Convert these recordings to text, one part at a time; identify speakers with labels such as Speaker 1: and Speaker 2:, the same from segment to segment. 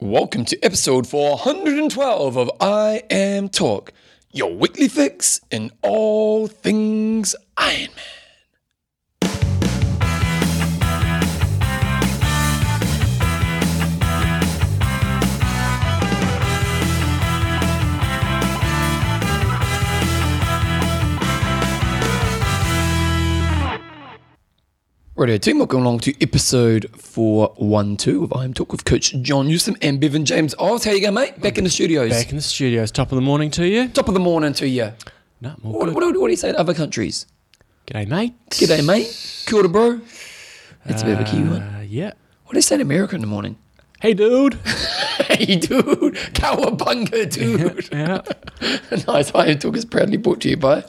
Speaker 1: Welcome to episode 412 of I Am Talk, your weekly fix in all things Iron Man. Radio team, welcome along to episode 412 of I Am Talk with Coach John Newsom and Bevan James Oz. How you going, mate? Back in the studios.
Speaker 2: Back in the studios, top of the morning to you.
Speaker 1: Top of the morning to you.
Speaker 2: No, more
Speaker 1: What,
Speaker 2: good.
Speaker 1: what, what do you say to other countries?
Speaker 2: G'day, mate.
Speaker 1: G'day, mate. Kia ora, bro. That's a bit of a Kiwi one.
Speaker 2: Uh, yeah.
Speaker 1: What do you say in America in the morning?
Speaker 2: Hey, dude.
Speaker 1: Hey, dude. Cowabunga, dude.
Speaker 2: yeah.
Speaker 1: nice. I Am Talk is proudly brought to you by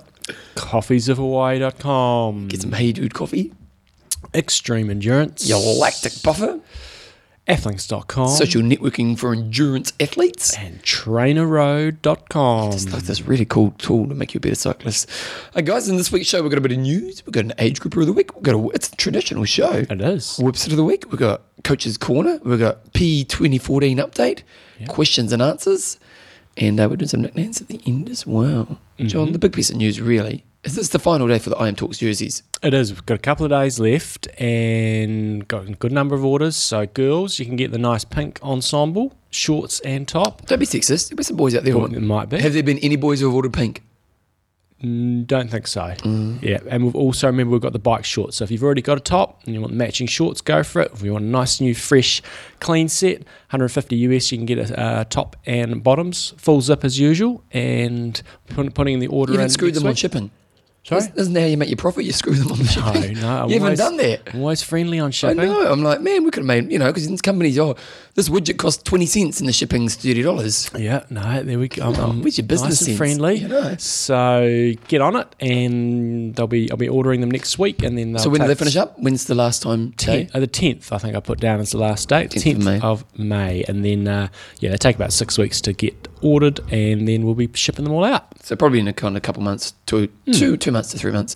Speaker 2: Coffeesofhawaii.com.
Speaker 1: Get some Hey Dude coffee,
Speaker 2: Extreme Endurance.
Speaker 1: your lactic buffer,
Speaker 2: Athlinks.com.
Speaker 1: social networking for endurance athletes.
Speaker 2: and trainerroad.com.
Speaker 1: It's like this really cool tool to make you a better cyclist. Uh, guys, in this week's show, we've got a bit of news. We've got an age grouper of the week. We've got a, it's a traditional show.
Speaker 2: It is.
Speaker 1: Website of the week. We've got Coach's Corner. We've got P2014 update, questions and answers. And uh, we're doing some nicknames at the end as well.
Speaker 2: Mm-hmm.
Speaker 1: John, the big piece of news really is this the final day for the I Am Talks jerseys.
Speaker 2: It is. We've got a couple of days left and got a good number of orders. So, girls, you can get the nice pink ensemble, shorts and top.
Speaker 1: Don't be sexist. There'll be some boys out there. who
Speaker 2: It
Speaker 1: want-
Speaker 2: might be.
Speaker 1: Have there been any boys who have ordered pink?
Speaker 2: Mm, Don't think so.
Speaker 1: Mm.
Speaker 2: Yeah, and we've also remember we've got the bike shorts. So if you've already got a top and you want matching shorts, go for it. If you want a nice new fresh clean set, 150 US, you can get a uh, top and bottoms, full zip as usual, and put, putting the order
Speaker 1: You haven't
Speaker 2: in.
Speaker 1: screwed
Speaker 2: next
Speaker 1: them on
Speaker 2: week.
Speaker 1: shipping.
Speaker 2: Sorry?
Speaker 1: Isn't- Isn't that how you make your profit? You screw them on the shipping.
Speaker 2: No, no, I'm
Speaker 1: you haven't
Speaker 2: always-
Speaker 1: done that.
Speaker 2: I'm always friendly on
Speaker 1: I
Speaker 2: shipping.
Speaker 1: know. I'm like, man, we could have made, you know, because these companies, oh, this widget costs 20 cents and the shipping's $30.
Speaker 2: Yeah, no, there we go. I'm, I'm
Speaker 1: where's your business
Speaker 2: nice
Speaker 1: sense?
Speaker 2: and friendly.
Speaker 1: You know.
Speaker 2: So get on it, and they'll be I'll be ordering them next week, and then they'll
Speaker 1: So when do they
Speaker 2: take-
Speaker 1: finish up? When's the last time
Speaker 2: Ten-
Speaker 1: today?
Speaker 2: uh, the tenth, I think I put down as the last date,
Speaker 1: 10th of
Speaker 2: tenth
Speaker 1: May.
Speaker 2: of, May, and then uh, yeah, they take about six weeks to get ordered, and then we'll be shipping them all out.
Speaker 1: So probably in a kind of couple months, two, two, two months to three months.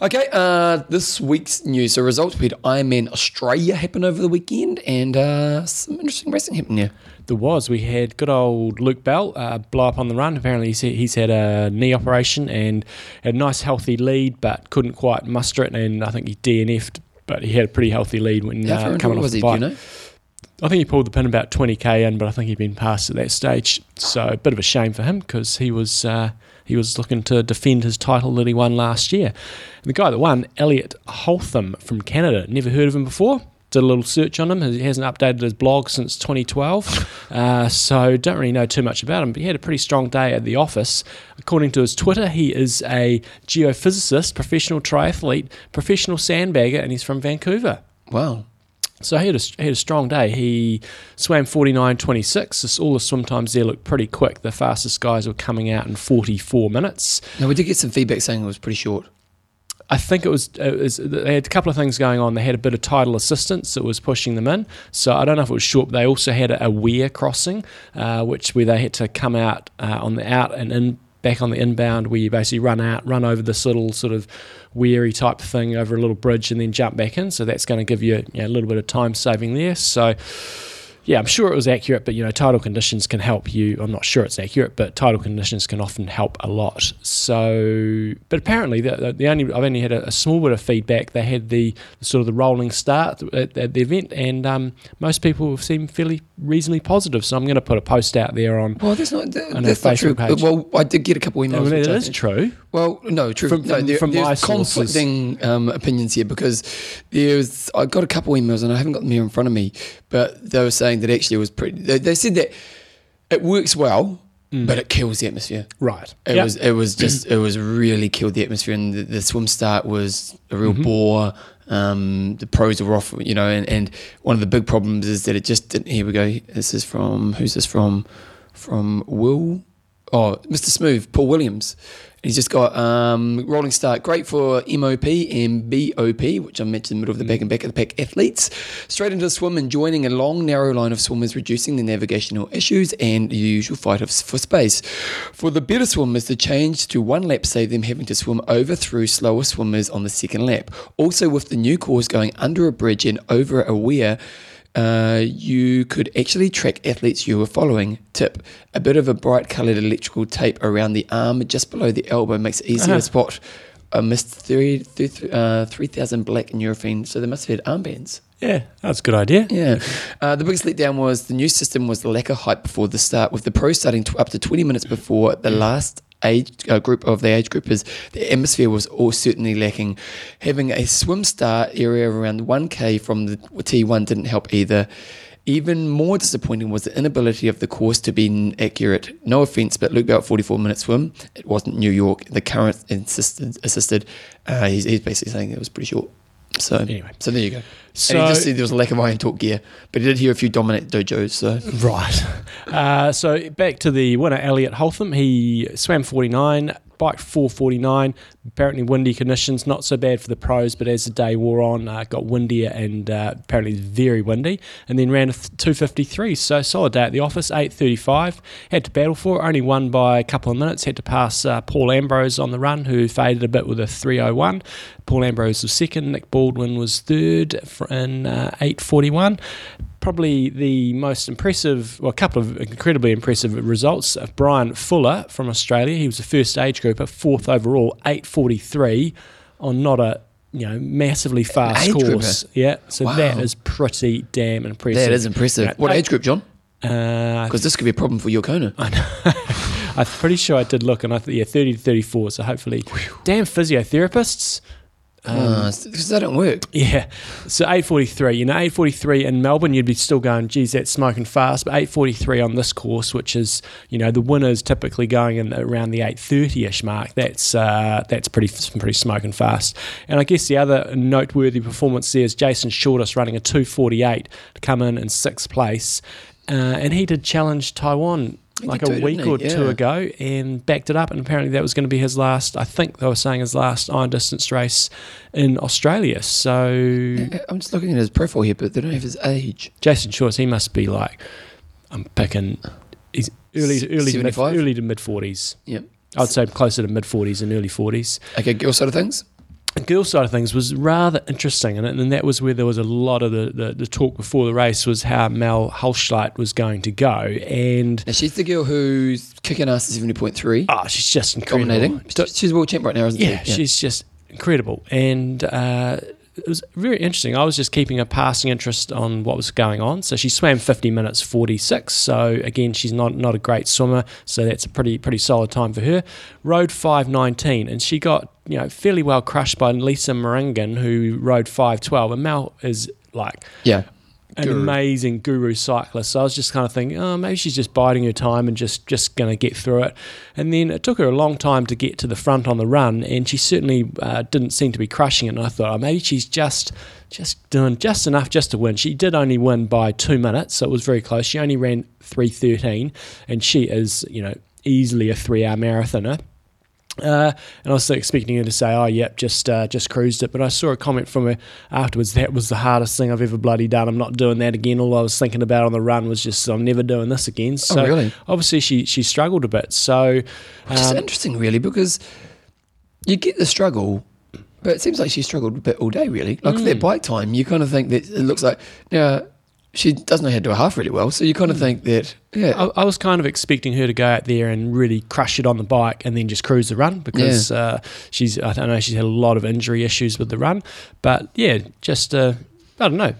Speaker 1: Okay, uh, this week's news. So results, we had Ironman Australia happen over the weekend and uh, some interesting racing happened there.
Speaker 2: There was we had good old Luke Bell uh, blow up on the run. Apparently he's, he's had a knee operation and had a nice healthy lead, but couldn't quite muster it, and I think he DNF'd. But he had a pretty healthy lead when
Speaker 1: How far
Speaker 2: uh,
Speaker 1: into
Speaker 2: coming
Speaker 1: it
Speaker 2: off
Speaker 1: was
Speaker 2: the
Speaker 1: he,
Speaker 2: bike.
Speaker 1: do you know?
Speaker 2: I think he pulled the pin about 20k in, but I think he'd been past at that stage. So a bit of a shame for him because he was uh, he was looking to defend his title that he won last year. And the guy that won, Elliot Holtham from Canada, never heard of him before. Did a little search on him. He hasn't updated his blog since 2012, uh, so don't really know too much about him. But he had a pretty strong day at the office. According to his Twitter, he is a geophysicist, professional triathlete, professional sandbagger, and he's from Vancouver.
Speaker 1: Wow.
Speaker 2: So he had a, he had a strong day. He swam 49.26. This- All the swim times there looked pretty quick. The fastest guys were coming out in 44 minutes.
Speaker 1: Now, we did get some feedback saying it was pretty short.
Speaker 2: I think it was, it was they had a couple of things going on. They had a bit of tidal assistance that was pushing them in. So I don't know if it was short. But they also had a, a weir crossing, uh, which where they had to come out uh, on the out and in back on the inbound, where you basically run out, run over this little sort of weary type thing over a little bridge, and then jump back in. So that's going to give you, you know, a little bit of time saving there. So. Yeah, I'm sure it was accurate, but you know, tidal conditions can help you. I'm not sure it's accurate, but tidal conditions can often help a lot. So, but apparently, the, the, the only I've only had a, a small bit of feedback. They had the sort of the rolling start at, at the event, and um, most people seem fairly reasonably positive. So, I'm going to put a post out there on.
Speaker 1: Well, that's not, that-
Speaker 2: On
Speaker 1: that's
Speaker 2: our
Speaker 1: not true.
Speaker 2: Facebook page.
Speaker 1: Oh, Well, I did get a couple
Speaker 2: I
Speaker 1: emails.
Speaker 2: mean,
Speaker 1: which
Speaker 2: it
Speaker 1: I
Speaker 2: is
Speaker 1: think-
Speaker 2: true.
Speaker 1: Well, no, true.
Speaker 2: From-
Speaker 1: no, there,
Speaker 2: from my
Speaker 1: there's
Speaker 2: sources.
Speaker 1: conflicting um, opinions here because there's. I got a couple emails and I haven't got them here in front of me, but they were saying that actually it was pretty. They, they said that it works well,
Speaker 2: Mm.
Speaker 1: but it kills the atmosphere.
Speaker 2: Right.
Speaker 1: It
Speaker 2: Yep.
Speaker 1: was. It was just. It was really killed the atmosphere, and the, the swim start was a real
Speaker 2: Mm-hmm.
Speaker 1: bore. Um, the pros were off, you know, and, and one of the big problems is that it just didn't. Here we go. This is from who's this from? From Will, oh Mr. Smooth, Paul Williams. He's just got um, rolling start, great for MOP and BOP, which I mentioned middle of the pack and back of the pack athletes. Straight into the swim and joining a long, narrow line of swimmers, reducing the navigational issues and the usual fight of, for space. For the better swimmers, the change to one lap saved them having to swim over through slower swimmers on the second lap. Also, with the new course going under a bridge and over a weir, uh, you could actually track athletes you were following. Tip a bit of a bright coloured electrical tape around the arm just below the elbow makes it easier
Speaker 2: Uh-huh.
Speaker 1: to spot. I missed 3,000 uh, 3,000 black neurofenes, so they must have had armbands.
Speaker 2: Yeah, that's a good idea.
Speaker 1: Yeah. Uh, the biggest letdown was the new system was the lack of hype before the start, with the pros starting tw up to 20 minutes before the last age uh, group of the age groupers. The atmosphere was all certainly lacking. Having a swim start area around 1K from the T1 didn't help either. Even more disappointing was the inability of the course to be n- accurate. No offense, but Luke Belt 44 minute swim. It wasn't New York. The current insisted, assisted. Uh, he's, he's basically saying it was pretty short. So
Speaker 2: Anyway.
Speaker 1: so there you go
Speaker 2: So,
Speaker 1: and he just said there was a lack of iron talk gear, but he did hear a few dominant dojos. So
Speaker 2: Right. Uh, so back to the winner, Elliot Holtham. He swam 49, biked 449. Apparently, windy conditions, not so bad for the pros, but as the day wore on, uh, got windier and uh, apparently very windy. And then ran a th- 253. So solid day at the office, 8.35. Had to battle for it, only won by a couple of minutes. Had to pass uh, Paul Ambrose on the run, who faded a bit with a 301. Paul Ambrose was second. Nick Baldwin was third fr- in uh, 841 probably the most impressive, well, a couple of incredibly impressive results. of Brian Fuller from Australia, he was the first age grouper, fourth overall, 8.43 on not a you know massively fast
Speaker 1: age grouper?
Speaker 2: course. Yeah, so that
Speaker 1: Wow.
Speaker 2: is pretty damn impressive.
Speaker 1: that is impressive.
Speaker 2: Yeah.
Speaker 1: What age group, John?
Speaker 2: Uh,
Speaker 1: Because this could be a problem for your Kona.
Speaker 2: I'm pretty sure I did look, and I thought yeah, 30 to 34. So hopefully, damn physiotherapists.
Speaker 1: Because that don't work.
Speaker 2: Yeah. So 8.43, you know, 8.43 in Melbourne, you'd be still going, geez, that's smoking fast. But 8.43 on this course, which is, you know, the winner's typically going in around the 8.30ish mark. That's uh, that's pretty pretty smoking fast. And I guess the other noteworthy performance there is Jason Shortus running a 2.48 to come in in sixth place. Uh, and he did challenge Taiwan
Speaker 1: He
Speaker 2: like
Speaker 1: did
Speaker 2: a
Speaker 1: too,
Speaker 2: week
Speaker 1: didn't
Speaker 2: or
Speaker 1: he?
Speaker 2: two
Speaker 1: Yeah.
Speaker 2: ago and backed it up. And apparently that was going to be his last, I think they were saying his last iron distance race in Australia. So
Speaker 1: Uh, I'm just looking at his profile here, but they don't have his age.
Speaker 2: Jason Shorts, he must be like, I'm picking he's early,
Speaker 1: S-
Speaker 2: early, to mid,
Speaker 1: 75?
Speaker 2: early to mid 40s.
Speaker 1: Yep.
Speaker 2: I'd say closer to mid 40s and early 40s.
Speaker 1: Okay, girl side of things.
Speaker 2: The girl side of things was rather interesting, and, and that was where there was a lot of the, the, the talk before the race was how Mel Holschleit was going to go, and
Speaker 1: Now she's the girl who's kicking ass at 70.3,
Speaker 2: ah, she's just incredible.
Speaker 1: dominating. She's she's world champ right now, isn't
Speaker 2: yeah,
Speaker 1: she?
Speaker 2: she's just incredible. And uh, it was very interesting. I was just keeping a passing interest on what was going on. So she swam 50 minutes 46. So again, she's not not a great swimmer. So that's a pretty pretty solid time for her. Rode 519, and she got you know fairly well crushed by Lisa Morangan, who rode 512. And Mel is like
Speaker 1: yeah.
Speaker 2: an
Speaker 1: Guru.
Speaker 2: amazing guru cyclist. So I was just kind of thinking, oh, maybe she's just biding her time and just just going to get through it. And then it took her a long time to get to the front on the run, and she certainly uh, didn't seem to be crushing it. And I thought, oh, maybe she's just just doing just enough just to win. She did only win by two minutes, so it was very close. She only ran three thirteen, and she is you know easily a three hour marathoner. Uh, and I was expecting her to say, "Oh, yep, just uh, just cruised it." But I saw a comment from her afterwards. That was the hardest thing I've ever bloody done. I'm not doing that again. All I was thinking about on the run was just, "I'm never doing this again." So
Speaker 1: really?
Speaker 2: obviously, she she struggled a bit. So
Speaker 1: Which is
Speaker 2: um,
Speaker 1: interesting, really, because you get the struggle, but it seems like she struggled a bit all day, really. Like
Speaker 2: Mm.
Speaker 1: with that bike time, you kind of think that it looks like, yeah, she doesn't know how to do a half really well. So you kind
Speaker 2: Mm.
Speaker 1: of think that, yeah,
Speaker 2: I, I was kind of expecting her to go out there and really crush it on the bike and then just cruise the run because uh, she's I don't know she's had a lot of injury issues with the run. But yeah, just uh, I don't know.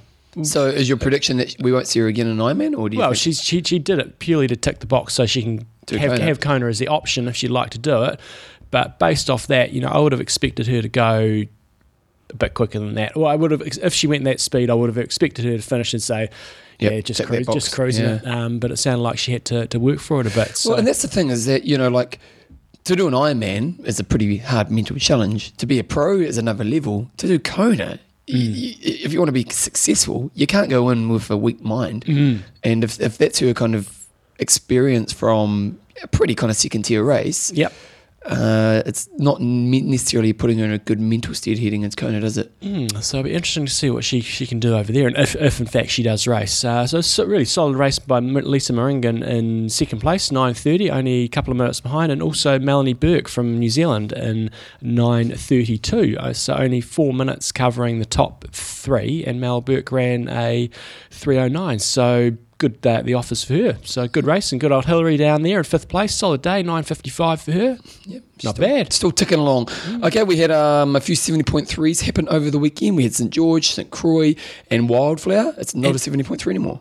Speaker 1: So is your prediction that we won't see her again in Ironman, or do you?
Speaker 2: Um, Well,
Speaker 1: think-
Speaker 2: she's, she she did it purely to tick the box so she can
Speaker 1: To
Speaker 2: have
Speaker 1: Kona.
Speaker 2: have Kona as the option if she'd like to do it. But based off that, you know, I would have expected her to go a bit quicker than that. Well, I would have if she went that speed, I would have expected her to finish and say,
Speaker 1: Yep,
Speaker 2: yeah, just
Speaker 1: tick that
Speaker 2: cruise,
Speaker 1: box.
Speaker 2: just cruising
Speaker 1: Yeah.
Speaker 2: it. Um, but it sounded like she had to, to work for it a bit. So.
Speaker 1: well, and that's the thing is that you know, like to do an Ironman is a pretty hard mental challenge. To be a pro is another level. To do Kona, y- y- if you want to be successful, you can't go in with a weak mind. And if if that's her kind of experience from a pretty kind of second tier race,
Speaker 2: Yep.
Speaker 1: uh, it's not me- necessarily putting her in a good mental stead heading into Kona, does it?
Speaker 2: Mm, so it'll be interesting to see what she, she can do over there, and if, if in fact she does race. Uh, so it's a really solid race by M- Lisa Moringan in second place, 9.30, only a couple of minutes behind, and also Melanie Burke from New Zealand in 9.32. Uh, so only four minutes covering the top three, and Mel Burke ran a 3.09. So good day at the office for her. So good race and good old Hillary down there in fifth place, solid day, 9.55 for her.
Speaker 1: Yep.
Speaker 2: Not bad.
Speaker 1: Still ticking along. Okay, we had um, a few 70.3s happen over the weekend. We had St. George, St. Croix, and Wildflower. It's not
Speaker 2: And-
Speaker 1: a 70.3 anymore.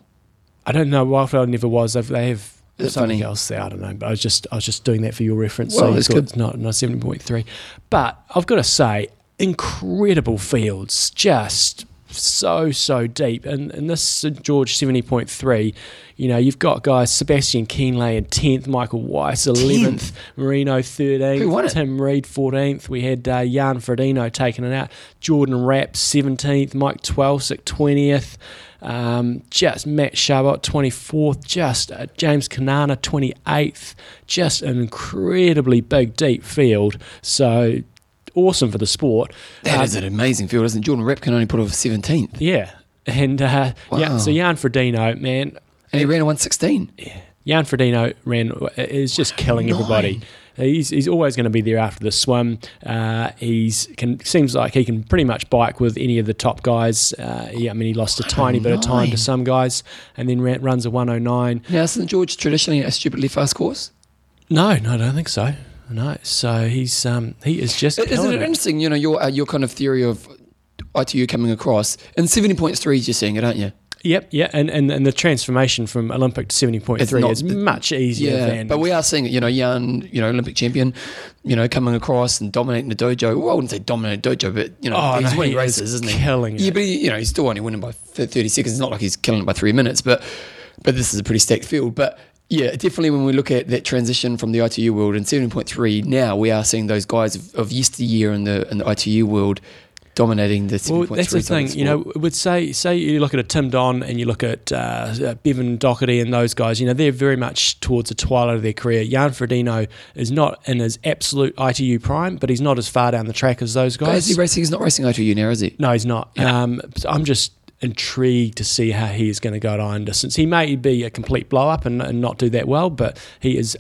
Speaker 2: I don't know. Wildflower never was. They've, they have
Speaker 1: That's
Speaker 2: something
Speaker 1: funny.
Speaker 2: else there. I don't know. But I was just I was just doing that for your reference.
Speaker 1: Well,
Speaker 2: so you
Speaker 1: that's
Speaker 2: thought
Speaker 1: good.
Speaker 2: it's not not seventy point three. But I've got to say, incredible fields. Just so so deep and and this St George 70.3 you know you've got guys Sebastian Keenlay in 10th Michael Weiss 11th Marino 13th
Speaker 1: Who won it?
Speaker 2: Tim Reed 14th we had uh, Jan Frodeno taking it out Jordan Rapp 17th Mike Twelsick 20th um, just Matt Shabot 24th, just uh, James Kanana 28th, just an incredibly big deep field. So awesome for the sport.
Speaker 1: That
Speaker 2: Uh,
Speaker 1: is an amazing field, isn't it? Jordan Rapp can only put off a 17th.
Speaker 2: yeah, and uh, yeah.
Speaker 1: Wow.
Speaker 2: So Jan Frodeno, man,
Speaker 1: And he ran a 116.
Speaker 2: Jan Frodeno ran is just killing
Speaker 1: Nine.
Speaker 2: everybody. He's, he's always going to be there after the swim. Uh, he's can seems like he can pretty much bike with any of the top guys. Uh, yeah, I mean he lost a tiny bit of time
Speaker 1: 109.
Speaker 2: to some guys, and then ran, runs a 109.
Speaker 1: Now, St. George traditionally a stupidly fast course.
Speaker 2: No, no, I don't think so. No, so he's um he is just
Speaker 1: Isn't
Speaker 2: killing
Speaker 1: it
Speaker 2: it.
Speaker 1: interesting, you know, your, uh, your kind of theory of ITU coming across? And 70.3s, you're seeing it, aren't you?
Speaker 2: Yep, yeah, and, and and the transformation from Olympic to seventy point
Speaker 1: It's
Speaker 2: three
Speaker 1: not-
Speaker 2: is much easier
Speaker 1: Yeah,
Speaker 2: than.
Speaker 1: but we are seeing it. You know, Jan, you know, Olympic champion, you know, coming across and dominating the dojo. Well, I wouldn't say dominate dojo, but you know,
Speaker 2: oh,
Speaker 1: he's
Speaker 2: no,
Speaker 1: winning
Speaker 2: he is
Speaker 1: races, isn't he?
Speaker 2: killing
Speaker 1: Yeah,
Speaker 2: it.
Speaker 1: but he, you know, he's still only winning by th- thirty seconds. It's not like he's killing it by three minutes. But but this is a pretty stacked field. But yeah, definitely when we look at that transition from the ITU world and seven point three, now we are seeing those guys of, of yesteryear in the in the ITU world dominating the seven
Speaker 2: Well,
Speaker 1: point three.
Speaker 2: that's the thing, you know. Would say say you look at a Tim Don and you look at uh, uh, Bevan Doherty and those guys. You know, they're very much towards the twilight of their career. Jan Frodeno is not in his absolute ITU prime, but he's not as far down the track as those
Speaker 1: guys,
Speaker 2: guys.
Speaker 1: he racing? He's not racing ITU now, is he?
Speaker 2: No, he's not. Um, so I'm just intrigued to see how he is going to go at iron distance. He may be a complete blow up and, and not do that well, but he is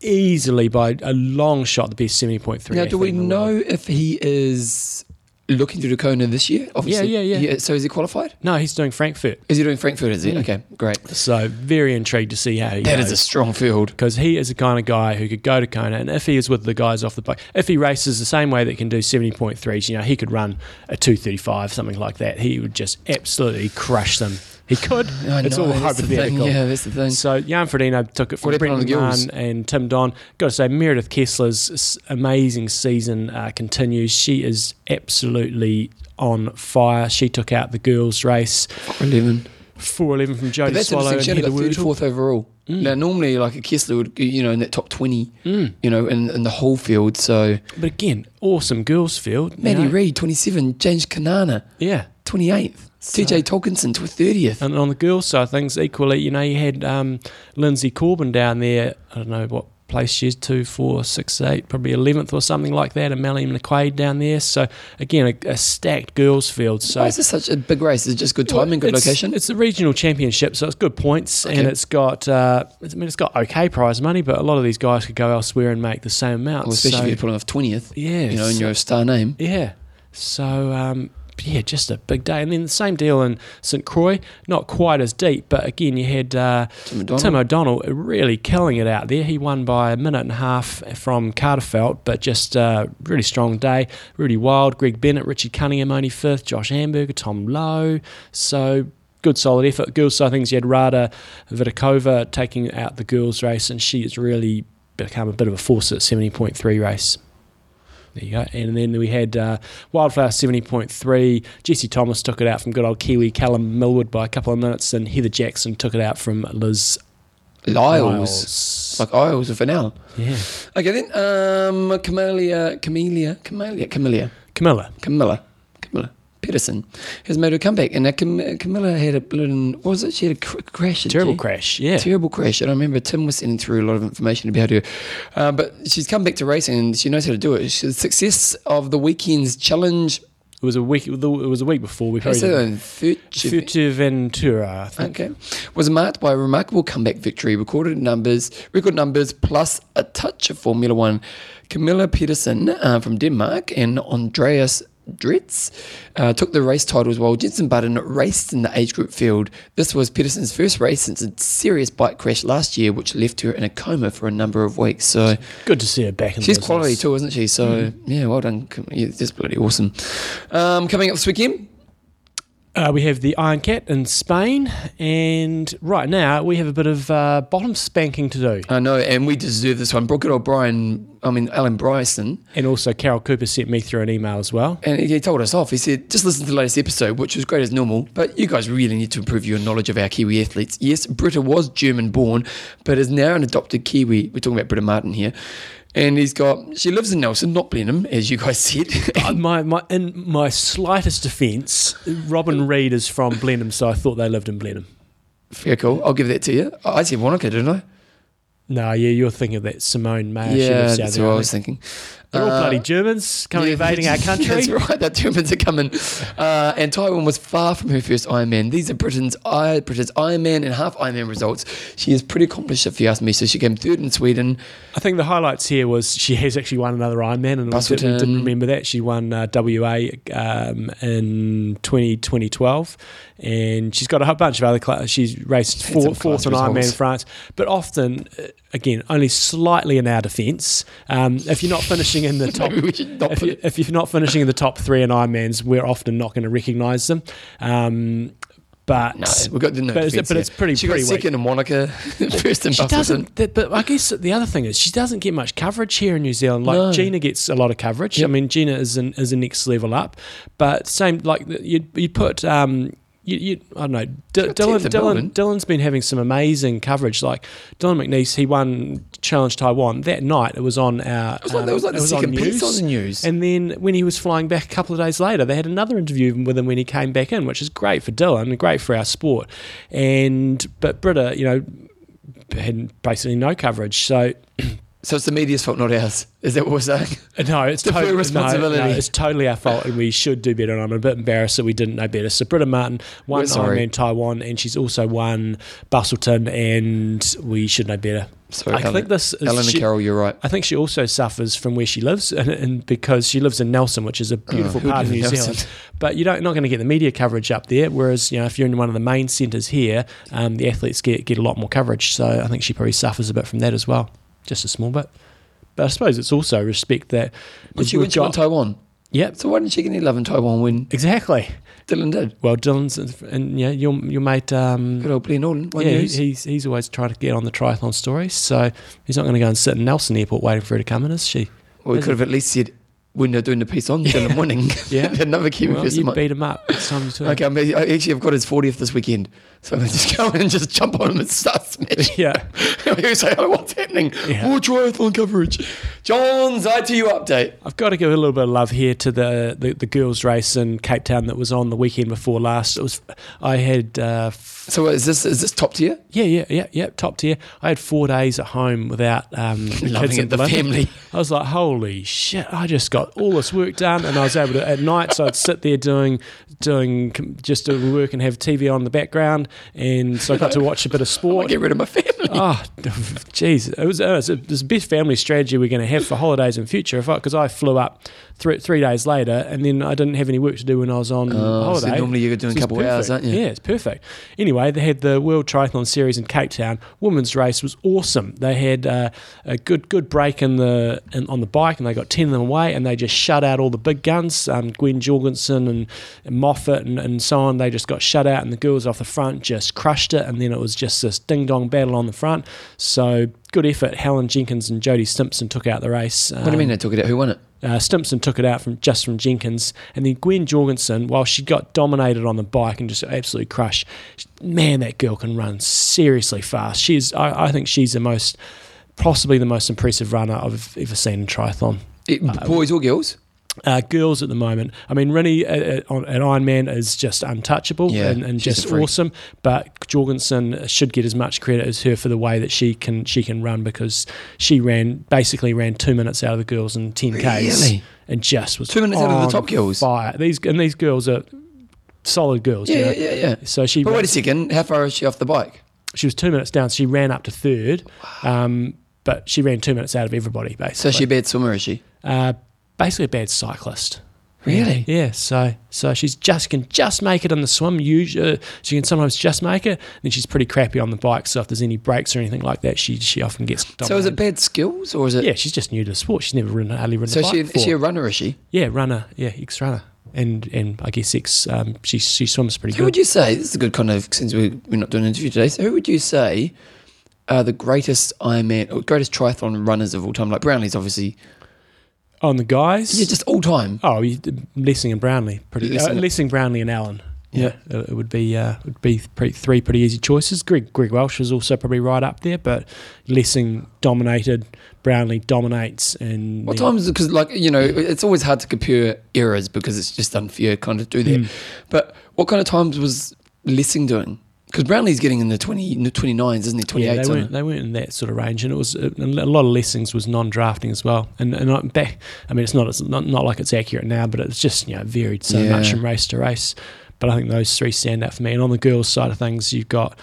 Speaker 2: easily by a long shot the best 70.3.
Speaker 1: Now, do we
Speaker 2: athlete in the world.
Speaker 1: know if he is looking to do Kona this year? Obviously,
Speaker 2: yeah, yeah.
Speaker 1: so is he qualified?
Speaker 2: No, he's doing Frankfurt.
Speaker 1: Is he doing Frankfurt? Is he? Okay, great.
Speaker 2: So very intrigued to see how Mm. he
Speaker 1: That
Speaker 2: goes.
Speaker 1: is a strong field.
Speaker 2: because he is the kind of guy who could go to Kona, and if he is with the guys off the bike, if he races the same way that can do seventy point threes, you know, he could run a two thirty five, something like that. He would just absolutely crush them. He could.
Speaker 1: I
Speaker 2: it's
Speaker 1: know,
Speaker 2: all
Speaker 1: that's the thing.
Speaker 2: hypothetical.
Speaker 1: Yeah, that's the thing.
Speaker 2: So Jan Frodeno took it
Speaker 1: What
Speaker 2: from
Speaker 1: happened on the
Speaker 2: Brendan
Speaker 1: girls?
Speaker 2: Mann and Tim Don. Got to say, Meredith Kessler's s- amazing season uh, continues. She is absolutely on fire. She took out the girls' race.
Speaker 1: Eleven.
Speaker 2: 4.11 from
Speaker 1: But
Speaker 2: Jodie
Speaker 1: that's
Speaker 2: Swallow
Speaker 1: interesting.
Speaker 2: and
Speaker 1: She only
Speaker 2: Heather
Speaker 1: got thirty
Speaker 2: Wood.
Speaker 1: fourth overall. Now, normally, like a Kessler would, you know, in that top twenty, you know, in, in the whole field. So
Speaker 2: Mm, But again, awesome girls' field. you
Speaker 1: Maddie
Speaker 2: know.
Speaker 1: Reid, twenty seven. James Kanana,
Speaker 2: Yeah.
Speaker 1: twenty eighth. TJ Tolkinson to thirtieth.
Speaker 2: And on the girls' side of things, equally, you know, you had um, Lindsay Corbin down there. I don't know what place she is, two, four, six, eight, probably eleventh or something like that. And Melanie McQuaid down there. So again, a, a stacked girls' field. So
Speaker 1: Why is this such a big race? Is it just good
Speaker 2: Well,
Speaker 1: timing, good
Speaker 2: it's-
Speaker 1: location?
Speaker 2: It's a regional championship, so it's good points,
Speaker 1: Okay.
Speaker 2: and it's got. Uh, it's- I mean, it's got okay prize money, but a lot of these guys could go elsewhere and make the same amount.
Speaker 1: Well, especially
Speaker 2: so,
Speaker 1: if you're pulling off twentieth,
Speaker 2: yeah,
Speaker 1: you know, and
Speaker 2: so-
Speaker 1: you're a star name.
Speaker 2: yeah. So um, yeah, just a big day. And then the same deal in St Croix, not quite as deep, but again you had uh,
Speaker 1: Tim O'Donnell.
Speaker 2: Tim O'Donnell really killing it out there. He won by a minute and a half from Carterfelt, but just a really strong day. Rudy Wild, Greg Bennett, Richard Cunningham only fifth, Josh Hamburger, Tom Lowe. So good solid effort. Girls side of things, you had Rada Vitakova taking out the girls race, and she has really become a bit of a force at 70.3 race. There you go. And then we had uh, Wildflower 70.3. Jesse Thomas took it out from good old Kiwi Callum Millwood by a couple of minutes, and Heather Jackson took it out from Liz
Speaker 1: Lyles. Like Isles with an L.
Speaker 2: yeah.
Speaker 1: Okay then, um, Camellia, Camellia, Camellia, Camellia,
Speaker 2: Camilla.
Speaker 1: Camilla, Camilla, Pedersen has made a comeback. And now Cam- Camilla had a blooming, what was it? She had a cr- crash. didn't
Speaker 2: Terrible
Speaker 1: she?
Speaker 2: crash. Yeah.
Speaker 1: Terrible crash. And I remember Tim was sending through a lot of information about her. Uh, but she's come back to racing and she knows how to do it. She's the success of the weekend's challenge.
Speaker 2: It was a week. It was a week before we
Speaker 1: How's
Speaker 2: played.
Speaker 1: that
Speaker 2: it.
Speaker 1: in Furch-
Speaker 2: Fuerteventura. I think.
Speaker 1: Okay. Was marked by a remarkable comeback victory, recorded numbers, record numbers, plus a touch of Formula One. Camilla Pedersen uh, from Denmark and Andreas Dritz uh, took the race titles while Jensen Button raced in the age group field. This was Pedersen's first race since a serious bike crash last year, which left her in a coma for a number of weeks. So
Speaker 2: Good to see her back in
Speaker 1: she's
Speaker 2: business.
Speaker 1: quality too, isn't she? So yeah, well done. Cam- Yeah, that's bloody awesome. Um, coming up this weekend,
Speaker 2: Uh, we have the Iron Cat in Spain, and right now we have a bit of uh, bottom spanking to do.
Speaker 1: I know, and we deserve this one. Brooke O'Brien, I mean, Alan Bryson.
Speaker 2: And also, Carol Cooper sent me through an email as well.
Speaker 1: And he told us off. He said, just listen to the latest episode, which was great as normal, but you guys really need to improve your knowledge of our Kiwi athletes. Yes, Britta was German born, but is now an adopted Kiwi. We're talking about Britta Martin here. And he's got, she lives in Nelson, not Blenheim, as you guys said.
Speaker 2: Uh, my, my, in my slightest defence, Robin Reed is from Blenheim, so I thought they lived in Blenheim.
Speaker 1: Fair cool. I'll give that to you. I said Wanaka, didn't I?
Speaker 2: No, yeah, you're thinking of that Simone Mayer. Uh, she
Speaker 1: yeah,
Speaker 2: lives down
Speaker 1: that's
Speaker 2: there,
Speaker 1: what I
Speaker 2: I
Speaker 1: was
Speaker 2: think.
Speaker 1: thinking.
Speaker 2: They're all
Speaker 1: Uh,
Speaker 2: bloody Germans coming
Speaker 1: Yeah,
Speaker 2: invading our country.
Speaker 1: That's right. The Germans are coming. Uh, and Taiwan was far from her first Ironman. These are Britain's I, Britain's Ironman and half Ironman results. She is pretty accomplished, if you ask me. So she came third in Sweden.
Speaker 2: I think the highlights here was she has actually won another Ironman, and we didn't, we didn't
Speaker 1: Busselton.
Speaker 2: remember that she won uh, WA um, in 20, 2012, and she's got a whole bunch of other classes. She's raced
Speaker 1: Had
Speaker 2: four,
Speaker 1: some
Speaker 2: fourth in
Speaker 1: class
Speaker 2: Ironman
Speaker 1: results.
Speaker 2: France, but often, uh, again, only slightly in our defence. Um, if you're not finishing in the top,
Speaker 1: Maybe we should not
Speaker 2: if, you,
Speaker 1: put-
Speaker 2: if you're not finishing in the top three in Ironmans, we're often not going to recognise them. Um, but
Speaker 1: No, we got no
Speaker 2: But it's-
Speaker 1: defense
Speaker 2: but
Speaker 1: here.
Speaker 2: it's pretty-
Speaker 1: She
Speaker 2: pretty
Speaker 1: got
Speaker 2: weak.
Speaker 1: second in Monica, first in
Speaker 2: she
Speaker 1: Buffington.
Speaker 2: doesn't. th- But I guess the other thing is she doesn't get much coverage here in New Zealand. Like
Speaker 1: No.
Speaker 2: Gina gets a lot of coverage.
Speaker 1: Yep.
Speaker 2: I mean, Gina is an is a next level up. But same like you you put. Um, you, you, I don't know. D-
Speaker 1: got
Speaker 2: Dylan,
Speaker 1: 10th in
Speaker 2: Dylan,
Speaker 1: Melbourne.
Speaker 2: Dylan's been having some amazing coverage. Like Dylan McNeese, he won Challenge Taiwan that night. It was on our. um,
Speaker 1: It was like, that was like the second piece on the news.
Speaker 2: And then when he was flying back a couple of days later, they had another interview with him when he came back in, which is great for Dylan and great for our sport. And but Britta, you know, had basically no coverage. So
Speaker 1: so it's the media's fault, not ours. Is that what we're saying?
Speaker 2: no, it's
Speaker 1: Defer
Speaker 2: totally
Speaker 1: responsibility.
Speaker 2: No, no, it's totally our fault, and we should do better. And I'm a bit embarrassed that we didn't know better. So Britta Martin won
Speaker 1: We're sorry.
Speaker 2: Ironman Taiwan, and she's also won Busselton, and we should know better.
Speaker 1: Sorry,
Speaker 2: I
Speaker 1: Helen,
Speaker 2: think this is
Speaker 1: Helen and
Speaker 2: she-
Speaker 1: Carol, you're right.
Speaker 2: I think she also suffers from where she lives, and, and because she lives in Nelson, which is a beautiful
Speaker 1: Oh. who
Speaker 2: part of
Speaker 1: knew
Speaker 2: New
Speaker 1: Uh, Nelson?
Speaker 2: Zealand. But you don't not going to get the media coverage up there. Whereas you know if you're in one of the main centres here, um, the athletes get get a lot more coverage. So I think she probably suffers a bit from that as well, just a small bit. But I suppose it's also respect that.
Speaker 1: Did she win
Speaker 2: we've
Speaker 1: she won
Speaker 2: got-
Speaker 1: Taiwan?
Speaker 2: Yep,
Speaker 1: So why didn't she get any love in Taiwan when
Speaker 2: exactly.
Speaker 1: Dylan did?
Speaker 2: Well, Dylan's and, and yeah, your your mate. Um,
Speaker 1: Good old Blaine Norton. One
Speaker 2: yeah, he-
Speaker 1: news.
Speaker 2: he's he's always trying to get on the triathlon stories, so he's not going to go and sit in Nelson Airport waiting for her to come in, is she?
Speaker 1: Well, we
Speaker 2: Is
Speaker 1: could have at least said when they're doing the piece on Dylan winning.
Speaker 2: Yeah.
Speaker 1: another Kiwi
Speaker 2: Well,
Speaker 1: person.
Speaker 2: you
Speaker 1: might-
Speaker 2: beat him up. It's time you took.
Speaker 1: Okay, I'm, I- actually, I've got his 40th this weekend, so I'm gonna just go in and just jump on him and start smashing.
Speaker 2: Yeah.
Speaker 1: He'll say, "Oh, what's happening?
Speaker 2: Yeah.
Speaker 1: More triathlon coverage." John's ITU update.
Speaker 2: I've got to give a little bit of love here to the, the, the girls' race in Cape Town that was on the weekend before last. It was, I had, uh, f-
Speaker 1: So is this is this top tier?
Speaker 2: yeah, yeah, yeah, yeah, top tier. I had four days at home without um, the kids
Speaker 1: Loving
Speaker 2: at
Speaker 1: it, the
Speaker 2: Belinda.
Speaker 1: family.
Speaker 2: I was like, holy shit! I just got all this work done, and I was able to at nights I'd sit there doing doing com- just doing work and have TV on in the background, and so I got to watch a bit
Speaker 1: I'll
Speaker 2: of sport.
Speaker 1: get rid of my family.
Speaker 2: Oh, geez, it was, it was the best family strategy we're going to have for holidays in future. If because I, flew up three, three days later, and then I didn't have any work to do when I was on
Speaker 1: Oh, so
Speaker 2: holiday.
Speaker 1: normally you're doing a
Speaker 2: it's
Speaker 1: couple of hours,
Speaker 2: perfect.
Speaker 1: aren't you?
Speaker 2: Yeah, it's perfect. Anyway, they had the World Triathlon Series in Cape Town. Women's race was awesome. They had uh, a good good break in the in, on the bike, and they got ten of them away, and they just shut out all the big guns. Um, Gwen Jorgensen and, and Moffat and, and so on. They just got shut out, and the girls off the front just crushed it. And then it was just this ding dong battle on the front. So good effort. Helen Jenkins and Jodie Stimpson took out the race.
Speaker 1: what do you mean they took it out? Who won it?
Speaker 2: Uh, Stimpson took it out from just from Jenkins, and then Gwen Jorgensen, while she got dominated on the bike and just absolutely crushed, she- man, that girl can run seriously fast. She's, I, I think she's the most,
Speaker 1: Uh,
Speaker 2: possibly the most impressive runner I've ever seen in triathlon.
Speaker 1: It- Eh, boys or girls?
Speaker 2: uh, girls at the moment. I mean, Rennie at, on- at Ironman is just untouchable
Speaker 1: Yeah,
Speaker 2: and, and
Speaker 1: she's a
Speaker 2: just
Speaker 1: freak.
Speaker 2: awesome. But Jorgensen should get as much credit as her for the way that she can she can run because she ran basically ran two minutes out of the girls in ten ks
Speaker 1: Really?
Speaker 2: and just was
Speaker 1: Two minutes out of the
Speaker 2: on
Speaker 1: top girls?
Speaker 2: Fire these and these girls are solid girls. you
Speaker 1: Yeah,
Speaker 2: know?
Speaker 1: yeah, yeah, yeah.
Speaker 2: So she
Speaker 1: But
Speaker 2: ran-
Speaker 1: wait a second, how far is she off the bike?
Speaker 2: she was two minutes down. So she ran up to third, um, but she ran two minutes out of everybody
Speaker 1: So
Speaker 2: basically.
Speaker 1: she a bad swimmer, is she?
Speaker 2: uh, basically a bad cyclist.
Speaker 1: Really?
Speaker 2: Yeah. So so she's just can just make it on the swim. Usually she can sometimes just make it. And she's pretty crappy on the bike. So if there's any breaks or anything like that, she she often gets.
Speaker 1: So is it
Speaker 2: dominated.
Speaker 1: bad skills or is it?
Speaker 2: Yeah, she's just new to the sport. She's never ridden hardly ridden
Speaker 1: So
Speaker 2: a bike
Speaker 1: she
Speaker 2: before.
Speaker 1: is she a runner? Is she?
Speaker 2: yeah, runner. Yeah, ex runner. And and I guess ex. Um, she she swims pretty
Speaker 1: Who
Speaker 2: good.
Speaker 1: would you say? This is a good kind of since we're, we're not doing an interview today. So who would you say are the greatest Ironman or greatest triathlon runners of all time? Like Brownlee's obviously.
Speaker 2: on the guys.
Speaker 1: Yeah, just all time.
Speaker 2: Oh, you- Lessing and Brownlee, pretty.
Speaker 1: Lessing-
Speaker 2: Lessing, uh, Lessing Brownlee, and Allen.
Speaker 1: Yeah.
Speaker 2: it, it would be uh, would be pretty, three pretty easy choices. Greg Greg Welsh was also probably right up there, but Lessing dominated, Brownlee dominates, and
Speaker 1: What
Speaker 2: then-
Speaker 1: times? Because like you know, it's always hard to compare eras because it's just unfair kind of do that.
Speaker 2: Mm.
Speaker 1: But what kind of times was Lessing doing? Because Brownlee's getting in the 20, 29s, isn't he? Twenty
Speaker 2: Yeah,
Speaker 1: eight.
Speaker 2: they weren't, they weren't in that sort of range, and it was a, a lot of Lessings was non-drafting as well. And and I, back, I mean, it's not it's not, not like it's accurate now, but it's just you know varied so
Speaker 1: Yeah.
Speaker 2: much from race to race. But I think those three stand out for me. And on the girls' side of things, you've got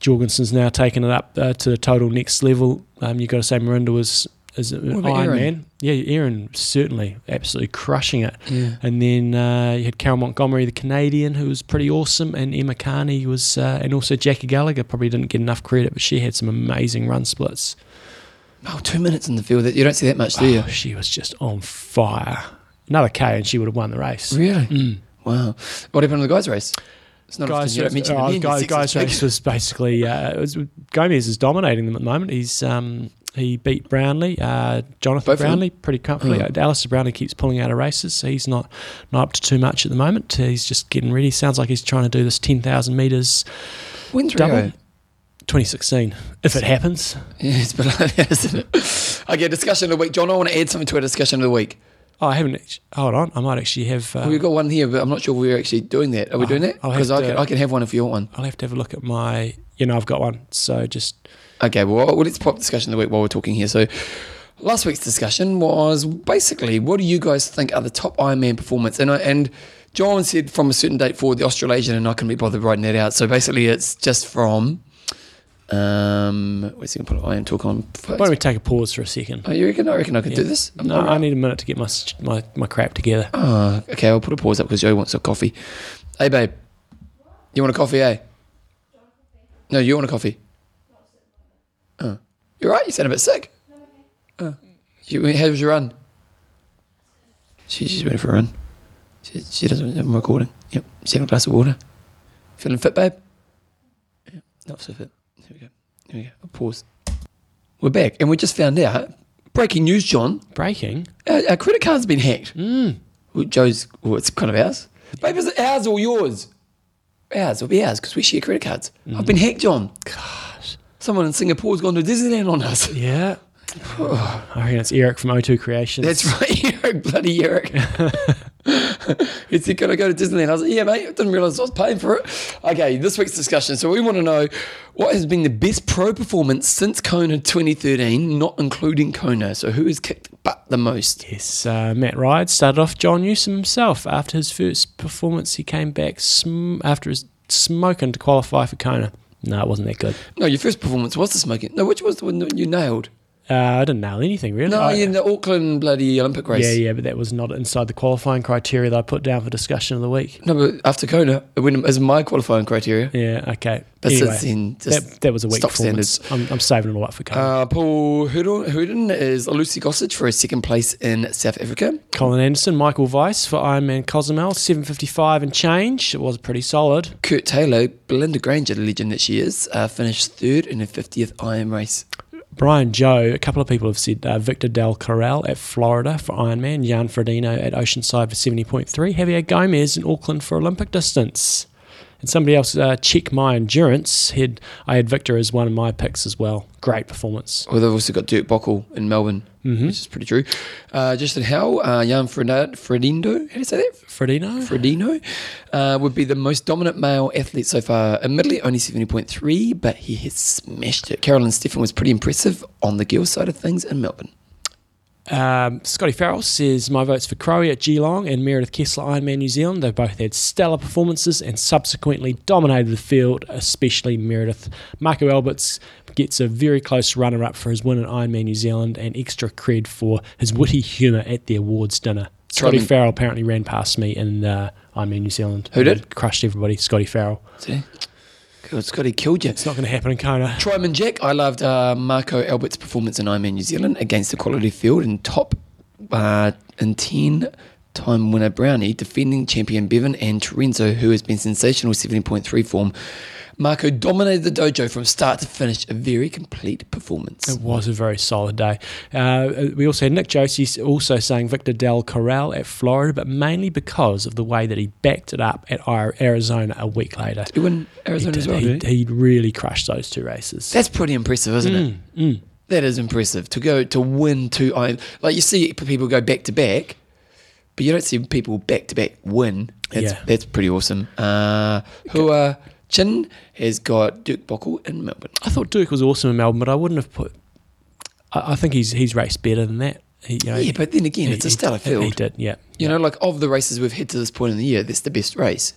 Speaker 2: Jorgensen's now taking it up uh, to the total next level. Um, you've got to say Marinda was is an
Speaker 1: What about
Speaker 2: Iron
Speaker 1: Erin?
Speaker 2: Man. Yeah, Erin certainly absolutely crushing it.
Speaker 1: yeah.
Speaker 2: And then uh, you had Carol Montgomery, the Canadian, who was pretty awesome, and Emma Carney was, uh, and also Jackie Gallagher probably didn't get enough credit, but she had some amazing run splits.
Speaker 1: Oh, two minutes in the field. You don't see that much, do you?
Speaker 2: Oh, she was just on fire. Another K, and she would have won the race. Mm.
Speaker 1: Really? Wow. What happened in the guys' race? It's not often
Speaker 2: Guys,
Speaker 1: you don't mention the
Speaker 2: oh,
Speaker 1: men in
Speaker 2: guys,
Speaker 1: six
Speaker 2: guys
Speaker 1: weeks.
Speaker 2: race was basically uh, it was, Gomez is dominating them at the moment. He's um, he beat Brownlee, uh, Jonathan
Speaker 1: Both of them?
Speaker 2: Brownlee, pretty comfortably.
Speaker 1: Oh.
Speaker 2: Uh, Alistair Brownlee keeps pulling out of races, so he's not not up to too much at the moment. He's just getting ready. Sounds like he's trying to do this ten thousand meters
Speaker 1: When's
Speaker 2: double?
Speaker 1: Rio?
Speaker 2: 2016, if it happens.
Speaker 1: Yeah, it's been like that, isn't it? Okay, discussion of the week. John, I want to add something to our discussion of the week.
Speaker 2: Oh, I haven't. act- Hold on, I might actually have. Uh,
Speaker 1: We've got one here, but I'm not sure we're actually doing that. Are we
Speaker 2: I'll-
Speaker 1: doing that?
Speaker 2: I'll have
Speaker 1: Because I
Speaker 2: to-
Speaker 1: can, I can have one if you want one.
Speaker 2: I'll have to have a look at my. You know, I've got one. So just
Speaker 1: Okay, well, well, let's pop discussion of the week while we're talking here. So, last week's discussion was basically what do you guys think are the top Ironman performance? And I, and John said from a certain date forward the Australasian, and I couldn't be bothered writing that out. So basically, it's just from. Um, where's he gonna put I am talk on?
Speaker 2: why don't we take a pause for a second?
Speaker 1: Oh, you reckon? I reckon I could do
Speaker 2: Yeah.
Speaker 1: this. I'm
Speaker 2: No,
Speaker 1: all
Speaker 2: I
Speaker 1: right.
Speaker 2: need a minute to get my s- my, my crap together.
Speaker 1: Oh, okay, I'll put a pause up because Joe wants a coffee. Hey, babe, you want a coffee? Eh? No, you want a coffee? Oh, you're right. You sound a bit sick. Oh. You, how was your run? She, she's ready for a run. She, she doesn't. I'm recording. Yep. She's having a glass of water. Feeling fit, babe? Yep. Not so fit. Here we go. Here we go. I'll pause. We're back, and we just found out breaking news, John.
Speaker 2: Breaking.
Speaker 1: Our, our credit card's been hacked.
Speaker 2: Mm.
Speaker 1: Well, Joe's, well, it's kind of ours. Babe, is it ours or yours? Ours will be ours because we share credit cards. I've been hacked on.
Speaker 2: Mm-hmm. Gosh.
Speaker 1: Someone in Singapore's gone to Disneyland on us.
Speaker 2: Yeah. I reckon it's Eric from O2 Creations.
Speaker 1: That's right, Eric, bloody Eric. he said, Can I go to Disneyland? I was like, Yeah, mate. I didn't realize I was paying for it. Okay, this week's discussion. So, we want to know what has been the best pro performance since Kona 2013, not including Kona. So, who has kicked butt the most?
Speaker 2: Yes, uh, Matt Ride started off John Newsom himself. After his first performance, he came back sm- after his smoking to qualify for Kona. No, it wasn't that good.
Speaker 1: No, your first performance was the smoking. No, which was the one that you nailed?
Speaker 2: Uh, I didn't nail anything really.
Speaker 1: No,
Speaker 2: I-
Speaker 1: in the Auckland bloody Olympic race.
Speaker 2: Oh, Yeah, yeah, but that was not inside the qualifying criteria that I put down for discussion of the week.
Speaker 1: No, but after Kona, it went as my qualifying criteria.
Speaker 2: Yeah, okay.
Speaker 1: But
Speaker 2: anyway,
Speaker 1: since then, just
Speaker 2: that, that was a weak
Speaker 1: stock
Speaker 2: performance. I'm, I'm saving it all up for Colin.
Speaker 1: uh, Paul Hurden Hurden is Lucy Gossage for his second place in South Africa.
Speaker 2: Colin Anderson, Michael Weiss for Ironman Cozumel, 755 and change. It was pretty solid.
Speaker 1: Kurt Taylor, Belinda Granger, the legend that she is, uh, finished third in her 50th IM race.
Speaker 2: Brian Joe, a couple of people have said uh, Victor Del Corral at Florida for Ironman, Jan Frodeno at Oceanside for 70.3, Javier Gomez in Auckland for Olympic distance. And somebody else, uh, Check My Endurance, had, I had Victor as one of my picks as well. Great performance.
Speaker 1: Well, they've also got Dirk Bockle in Melbourne,
Speaker 2: Mhm.
Speaker 1: which is pretty true. Uh, Justin Howe, uh, Jan Fredad, Fredindo, how do you say that?
Speaker 2: Fredino?
Speaker 1: Fredino uh, would be the most dominant male athlete so far. Admittedly, only 70.3, but he has smashed it. Carolyn Stefan was pretty impressive on the girls' side of things in Melbourne.
Speaker 2: Um, Scotty Farrell says, My vote's for Crowe at Geelong and Meredith Kessler Ironman New Zealand. They both had stellar performances and subsequently dominated the field, especially Meredith. Marco Alberts gets a very close runner up for his win at Ironman New Zealand and extra cred for his witty humour at the awards dinner. Scotty
Speaker 1: Simon-
Speaker 2: Farrell apparently ran past me in uh, Ironman New Zealand.
Speaker 1: Who did?
Speaker 2: And crushed everybody. Scotty Farrell.
Speaker 1: See? God, Scotty killed you.
Speaker 2: It's not going to happen in Kona.
Speaker 1: Tryman Jack, I loved uh, Marco Albert's performance in Ironman New Zealand against the quality field and top uh, and 10 time winner Brownie, defending champion Bevan and Torenzo, who has been sensational 17.3 form. Marco dominated the dojo from start to finish, a very complete performance.
Speaker 2: It was a very solid day. Uh, we also had Nick Josie also saying Victor Del Corral at Florida, but mainly because of the way that he backed it up at Ar- Arizona a week later.
Speaker 1: You win
Speaker 2: He,
Speaker 1: Arizona
Speaker 2: did-
Speaker 1: as well.
Speaker 2: he, he really crushed those two races.
Speaker 1: That's pretty impressive, isn't it?
Speaker 2: Mm, mm.
Speaker 1: That is impressive to go to win two. I like you see people go back to back, but you don't see people back to back win. That's,
Speaker 2: Yeah.
Speaker 1: that's pretty awesome. Uh, who uh, Chin has got Duke Bockle in Melbourne.
Speaker 2: I thought Duke was awesome in Melbourne, but I wouldn't have put. I, I think he's he's raced better than that. He, you know,
Speaker 1: yeah, but then again,
Speaker 2: he-
Speaker 1: it's a
Speaker 2: he-
Speaker 1: stellar
Speaker 2: he-
Speaker 1: field.
Speaker 2: He did, yeah.
Speaker 1: you know, like of the races we've had to this point in the year, that's the best race.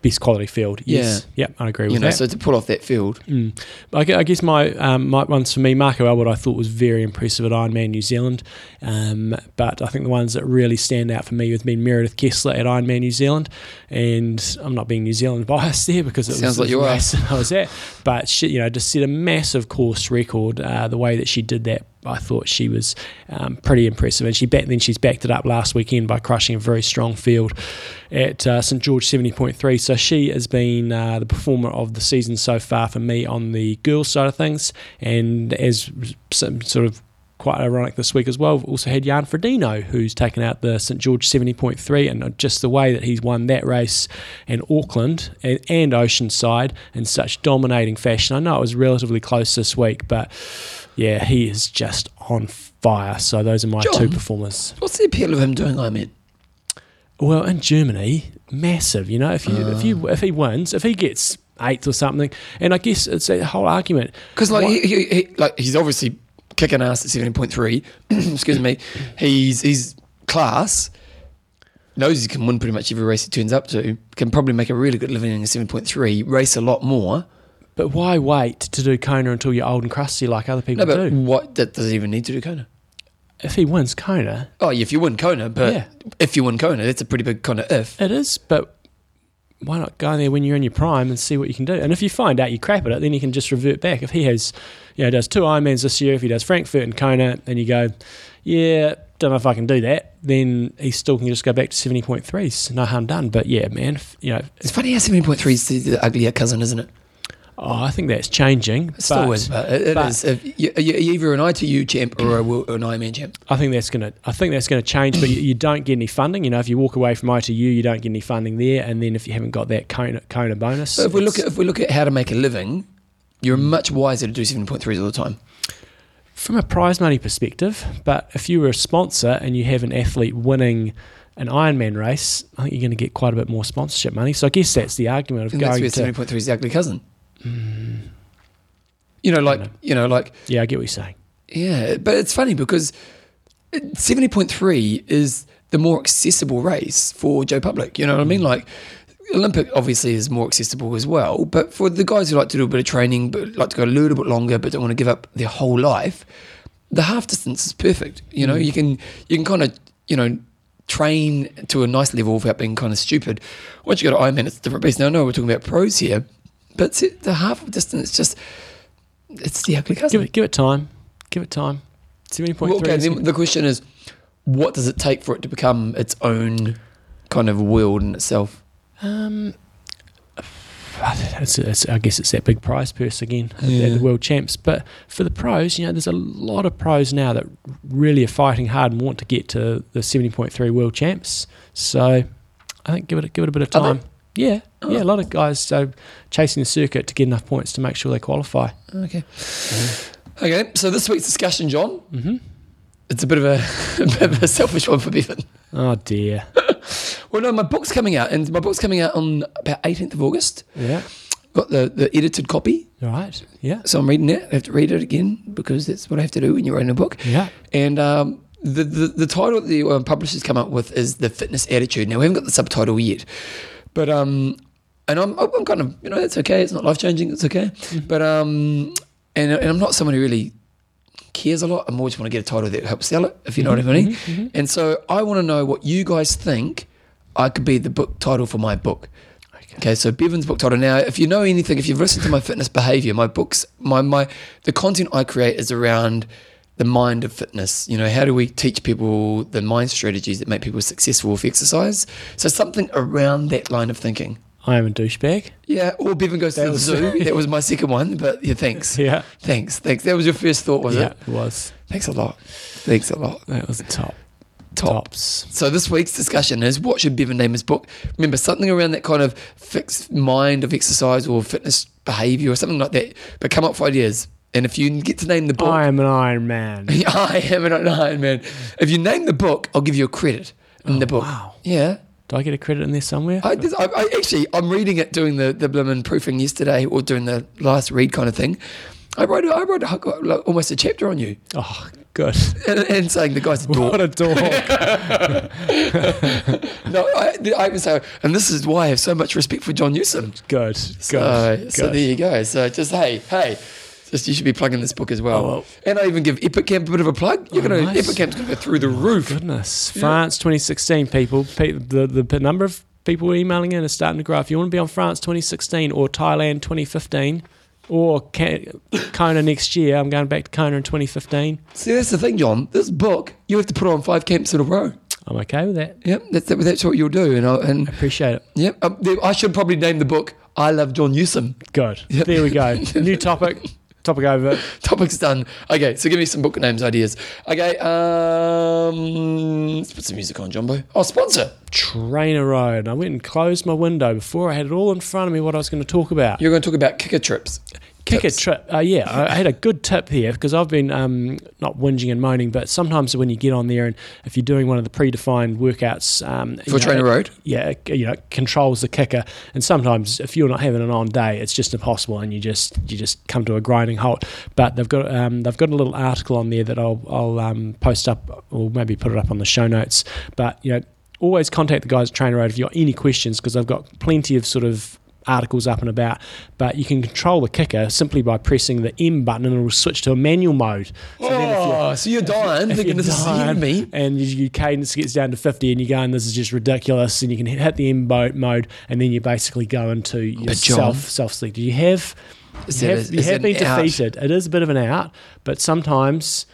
Speaker 2: Best quality field. Yes. Yeah, I agree with
Speaker 1: You know,
Speaker 2: that.
Speaker 1: so to pull off that field,
Speaker 2: Mm. I gue- I guess my um, my ones for me, Marco Albert, I thought was very impressive at Ironman New Zealand. Um, but I think the ones that really stand out for me have been Meredith Kessler at Ironman New Zealand, and I'm not being New Zealand biased there because it was
Speaker 1: Sounds like
Speaker 2: it
Speaker 1: you
Speaker 2: was
Speaker 1: are.
Speaker 2: the race I was at. But she, you know, just set a massive course record. Uh, the way that she did that, I thought she was um, pretty impressive. And she back then she's backed it up last weekend by crushing a very strong field at uh, St George 70.3. So she has been uh, the performer of the season so far for me on the girls side of things. And as some sort of quite ironic this week as well, we've also had Jan Frodeno, who's taken out the St George 70.3, and just the way that he's won that race and Auckland and, and Oceanside in such dominating fashion. I know it was relatively close this week, but yeah, he is just on fire. So those are my two
Speaker 1: John.
Speaker 2: performers.
Speaker 1: what's the appeal of him doing Ironman?
Speaker 2: Well, in Germany, massive. You know, if you if you if he wins, if he gets eighth or something, and I guess it's a whole argument.
Speaker 1: Because like
Speaker 2: Why-
Speaker 1: he, he, he, like he's obviously kicking ass at seventeen point three. excuse me. He's he's class. Knows he can win pretty much every race he turns up to. Can probably make a really good living in a seven point three. Race a lot more.
Speaker 2: But why wait to do Kona until you're old and crusty like other people
Speaker 1: No, but
Speaker 2: do?
Speaker 1: what that does he even need to do Kona?
Speaker 2: If he wins Kona,
Speaker 1: Oh, yeah, if you win Kona, but
Speaker 2: Yeah.
Speaker 1: if you win Kona, that's a pretty big Kona if.
Speaker 2: it is. But why not go in there when you're in your prime and see what you can do? And if you find out you crap at it, then you can just revert back. If he has, you know, does two Ironmans this year, if he does Frankfurt and Kona, and you go, yeah. Don't know if I can do that. Then he still can just go back to seventy point three. No harm done. But yeah, man, if- you know,
Speaker 1: It's funny how seventeen point three is the, the uglier cousin, isn't it?
Speaker 2: Oh, I think that's changing.
Speaker 1: It still
Speaker 2: but
Speaker 1: is, but it, it
Speaker 2: but-
Speaker 1: is. If you, you're either an ITU champ or a, world- an Ironman champ.
Speaker 2: I think that's gonna. I think that's gonna change. But you, you don't get any funding. You know, if you walk away from ITU, you don't get any funding there. And then if you haven't got that Kona, Kona bonus,
Speaker 1: But if we look at
Speaker 2: it's- Mm.
Speaker 1: if we look at how to make a living, you're much wiser to do seven point threes all the time.
Speaker 2: from a prize money perspective. But if you were a sponsor and you have an athlete winning an Ironman race, I think you're going to get quite a bit more sponsorship money. So I guess that's the argument of
Speaker 1: And that's
Speaker 2: going
Speaker 1: where
Speaker 2: to. Mm.
Speaker 1: seven point three is the ugly cousin. You know, like
Speaker 2: know.
Speaker 1: you know, like
Speaker 2: Yeah, I get what you're saying.
Speaker 1: yeah. But it's funny because seventy point three is the more accessible race for Joe Public. You know what I mean? Like Olympic obviously is more accessible as well. But for the guys who like to do a bit of training, but like to go a little bit longer, but don't want to give up their whole life, the half distance is perfect. You know, you can you can kind of you know train to a nice level without being kind of stupid. Once you go to Ironman, it's a different beast. Now, I know we're talking about pros here, but see, the half distance just it's the ugly
Speaker 2: Give
Speaker 1: cousin.
Speaker 2: it, give it time. Give it time. Seventy point
Speaker 1: Well,
Speaker 2: three.
Speaker 1: okay, then the question is, what does it take for it to become its own kind of world in itself?
Speaker 2: Um, it's, it's, I guess it's that big prize purse again uh, at-
Speaker 1: Yeah.
Speaker 2: at the world champs. But for the pros, you know, there's a lot of pros now that really are fighting hard and want to get to the 70.3 world champs. So I think give it give it a bit of
Speaker 1: Are they- Oh.
Speaker 2: time. Yeah, yeah, a lot of guys are chasing the circuit to get enough points to make sure they qualify.
Speaker 1: Okay. Mm-hmm. Okay, so this week's discussion, John. Mm-hmm. It's a bit of a, a bit of a selfish one for Bevan.
Speaker 2: Oh dear.
Speaker 1: Well, no, my book's coming out, and my book's coming out on about 18th of August.
Speaker 2: Yeah.
Speaker 1: Got the, the edited copy,
Speaker 2: All right. Yeah.
Speaker 1: so I'm reading it. I have to read it again because that's what I have to do when you're writing a book.
Speaker 2: Yeah.
Speaker 1: And um, the, the the title that the um, publishers come up with is the fitness attitude. Now we haven't got the subtitle yet, but um, and I'm I'm kind of you know it's okay. It's not life changing. It's okay. But um, and and I'm not someone who really cares a lot. I'm always want to get a title that helps sell it. If you know what I mean. And so I want to know what you guys think. I could be the book title for my book. Okay, so Bevan's book title. Now, if you know anything, if you've listened to my fitness behavior, my books, my my the content I create is around the mind of fitness. You know, how do we teach people the mind strategies that make people successful with exercise? So something around that line of thinking.
Speaker 2: I am a douchebag.
Speaker 1: Yeah, or Bevan goes to the
Speaker 2: was-
Speaker 1: zoo. that was my second one, but yeah, thanks.
Speaker 2: Yeah.
Speaker 1: Thanks, thanks. That was your first thought, was
Speaker 2: yeah,
Speaker 1: it?
Speaker 2: it was.
Speaker 1: Thanks a lot. Thanks a lot.
Speaker 2: That was top.
Speaker 1: Top.
Speaker 2: Tops.
Speaker 1: So this week's discussion is what should Bevan name his book? Remember something around that kind of fixed mind of exercise or fitness behavior or something like that. But come up with ideas. And if you get to name the book,
Speaker 2: I am an Iron Man.
Speaker 1: I am an Iron Man. If you name the book, I'll give you a credit in the book.
Speaker 2: Wow.
Speaker 1: Yeah.
Speaker 2: Do I get a credit in there somewhere?
Speaker 1: I, this, I, I actually, I'm reading it doing the the blooming proofing yesterday or doing the last read kind of thing. I wrote, I wrote like, almost a chapter on you
Speaker 2: oh, good.
Speaker 1: and, and saying the guy's a dork.
Speaker 2: What a dork.
Speaker 1: No, I, I even say, and this is why I have so much respect for John Newsom.
Speaker 2: good. Good.
Speaker 1: So, so
Speaker 2: good.
Speaker 1: there you go. So just hey, hey, just you should be plugging this book as well.
Speaker 2: Oh, well.
Speaker 1: And I even give Epic Camp a bit of a plug. You're
Speaker 2: Oh,
Speaker 1: gonna
Speaker 2: nice.
Speaker 1: Epic Camp's gonna go through the roof.
Speaker 2: Goodness. France 2016, people. Pe- the, the p- number of people emailing in is starting to grow. If you want to be on France 2016 or Thailand 2015 or Ca- Kona next year, I'm going back to Kona in 2015.
Speaker 1: See, that's the thing, John. This book you have to put on five camps in a row.
Speaker 2: I'm okay with that.
Speaker 1: Yep, that's that, that's what you'll do. And I, and
Speaker 2: Appreciate it.
Speaker 1: yep, um, there- I should probably name the book "I Love John Newsom."
Speaker 2: Good. There we go. New topic. Topic over.
Speaker 1: Topic's done. Okay, so give me some book names ideas. Okay, um, let's put some music on, Jumbo. Oh, sponsor.
Speaker 2: Trainer Road. I went and closed my window before I had it all in front of me what I was going to talk about.
Speaker 1: You're going to talk about kicker trips.
Speaker 2: Kick a
Speaker 1: Tips.
Speaker 2: trip. Uh, yeah, I, I had a good tip here because I've been um, not whinging and moaning, but sometimes when you get on there and if you're doing one of the predefined workouts um, you
Speaker 1: For Trainer
Speaker 2: it-
Speaker 1: Road?
Speaker 2: yeah, it, you know, it controls the kicker. And sometimes if you're not having an on day, it's just impossible, and you just you just come to a grinding halt. But they've got um, they've got a little article on there that I'll I'll um, post up or maybe put it up on the show notes. But you know. Always contact the guys at Trainer Road if you've got any questions because I've got plenty of sort of articles up and about, but you can control the kicker simply by pressing the M button and it'll switch to a manual mode. So then if you-
Speaker 1: Oh, so you're dying, thinking this is the end
Speaker 2: Time,
Speaker 1: of me.
Speaker 2: And your, your cadence gets down to 50 and you're going, this is just ridiculous. And you can hit hit the M bo- mode and then you basically go into your
Speaker 1: But John-
Speaker 2: self, self-selected. You have,
Speaker 1: Is
Speaker 2: you
Speaker 1: that
Speaker 2: have,
Speaker 1: a-
Speaker 2: you
Speaker 1: is
Speaker 2: have
Speaker 1: that
Speaker 2: been
Speaker 1: an out?
Speaker 2: defeated. It is a bit of an out, but sometimes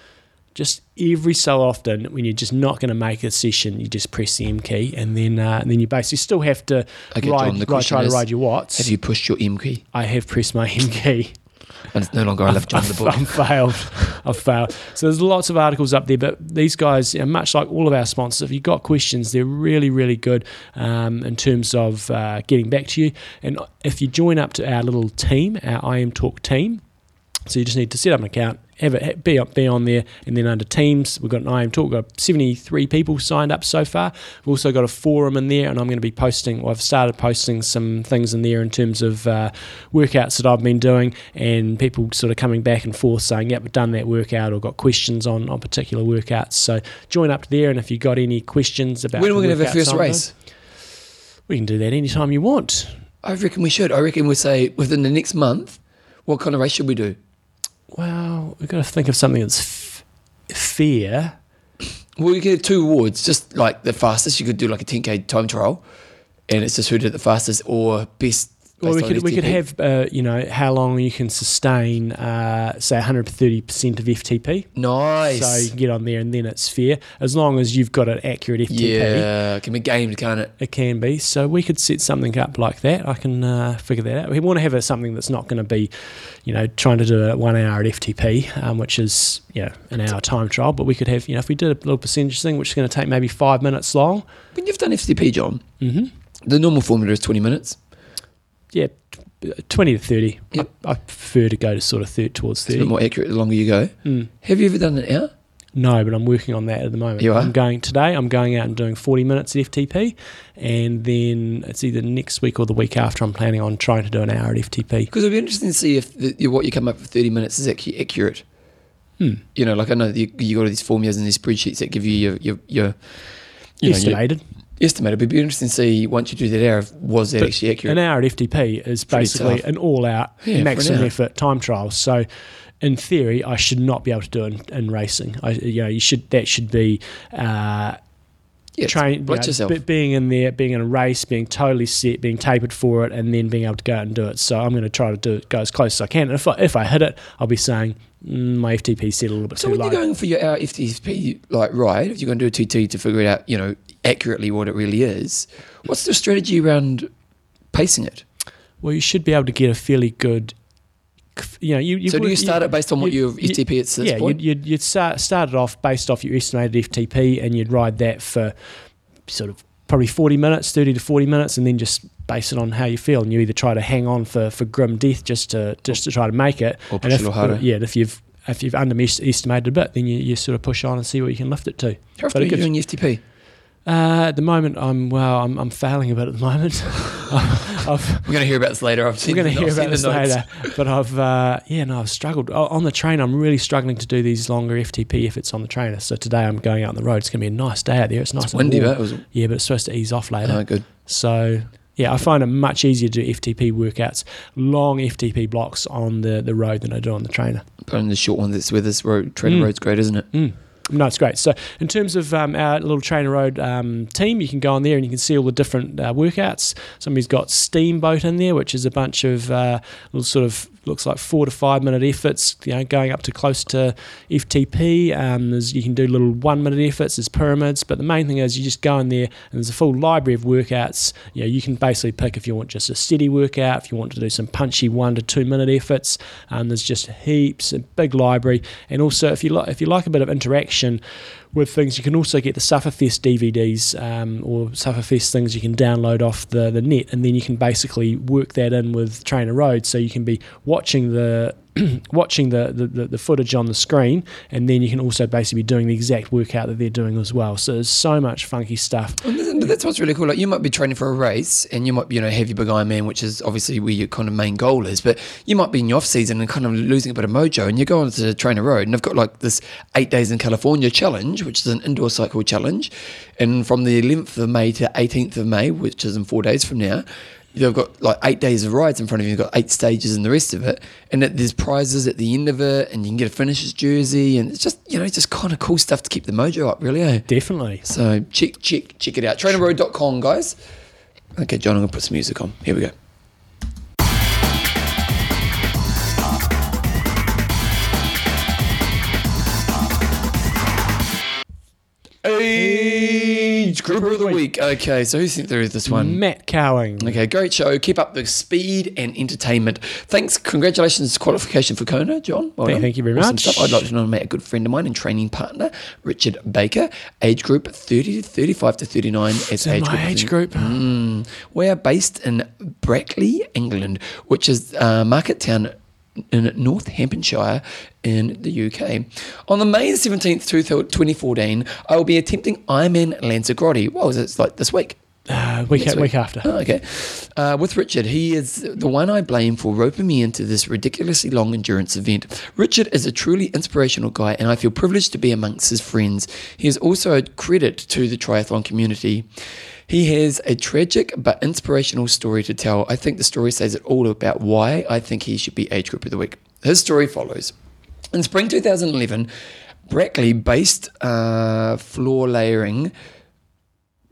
Speaker 2: just every so often when you're just not going to make a session, you just press the M key and then uh, and then you basically still have to
Speaker 1: Okay,
Speaker 2: ride,
Speaker 1: John, the
Speaker 2: ride,
Speaker 1: question
Speaker 2: try to
Speaker 1: is,
Speaker 2: ride your watts.
Speaker 1: Have you pushed your M key?
Speaker 2: I have pressed my M key.
Speaker 1: And it's no longer I left John the book.
Speaker 2: I've failed. I've failed. So there's lots of articles up there, but these guys, you know, much like all of our sponsors, if you've got questions, they're really, really good um, in terms of uh, getting back to you. And if you join up to our little team, our I Am Talk team, so you just need to set up an account, have it be up, be on there, and then under Teams, we've got an IM talk. We've got 73 people signed up so far. We've also got a forum in there, and I'm going to be posting. Well, I've started posting some things in there in terms of uh, workouts that I've been doing, and people sort of coming back and forth saying, "Yep, I've done that workout," or got questions on on particular workouts. So join up there, and if you got any questions about
Speaker 1: When are we
Speaker 2: the
Speaker 1: going to have our first
Speaker 2: workouts I'm doing,
Speaker 1: race?
Speaker 2: we can do that anytime you want.
Speaker 1: I reckon we should. I reckon we'll say within the next month, what kind of race should we do?
Speaker 2: Well, we've got to think of something that's f- fair.
Speaker 1: Well, you get two awards, just like the fastest. You could do like a 10K time trial, and it's just who did the fastest or best.
Speaker 2: Well, we
Speaker 1: based on
Speaker 2: could, we could
Speaker 1: FTP.
Speaker 2: have, uh, you know, how long you can sustain, uh, say, 130% of FTP. So you
Speaker 1: Nice.
Speaker 2: can get on there and then it's fair. As long as you've got an accurate FTP,
Speaker 1: yeah, it can be gamed, can't it?
Speaker 2: it can be. So we could set something up like that. I can uh, figure that out. We want to have a, something that's not going to be, you know, trying to do a one hour at FTP, um, which is, you know, an hour time trial. But we could have, you know, if we did a little percentage thing, which is going to take maybe five minutes long.
Speaker 1: When you've done FTP, John,
Speaker 2: Mm-hmm.
Speaker 1: The normal formula is 20 minutes.
Speaker 2: Yeah, t- 20 to 30.
Speaker 1: Yep.
Speaker 2: I, I prefer to go to sort of thir towards
Speaker 1: It's a
Speaker 2: 30.
Speaker 1: bit more accurate the longer you go.
Speaker 2: Mm.
Speaker 1: Have you ever done an hour?
Speaker 2: No, but I'm working on that at the moment.
Speaker 1: You are?
Speaker 2: I'm going today. I'm going out and doing 40 minutes at FTP, and then it's either next week or the week after. I'm planning on trying to do an hour at FTP.
Speaker 1: Because it'd be interesting to see if the, what you come up with 30 minutes is actually accurate.
Speaker 2: Hmm.
Speaker 1: You know, like I know that you, you got all these formulas and these spreadsheets that give you your, your, your you know, your
Speaker 2: Estimated.
Speaker 1: estimate. It'd be interesting to see once you do that hour, if- was that
Speaker 2: But
Speaker 1: actually
Speaker 2: An
Speaker 1: accurate?
Speaker 2: hour at FTP is
Speaker 1: Pretty
Speaker 2: basically
Speaker 1: tough.
Speaker 2: an all-out
Speaker 1: Yeah, for an
Speaker 2: maximum
Speaker 1: hour.
Speaker 2: effort time trial. So, in theory, I should not be able to do it in, in racing. I, you know, you should that should be uh,
Speaker 1: Yeah,
Speaker 2: train, you
Speaker 1: watch
Speaker 2: know,
Speaker 1: yourself.
Speaker 2: be- being in there, being in a race, being totally set, being tapered for it, and then being able to go out and do it. So I'm going to try to do go as close as I can. And if I, if I hit it, I'll be saying mm, my FTP set a little bit
Speaker 1: So
Speaker 2: too
Speaker 1: when
Speaker 2: low.
Speaker 1: you're going for your uh, hour FTP like ride, if you're going to do a TT to figure it out, you know, accurately what it really is, what's the strategy around pacing it?
Speaker 2: well, you should be able to get a fairly good, you know, you. you
Speaker 1: so do
Speaker 2: would-
Speaker 1: you start it based on what
Speaker 2: you-
Speaker 1: your FTP is at this
Speaker 2: yeah,
Speaker 1: point?
Speaker 2: you'd, you'd, you'd start, start it off based off your estimated FTP and you'd ride that for sort of probably 40 minutes, 30 to 40 minutes, and then just base it on how you feel. And you either try to hang on for, for grim death just to just to try to make it.
Speaker 1: Or push
Speaker 2: and
Speaker 1: a
Speaker 2: if,
Speaker 1: little harder.
Speaker 2: Yeah, and if you've if you've underestimated a bit, then you, you sort of push on and see what you can lift it to.
Speaker 1: How often
Speaker 2: but
Speaker 1: are
Speaker 2: it
Speaker 1: you
Speaker 2: gives-
Speaker 1: doing FTP?
Speaker 2: Uh, at the moment, I'm well, I'm, I'm failing a bit at the moment. I've,
Speaker 1: We're going to hear about this later. I've
Speaker 2: we're
Speaker 1: seen
Speaker 2: going to
Speaker 1: I've
Speaker 2: hear
Speaker 1: seen
Speaker 2: about
Speaker 1: the
Speaker 2: this
Speaker 1: notes.
Speaker 2: later. But I've, uh, yeah, no, I've struggled. O- On the train, I'm really struggling to do these longer FTP if it's on the trainer. So today I'm going out on the road. It's going to be a nice day out there. It's nice
Speaker 1: It's
Speaker 2: and
Speaker 1: windy,
Speaker 2: warm.
Speaker 1: but it was
Speaker 2: Yeah, but it's supposed to ease off later.
Speaker 1: oh, good.
Speaker 2: So, yeah, I find it much easier to do FTP workouts, long FTP blocks on the, the road than I do on the trainer.
Speaker 1: But in the short one, that's where this road, trainer
Speaker 2: Mm.
Speaker 1: road's great, isn't it?
Speaker 2: Mm. No, it's great. So, in terms of um, our little Trainer Road um, team, you can go on there and you can see all the different uh, workouts. Somebody's got Steamboat in there, which is a bunch of uh, little sort of looks like four to five minute efforts, you know, going up to close to FTP. Um, there's, you can do little one minute efforts, there's pyramids, but the main thing is you just go in there and there's a full library of workouts. You know, you can basically pick if you want just a steady workout, if you want to do some punchy one to two minute efforts. Um, there's just heaps, a big library, and also if you like, if you like a bit of interaction with things, you can also get the Sufferfest DVDs um, or Sufferfest things you can download off the the net, and then you can basically work that in with Trainer Road, so you can be watching the watching the, the, the, the footage on the screen and then you can also basically be doing the exact workout that they're doing as well so there's so much funky stuff
Speaker 1: And th- But that's what's really cool. Like you might be training for a race, and you might, you know, have your big Ironman, which is obviously where your kind of main goal is. But you might be in your off season and kind of losing a bit of mojo, and you go onto the trainer road, and I've got like this eight days in California challenge, which is an indoor cycle challenge, and from the 11th of May to 18th of May, which is in four days from now. They've got like eight days of rides in front of you. You've got eight stages and the rest of it, and it, there's prizes at the end of it, and you can get a finisher's jersey, and it's just you know it's just kind of cool stuff to keep the mojo up, really. Eh?
Speaker 2: definitely
Speaker 1: So check, check, check it out. Trainerroad.com, guys. Okay, John, I'm going to put some music on. Here we go. Age Grouper of the Week. Okay, so who sent through this one?
Speaker 2: matt cowing
Speaker 1: Okay, great show. Keep up the speed and entertainment. Thanks. Congratulations to qualification for Kona, John. Well
Speaker 2: Thank-
Speaker 1: done.
Speaker 2: thank you very
Speaker 1: Awesome
Speaker 2: much.
Speaker 1: Stuff. I'd like to nominate a good friend of mine and training partner, Richard Baker, age group 30 to 35 to 39 as
Speaker 2: in
Speaker 1: age
Speaker 2: my
Speaker 1: group.
Speaker 2: age group
Speaker 1: Mm. We are based in Brackley, England, which is uh, market town in Northamptonshire in the UK. On the May 17th, 2014, I will be attempting Ironman Lanzagrotti. Well, it's like this week.
Speaker 2: uh, week,
Speaker 1: Next
Speaker 2: week.
Speaker 1: week.
Speaker 2: after
Speaker 1: Oh, okay. Uh, with Richard, he is the one I blame for roping me into this ridiculously long endurance event. Richard is a truly inspirational guy, and I feel privileged to be amongst his friends. He is also a credit to the triathlon community. He has a tragic but inspirational story to tell. I think the story says it all about why I think he should be Age Group of the Week. His story follows. In spring 2011, Brackley based uh, floor layering.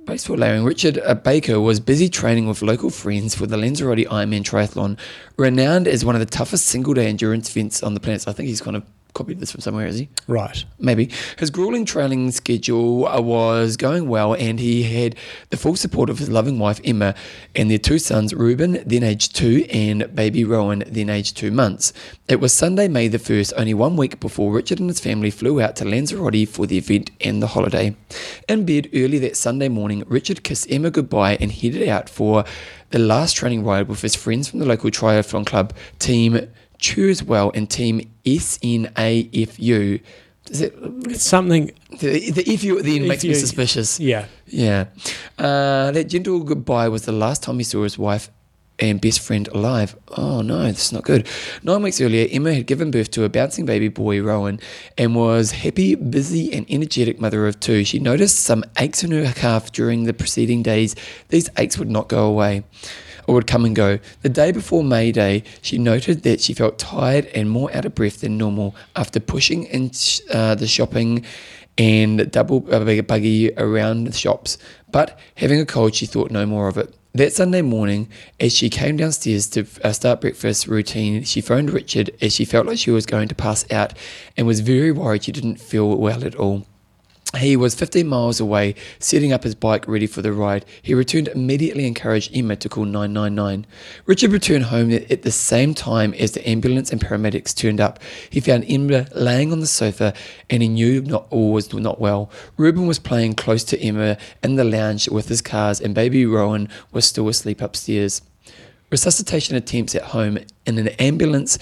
Speaker 1: Baseball layering, Richard uh, Baker was busy training with local friends for the Lanzarote Ironman Triathlon, renowned as one of the toughest single day endurance events on the planet. So I think he's kind of copied this from somewhere, is he?
Speaker 2: Right.
Speaker 1: Maybe. His grueling trailing schedule uh, was going well, and he had the full support of his loving wife, Emma, and their two sons, Reuben, then aged two, and baby Rowan, then aged two months. It was Sunday, May the 1st, only one week before Richard and his family flew out to Lanzarote for the event and the holiday. In bed early that Sunday morning, Richard kissed Emma goodbye and headed out for the last training ride with his friends from the local triathlon club, Team Churswell and Team SNAFU. Is it
Speaker 2: It's something.
Speaker 1: the, the if you at the end
Speaker 2: If
Speaker 1: makes me
Speaker 2: you-
Speaker 1: suspicious?
Speaker 2: Yeah.
Speaker 1: Yeah. Uh, that gentle goodbye was the last time he saw his wife and best friend alive. Oh no, that's not good. Nine weeks earlier, Emma had given birth to a bouncing baby boy, Rowan, and was happy, busy, and energetic mother of two. She noticed some aches in her calf during the preceding days. These aches would not go away or would come and go. The day before May Day, she noted that she felt tired and more out of breath than normal after pushing in sh- uh, the shopping and double uh, bug- buggy around the shops. But having a cold, she thought no more of it. That Sunday morning, as she came downstairs to uh, start breakfast routine, she phoned Richard as she felt like she was going to pass out and was very worried she didn't feel well at all. He was 15 miles away, setting up his bike ready for the ride. He returned immediately and encouraged Emma to call 999. Richard returned home at the same time as the ambulance and paramedics turned up. He found Emma laying on the sofa and he knew not all was not well. Reuben was playing close to Emma in the lounge with his cars and baby Rowan was still asleep upstairs resuscitation attempts at home in an ambulance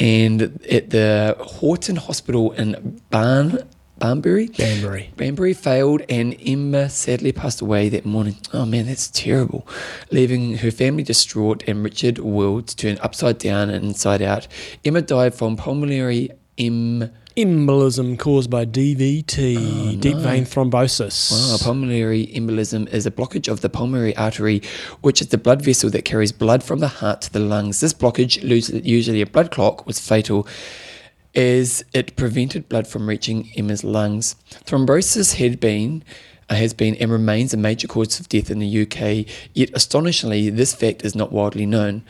Speaker 1: and at the Horton Hospital in Barn, Barnbury.
Speaker 2: Banbury.
Speaker 1: Banbury failed and Emma sadly passed away that morning. Oh man, that's terrible. Leaving her family distraught and Richard willed to turn upside down and inside out. Emma died from pulmonary M.
Speaker 2: Embolism caused by DVT, deep vein thrombosis.
Speaker 1: Oh, Wow, pulmonary embolism is a blockage of the pulmonary artery, which is the blood vessel that carries blood from the heart to the lungs. This blockage, lose- usually a blood clot, was fatal as it prevented blood from reaching Emma's lungs. Thrombosis had been uh, has been and remains a major cause of death in the UK, yet astonishingly, this fact is not widely known.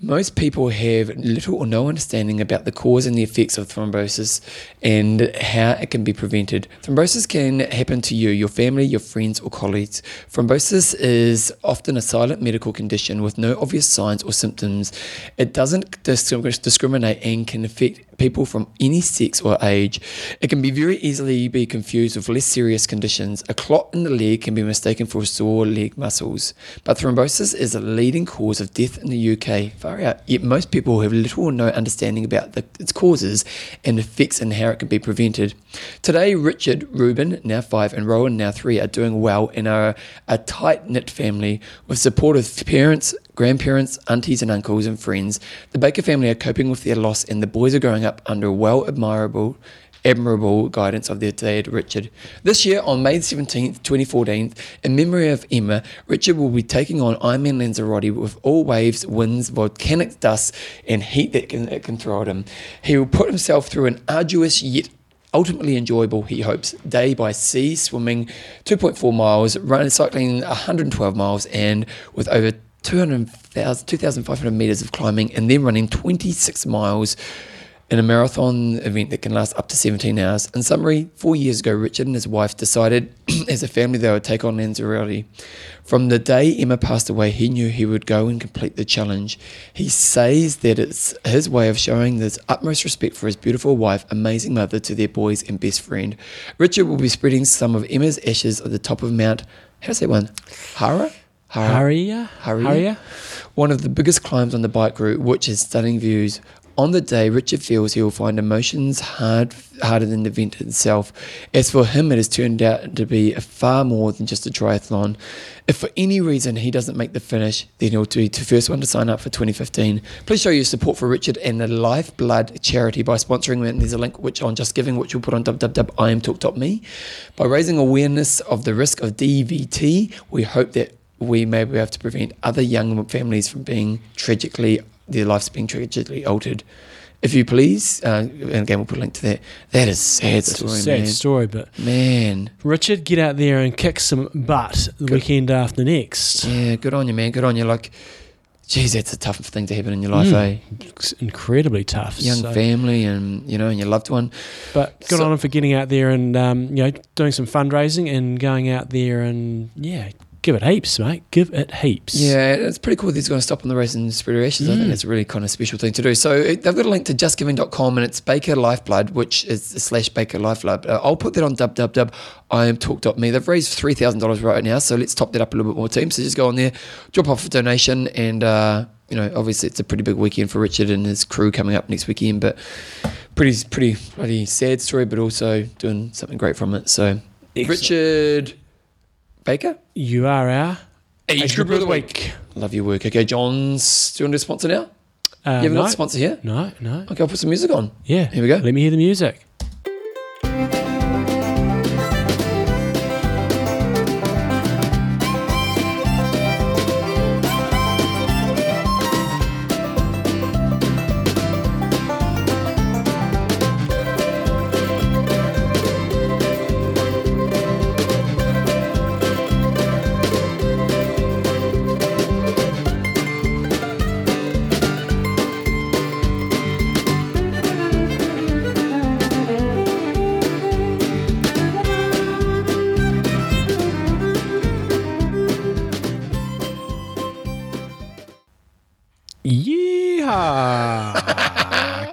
Speaker 1: Most people have little or no understanding about the cause and the effects of thrombosis and how it can be prevented. Thrombosis can happen to you, your family, your friends, or colleagues. Thrombosis is often a silent medical condition with no obvious signs or symptoms. It doesn't distinguish- discriminate and can affect people from any sex or age. It can be very easily be confused with less serious conditions. A clot in the leg can be mistaken for sore leg muscles. But thrombosis is a leading cause of death in the UK. Far out. Yet most people have little or no understanding about the, its causes and effects and how it can be prevented. Today, Richard, Ruben, now five, and Rowan, now three, are doing well and are a tight knit family with supportive parents, grandparents, aunties, and uncles and friends. The Baker family are coping with their loss, and the boys are growing up under well admirable. Admirable guidance of their dad, Richard. This year, on May 17th, 2014, in memory of Emma, Richard will be taking on Ironman Lanzarote with all waves, winds, volcanic dust, and heat that can, it can throw at him. He will put himself through an arduous yet ultimately enjoyable, he hopes, day by sea, swimming 2.4 miles, running, cycling 112 miles, and with over 200,000 2,500 meters of climbing, and then running 26 miles in a marathon event that can last up to 17 hours. In summary, four years ago, Richard and his wife decided as a family they would take on Lanzarote. From the day Emma passed away, he knew he would go and complete the challenge. He says that it's his way of showing this utmost respect for his beautiful wife, amazing mother to their boys, and best friend. Richard will be spreading some of Emma's ashes at the top of Mount, how's that one? Hara?
Speaker 2: Haria?
Speaker 1: Haria? one of the biggest climbs on the bike route, which is stunning views. On the day, Richard feels he will find emotions hard, harder than the event itself. As for him, it has turned out to be a far more than just a triathlon. If for any reason he doesn't make the finish, then he'll be the first one to sign up for 2015. Please show your support for Richard and the Lifeblood charity by sponsoring them. There's a link which on Just Giving, which we'll put on www.imtalk.me. By raising awareness of the risk of DVT, we hope that we may be able to prevent other young families from being tragically their lives being tragically altered. If you please, uh, and again we'll put a link to that. That is a sad
Speaker 2: It's a
Speaker 1: story,
Speaker 2: sad
Speaker 1: man.
Speaker 2: story, but
Speaker 1: man,
Speaker 2: Richard, get out there and kick some butt the weekend after next.
Speaker 1: yeah, good on you, man. Good on you. Like, geez, that's a tough thing to happen in your life, eh?
Speaker 2: It's Mm. incredibly tough.
Speaker 1: Young
Speaker 2: so-
Speaker 1: family and you know, and your loved one.
Speaker 2: But good
Speaker 1: So-
Speaker 2: on him for getting out there and um, you know doing some fundraising and going out there and yeah, give it heaps, mate. Give it heaps.
Speaker 1: Yeah, it's pretty cool that he's going to stop on the race and spread rations. I
Speaker 2: Mm.
Speaker 1: think it's a really kind of special thing to do. So it, they've got a link to justgiving.com and it's Baker Lifeblood, which is slash Baker Lifeblood. Uh, I'll put that on www.iamtalk.me. They've raised $3,000 right now, so let's top that up a little bit more, team. So just go on there, drop off a donation, and, uh, you know, obviously it's a pretty big weekend for Richard and his crew coming up next weekend, but pretty, pretty bloody sad story, but also doing something great from it. So, Richard Baker?
Speaker 2: You are our
Speaker 1: Age group of the week. Love your work. Okay, John's. Do you want to do a sponsor now?
Speaker 2: Uh,
Speaker 1: you have
Speaker 2: no,
Speaker 1: another sponsor here?
Speaker 2: no, no.
Speaker 1: Okay, I'll put some music on.
Speaker 2: Yeah.
Speaker 1: Here we go.
Speaker 2: Let me hear the music. Yeah.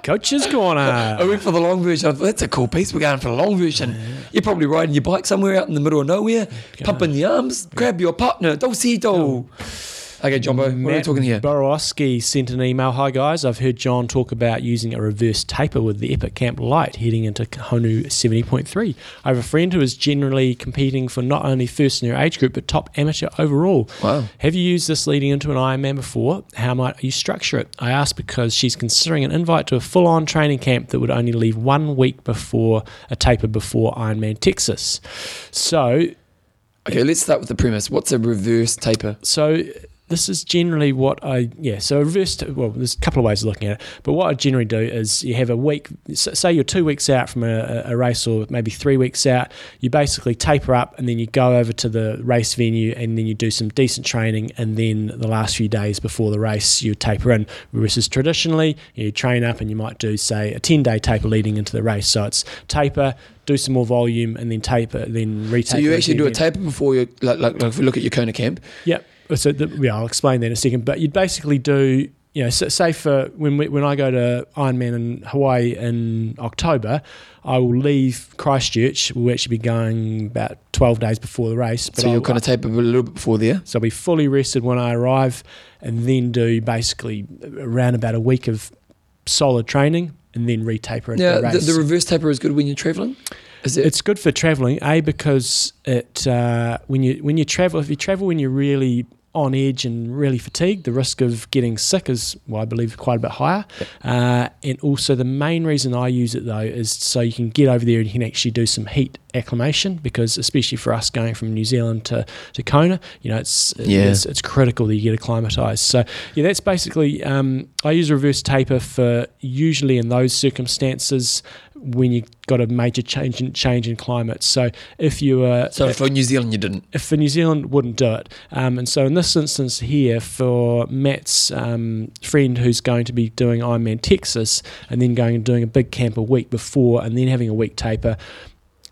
Speaker 2: Coach's corner.
Speaker 1: I went for the long version. I thought, That's a cool piece. We're going for the long version. You're probably riding your bike somewhere out in the middle of nowhere, pumping the arms. Grab your partner, Dulcito. Okay, Jumbo, what are we
Speaker 2: Matt
Speaker 1: talking here?
Speaker 2: Borowski sent an email. Hi guys, I've heard John talk about using a reverse taper with the Epic Camp Light heading into Honu 70.3. I have a friend who is generally competing for not only first in her age group but top amateur overall.
Speaker 1: Wow.
Speaker 2: Have you used this leading into an Ironman before? How might you structure it? I asked because she's considering an invite to a full-on training camp that would only leave one week before a taper before Ironman Texas. So
Speaker 1: Okay, let's start with the premise. What's a reverse taper?
Speaker 2: so this is generally what I yeah. So reverse. Well, there's a couple of ways of looking at it, but what I generally do is you have a week. s- Say you're two weeks out from a, a race, or maybe three weeks out. You basically taper up, and then you go over to the race venue, and then you do some decent training, and then the last few days before the race, you taper in. Versus traditionally, you train up, and you might do say a ten day taper leading into the race. So it's taper. Do some more volume and then taper, then retaper.
Speaker 1: So you
Speaker 2: at
Speaker 1: actually
Speaker 2: the
Speaker 1: do a
Speaker 2: end.
Speaker 1: taper before you like, like, like if we look at your Kona camp.
Speaker 2: Yep. So the, yeah, I'll explain that in a second. But you'd basically do, you know, s- say for when we, when I go to Ironman in Hawaii in October, I will leave Christchurch. We'll actually be going about twelve days before the race. But
Speaker 1: So
Speaker 2: I'll,
Speaker 1: you'll kind of taper a little bit before there.
Speaker 2: so I'll be fully rested when I arrive, and then do basically around about a week of solid training, and then retaper into
Speaker 1: Yeah,
Speaker 2: the
Speaker 1: the,
Speaker 2: race.
Speaker 1: the reverse taper is good when you're traveling. Is it?
Speaker 2: It's good for traveling, a because it uh, when you when you travel if you travel when you're really on edge and really fatigued, the risk of getting sick is, well, I believe, quite a bit higher. Uh, and also, the main reason I use it though is so you can get over there and you can actually do some heat acclimation because, especially for us going from New Zealand to, to Kona, you know, it's
Speaker 1: Yeah.
Speaker 2: it's, it's critical that you get acclimatized. So, yeah, that's basically, um, I use reverse taper for usually in those circumstances when you've got a major change in, change in climate. So, if you are.
Speaker 1: so for New Zealand, you didn't.
Speaker 2: if for New Zealand wouldn't do it, um, and so in this instance here for Matt's um, friend who's going to be doing Ironman Texas and then going and doing a big camp a week before and then having a week taper,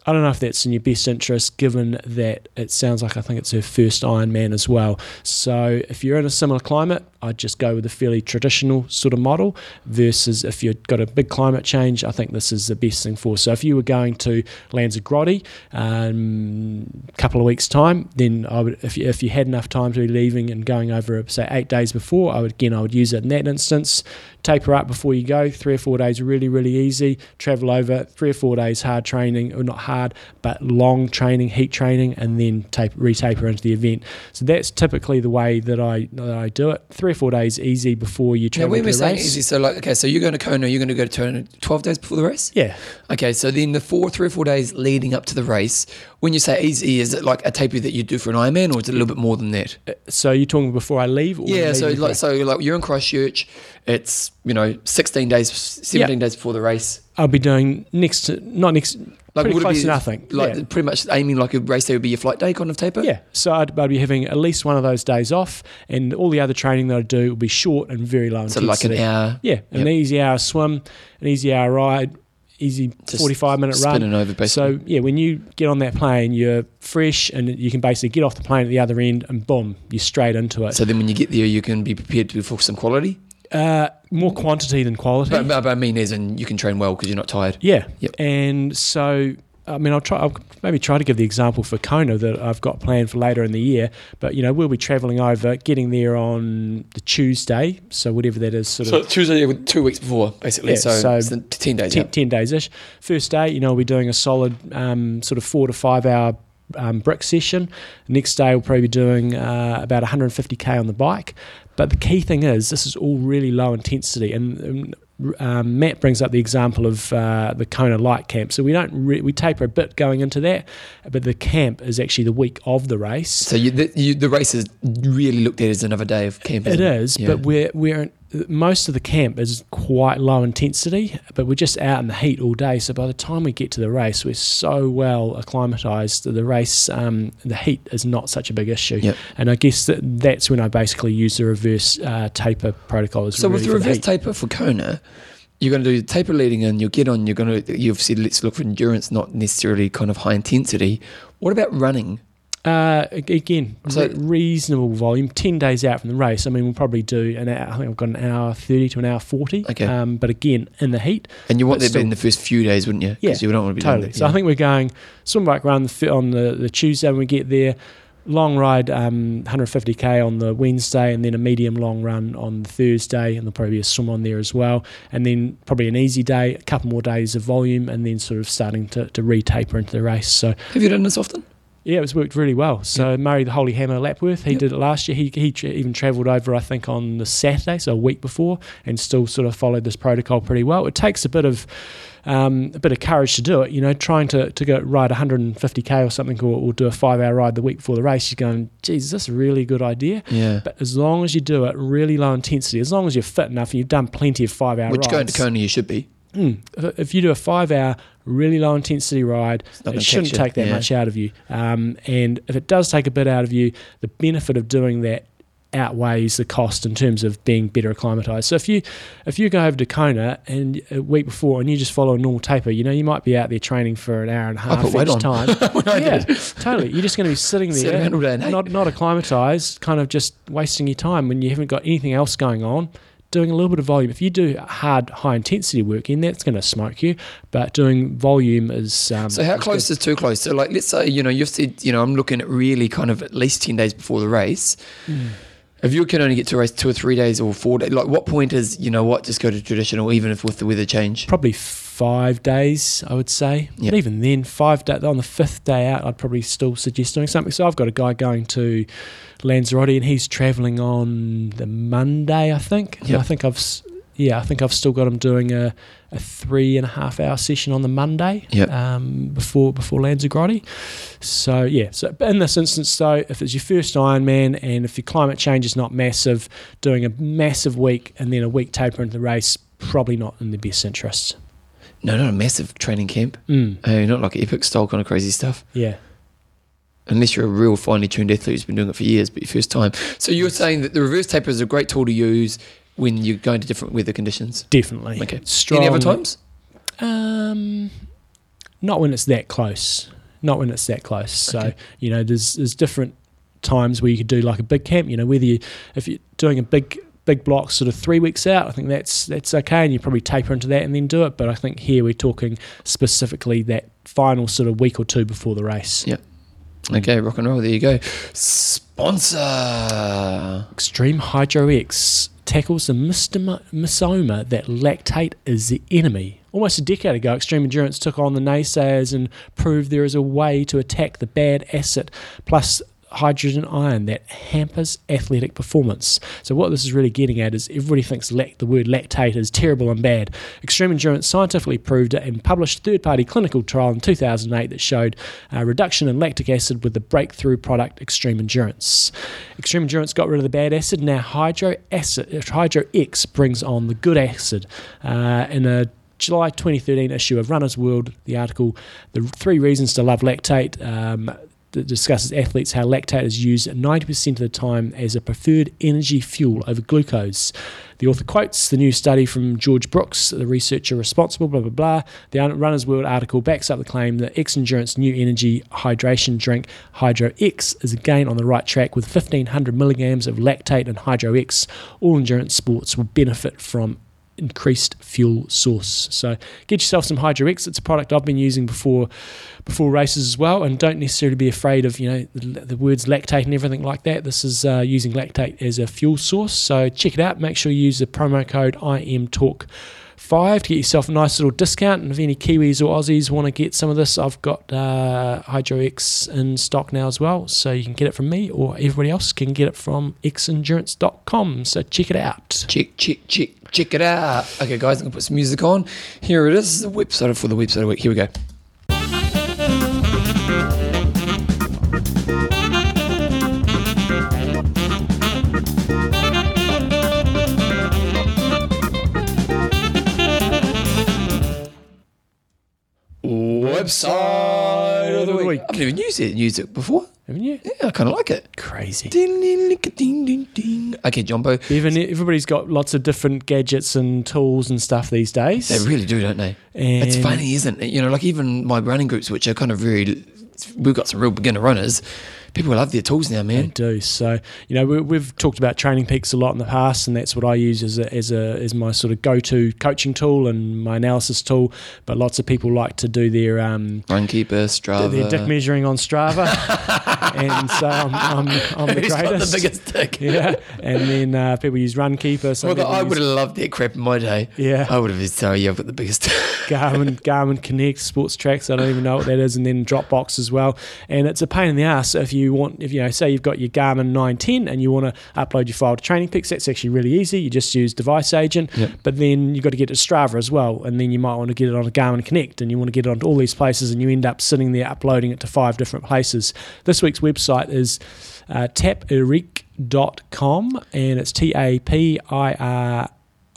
Speaker 2: I don't know if that's in your best interest, given that it sounds like I think it's her first Ironman as well. So if you're in a similar climate, I'd just go with a fairly traditional sort of model. Versus if you've got a big climate change, I think this is the best thing for. So if you were going to Lanzarote um, a couple of weeks time, then I would if you, if you had enough time to be leaving and going over say eight days before, I would again I would use it in that instance. Taper up before you go, three or four days really really easy. Travel over three or four days hard training or not hard but long training, heat training, and then tape retaper into the event. So that's typically the way that I that I do it. Three or four days easy before you
Speaker 1: Now,
Speaker 2: travel
Speaker 1: when
Speaker 2: to
Speaker 1: we're
Speaker 2: the
Speaker 1: saying
Speaker 2: race.
Speaker 1: easy, so like, okay, so you're going to Kona, you're going to go to Kona 12 days before the race?
Speaker 2: Yeah,
Speaker 1: Okay, so then the four, three or four days leading up to the race, when you say easy, is it like a taper that you do for an Ironman, or is it a little bit more than that?
Speaker 2: so you're talking before I leave. Or
Speaker 1: Yeah, so
Speaker 2: leaving
Speaker 1: like
Speaker 2: before?
Speaker 1: so like you're in Christchurch, It's you know 16 days, 17 days before the race.
Speaker 2: I'll be doing next to not next, pretty
Speaker 1: would it
Speaker 2: close
Speaker 1: be
Speaker 2: to nothing.
Speaker 1: Like
Speaker 2: yeah.
Speaker 1: pretty much aiming like a race day would be your flight day kind of taper.
Speaker 2: Yeah, so I'd, I'd be having at least one of those days off, and all the other training that I do will be short and very low
Speaker 1: So
Speaker 2: intensity.
Speaker 1: like an hour.
Speaker 2: Yeah, an
Speaker 1: Yep.
Speaker 2: easy hour swim, an easy hour ride, easy
Speaker 1: Just
Speaker 2: forty-five minute run.
Speaker 1: spinning over basically.
Speaker 2: So yeah, when you get on that plane, you're fresh, and you can basically get off the plane at the other end, and boom, you're straight into it.
Speaker 1: So then when you get there, you can be prepared to for some quality.
Speaker 2: Uh, more quantity than quality.
Speaker 1: But, but I mean, as in you can train well because you're not tired.
Speaker 2: Yeah.
Speaker 1: Yep.
Speaker 2: And so, I mean, I'll try. I'll maybe try to give the example for Kona that I've got planned for later in the year. But you know, we'll be travelling over, getting there on the Tuesday, so whatever that is, sort
Speaker 1: So
Speaker 2: of.
Speaker 1: Tuesday, two weeks before, basically.
Speaker 2: Yeah,
Speaker 1: so,
Speaker 2: so
Speaker 1: it's the 10 days.
Speaker 2: ten
Speaker 1: Yeah.
Speaker 2: 10 days ish. First day, you know, we're doing a solid um, sort of four to five hour um, brick session. Next day, we'll probably be doing uh, about 150k on the bike. But the key thing is, this is all really low intensity. And, and um, Matt brings up the example of uh, the Kona Light Camp. So we don't re- we taper a bit going into that, but the camp is actually the week of the race.
Speaker 1: So you, the, you, the race is really looked at as another day of camping.
Speaker 2: It is,
Speaker 1: Yeah.
Speaker 2: but we're we're most of the camp is quite low intensity, but we're just out in the heat all day. So by the time we get to the race, we're so well acclimatized that the race, um, the heat is not such a big issue.
Speaker 1: Yep.
Speaker 2: And I guess that that's when I basically use the reverse uh, taper protocol. Is
Speaker 1: So with
Speaker 2: really
Speaker 1: the
Speaker 2: for the
Speaker 1: reverse
Speaker 2: heat.
Speaker 1: taper for Kona, you're going to do the taper leading in, you'll get on, you're going to, you've said let's look for endurance, not necessarily kind of high intensity. What about running?
Speaker 2: Uh, ag- again,
Speaker 1: So-
Speaker 2: re- reasonable volume. Ten days out from the race, I mean, we'll probably do an hour. I think I've got an hour thirty to an hour forty.
Speaker 1: Okay.
Speaker 2: Um, but again, in the heat,
Speaker 1: And you want
Speaker 2: But
Speaker 1: that
Speaker 2: still-
Speaker 1: in the first few days, wouldn't you? 'Cause
Speaker 2: Yeah,
Speaker 1: you don't want to be doing
Speaker 2: totally.
Speaker 1: that,
Speaker 2: So I
Speaker 1: yeah.
Speaker 2: think we're going swim bike run the fi- on the, the Tuesday when we get there, long ride um, 150k on the Wednesday, and then a medium long run on the Thursday, and there'll probably be a swim on there as well, and then probably an easy day, a couple more days of volume, and then sort of starting to, to retaper into the race. So
Speaker 1: Have you done this often?
Speaker 2: yeah, it's worked really well. So Murray, the Holy Hammer Lapworth, he
Speaker 1: Yep.
Speaker 2: did it last year. He he tra- even travelled over, I think, on the Saturday, so a week before, and still sort of followed this protocol pretty well. It takes a bit of um, a bit of courage to do it. You know, trying to, to go ride 150k or something, or, or do a five hour ride the week before the race, you're going, geez, is this a really good idea?
Speaker 1: Yeah.
Speaker 2: But as long as you do it really low intensity, as long as you're fit enough, and you've done plenty of five hour
Speaker 1: Which
Speaker 2: rides.
Speaker 1: going to Kona, you should be.
Speaker 2: Mm. If- If you do a five hour, really low intensity ride,
Speaker 1: not gonna
Speaker 2: it shouldn't
Speaker 1: tax you.
Speaker 2: take that
Speaker 1: Yeah.
Speaker 2: much out of you. Um, and if it does take a bit out of you, the benefit of doing that outweighs the cost in terms of being better acclimatized. So if you if you go over to Kona and a week before and you just follow a normal taper, you know you might be out there training for an hour and a
Speaker 1: I
Speaker 2: half
Speaker 1: put weight
Speaker 2: each
Speaker 1: Oh, on.
Speaker 2: time.
Speaker 1: When I
Speaker 2: yeah,
Speaker 1: did.
Speaker 2: totally. You're just going to be sitting there,
Speaker 1: Sitting around all day and hate.
Speaker 2: not not acclimatized, kind of just wasting your time when you haven't got anything else going on. Doing a little bit of volume. If you do hard, high intensity work in, that's going to smoke you. But doing volume is um,
Speaker 1: So how
Speaker 2: is
Speaker 1: close is too close? So like, let's say you know you've said you know I'm looking at really kind of at least ten days before the race. If you can only get to a race two or three days or four days, like what point is you know what just go to traditional even if with the weather change?
Speaker 2: probably five days, I would say.
Speaker 1: Yeah.
Speaker 2: But even then, five day on the fifth day out, I'd probably still suggest doing something. So I've got a guy going to Lanzarote, and he's travelling on the Monday, I think. And
Speaker 1: Yeah.
Speaker 2: I think I've s- yeah, I think I've still got him doing a, a three and a half hour session on the Monday.
Speaker 1: Yeah.
Speaker 2: Um, before before Lanzarote. So yeah. So in this instance though, if it's your first Ironman and if your climate change is not massive, doing a massive week and then a week taper into the race probably not in the best interest.
Speaker 1: No, not a massive training camp.
Speaker 2: Mm,
Speaker 1: Oh, not like epic style kind of crazy stuff.
Speaker 2: yeah.
Speaker 1: Unless you're a real finely tuned athlete who's been doing it for years, but your first time. So you're saying that the reverse taper is a great tool to use when you're going to different weather conditions.
Speaker 2: Definitely.
Speaker 1: Okay.
Speaker 2: Strong.
Speaker 1: Any other times?
Speaker 2: Um, not when it's that close. Not when it's that close. So
Speaker 1: Okay.
Speaker 2: you know, there's there's different times where you could do like a big camp. You know, whether you if you're doing a big big block sort of three weeks out, I think that's that's okay, and you probably taper into that and then do it. But I think here we're talking specifically that final sort of week or two before the race.
Speaker 1: Yeah. Okay, rock and roll. There you go. Sponsor.
Speaker 2: Extreme Hydro X tackles the mystoma misoma that lactate is the enemy. Almost a decade ago, Extreme Endurance took on the naysayers and proved there is a way to attack the bad acid. Plus, hydrogen ion that hampers athletic performance. So, what this is really getting at is everybody thinks lac- the word lactate is terrible and bad. Extreme Endurance scientifically proved it and published third party clinical trial in 2008 that showed a reduction in lactic acid with the breakthrough product Extreme Endurance. Extreme Endurance got rid of the bad acid, now Hydro, acid, hydro X brings on the good acid uh, in a July 2013 issue of Runner's World, the article, The Three Reasons to Love Lactate, um, that discusses athletes how lactate is used 90% of the time as a preferred energy fuel over glucose. The author quotes the new study from George Brooks, the researcher responsible, blah, blah, blah. The Runner's World article backs up the claim that X Endurance New Energy Hydration Drink Hydro X is again on the right track with 1500 milligrams of lactate and Hydro X. All endurance sports will benefit from increased fuel source. So get yourself some Hydro X. It's a product I've been using before before races as well, and don't necessarily be afraid of you know the, the words lactate and everything like that. This is uh, using lactate as a fuel source. So check it out. Make sure you use the promo code IM Talk. Five to get yourself a nice little discount, and if any Kiwis or Aussies want to get some of this, I've got uh, Hydro X in stock now as well, so you can get it from me or everybody else can get it from xendurance.com. So check it out.
Speaker 1: Check, check, check, check it out. Okay, guys, I'm gonna put some music on. Here it is, the website for the website of the week. Here we go. Website of the week. I've never used it, used it before.
Speaker 2: Haven't you?
Speaker 1: Yeah, I kind of like it.
Speaker 2: Crazy.
Speaker 1: Ding, ding, ding, ding, ding, ding. Okay, Jumbo,
Speaker 2: Even everybody's got lots of different gadgets and tools and stuff these days.
Speaker 1: They really do, don't they? it's
Speaker 2: And-
Speaker 1: funny, isn't it? You know, like even my running groups, which are kind of very, we've got some real beginner runners. People love their tools now,
Speaker 2: They
Speaker 1: man.
Speaker 2: do. So, you know, we, we've talked about Training Peaks a lot in the past, and that's what I use as a, as a as my sort of go to coaching tool and my analysis tool. But lots of people like to do their um,
Speaker 1: Runkeeper, Strava.
Speaker 2: their dick measuring on Strava, and so I'm, I'm, I'm the
Speaker 1: Who's got
Speaker 2: greatest.
Speaker 1: the biggest dick?
Speaker 2: yeah, and then uh, people use Runkeeper. Some
Speaker 1: Well,
Speaker 2: people
Speaker 1: I
Speaker 2: use-
Speaker 1: would have loved that crap in my day.
Speaker 2: Yeah.
Speaker 1: I would have been sorry, yeah, I've got the biggest.
Speaker 2: Garmin, Garmin Connect, Sports Tracks. I don't even know what that is, and then Dropbox as well. And it's a pain in the ass if you want, if you know, say you've got your Garmin 910 and you want to upload your file to Training Peaks. That's actually really easy. You just use Device Agent,
Speaker 1: Yep.
Speaker 2: but then you've got to get it to Strava as well, and then you might want to get it on a Garmin Connect, and you want to get it onto all these places, and you end up sitting there uploading it to five different places. This week's website is uh, tapiric.com, and it's T A P I R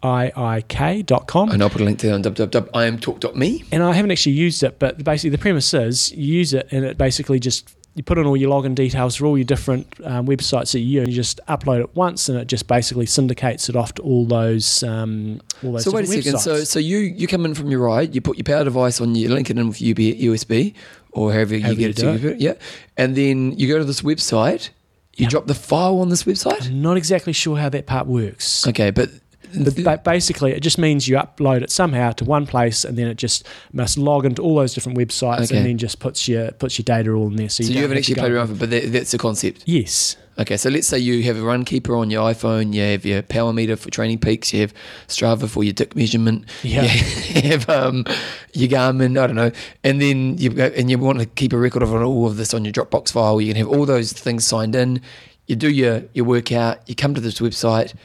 Speaker 2: I I K dot com.
Speaker 1: and I'll put a link to that on www.iamtalk.me.
Speaker 2: And I haven't actually used it, but basically the premise is you use it and it basically just you put in all your login details for all your different um, websites that you use, and you just upload it once, and it just basically syndicates it off to all those um, all those
Speaker 1: So wait a
Speaker 2: different
Speaker 1: second. So
Speaker 2: websites.
Speaker 1: so you you come in from your ride, you put your power device on, you link it in with UB, USB or however,
Speaker 2: However
Speaker 1: you
Speaker 2: you
Speaker 1: get
Speaker 2: do
Speaker 1: it to, yeah. And then you go to this website, you
Speaker 2: Yeah.
Speaker 1: drop the file on this website.
Speaker 2: I'm not exactly sure how that part works.
Speaker 1: Okay, but
Speaker 2: But ba- basically, it just means you upload it somehow to one place, and then it just must log into all those different websites,
Speaker 1: Okay.
Speaker 2: and then just puts your puts your data all in there. So you,
Speaker 1: so you
Speaker 2: don't
Speaker 1: haven't
Speaker 2: have to
Speaker 1: actually
Speaker 2: go-
Speaker 1: played around with it, but that, that's the concept.
Speaker 2: Yes,
Speaker 1: Okay, so let's say you have a Runkeeper on your iPhone, you have your power meter for training peaks, you have Strava for your dick measurement,
Speaker 2: Yeah.
Speaker 1: you have um, your Garmin, I don't know, and then you go and you want to keep a record of all of this on your Dropbox file. You can have all those things signed in. You do your your workout, you come to this website.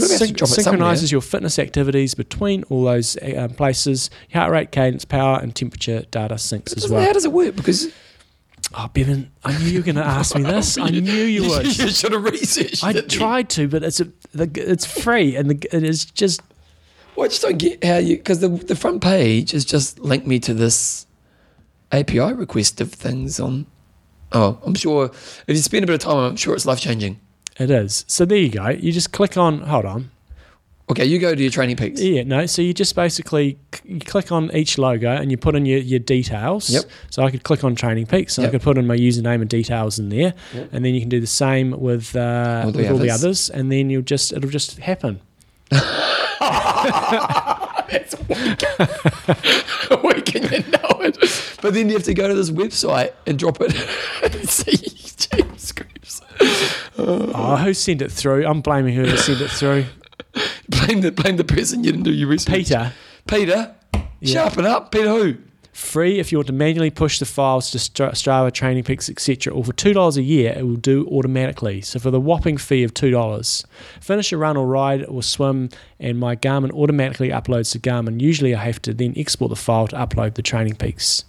Speaker 1: You've got to
Speaker 2: syn-
Speaker 1: drop it somewhere.
Speaker 2: synchronizes your fitness activities between all those uh, um, places. Your heart rate, cadence, power, and temperature data syncs as
Speaker 1: Doesn't- How
Speaker 2: well.
Speaker 1: does it work? Because
Speaker 2: Oh, Bevan, I knew you were going to ask me this. I knew you would.
Speaker 1: you should have researched.
Speaker 2: I
Speaker 1: it then.
Speaker 2: tried to, but it's a, the, it's free and the, it is just
Speaker 1: Well, I just don't get how you because the the front page is just link me to this API request of things on. Oh, I'm sure if you spend a bit of time, I'm sure it's life changing.
Speaker 2: it is. So there you go. You just click on. Hold on.
Speaker 1: Okay, you go to your training peaks.
Speaker 2: Yeah, no. So you just basically c- you click on each logo and you put in your, your details.
Speaker 1: Yep.
Speaker 2: So I could click on Training Peaks and
Speaker 1: Yep.
Speaker 2: I could put in my username and details in there,
Speaker 1: Yep.
Speaker 2: and then you can do the same with uh,
Speaker 1: All the
Speaker 2: with all the
Speaker 1: others.
Speaker 2: others, and then you'll just it'll just happen.
Speaker 1: That's weak. weak and you know it. But then you have to go to this website and drop it and see James Groups.
Speaker 2: Oh, who sent it through? I'm blaming whoever sent it through.
Speaker 1: Blame the blame the person you didn't do your research.
Speaker 2: Peter.
Speaker 1: Peter.
Speaker 2: Yeah.
Speaker 1: Sharpen up. Peter who?
Speaker 2: Free if you want to manually push the files to Stra- Strava, Training Peaks, etc. Or for two dollars a year, it will do automatically. So for the whopping fee of two dollars, finish a run or ride or swim, and my Garmin automatically uploads to Garmin. Usually, I have to then export the file to upload the Training Peaks.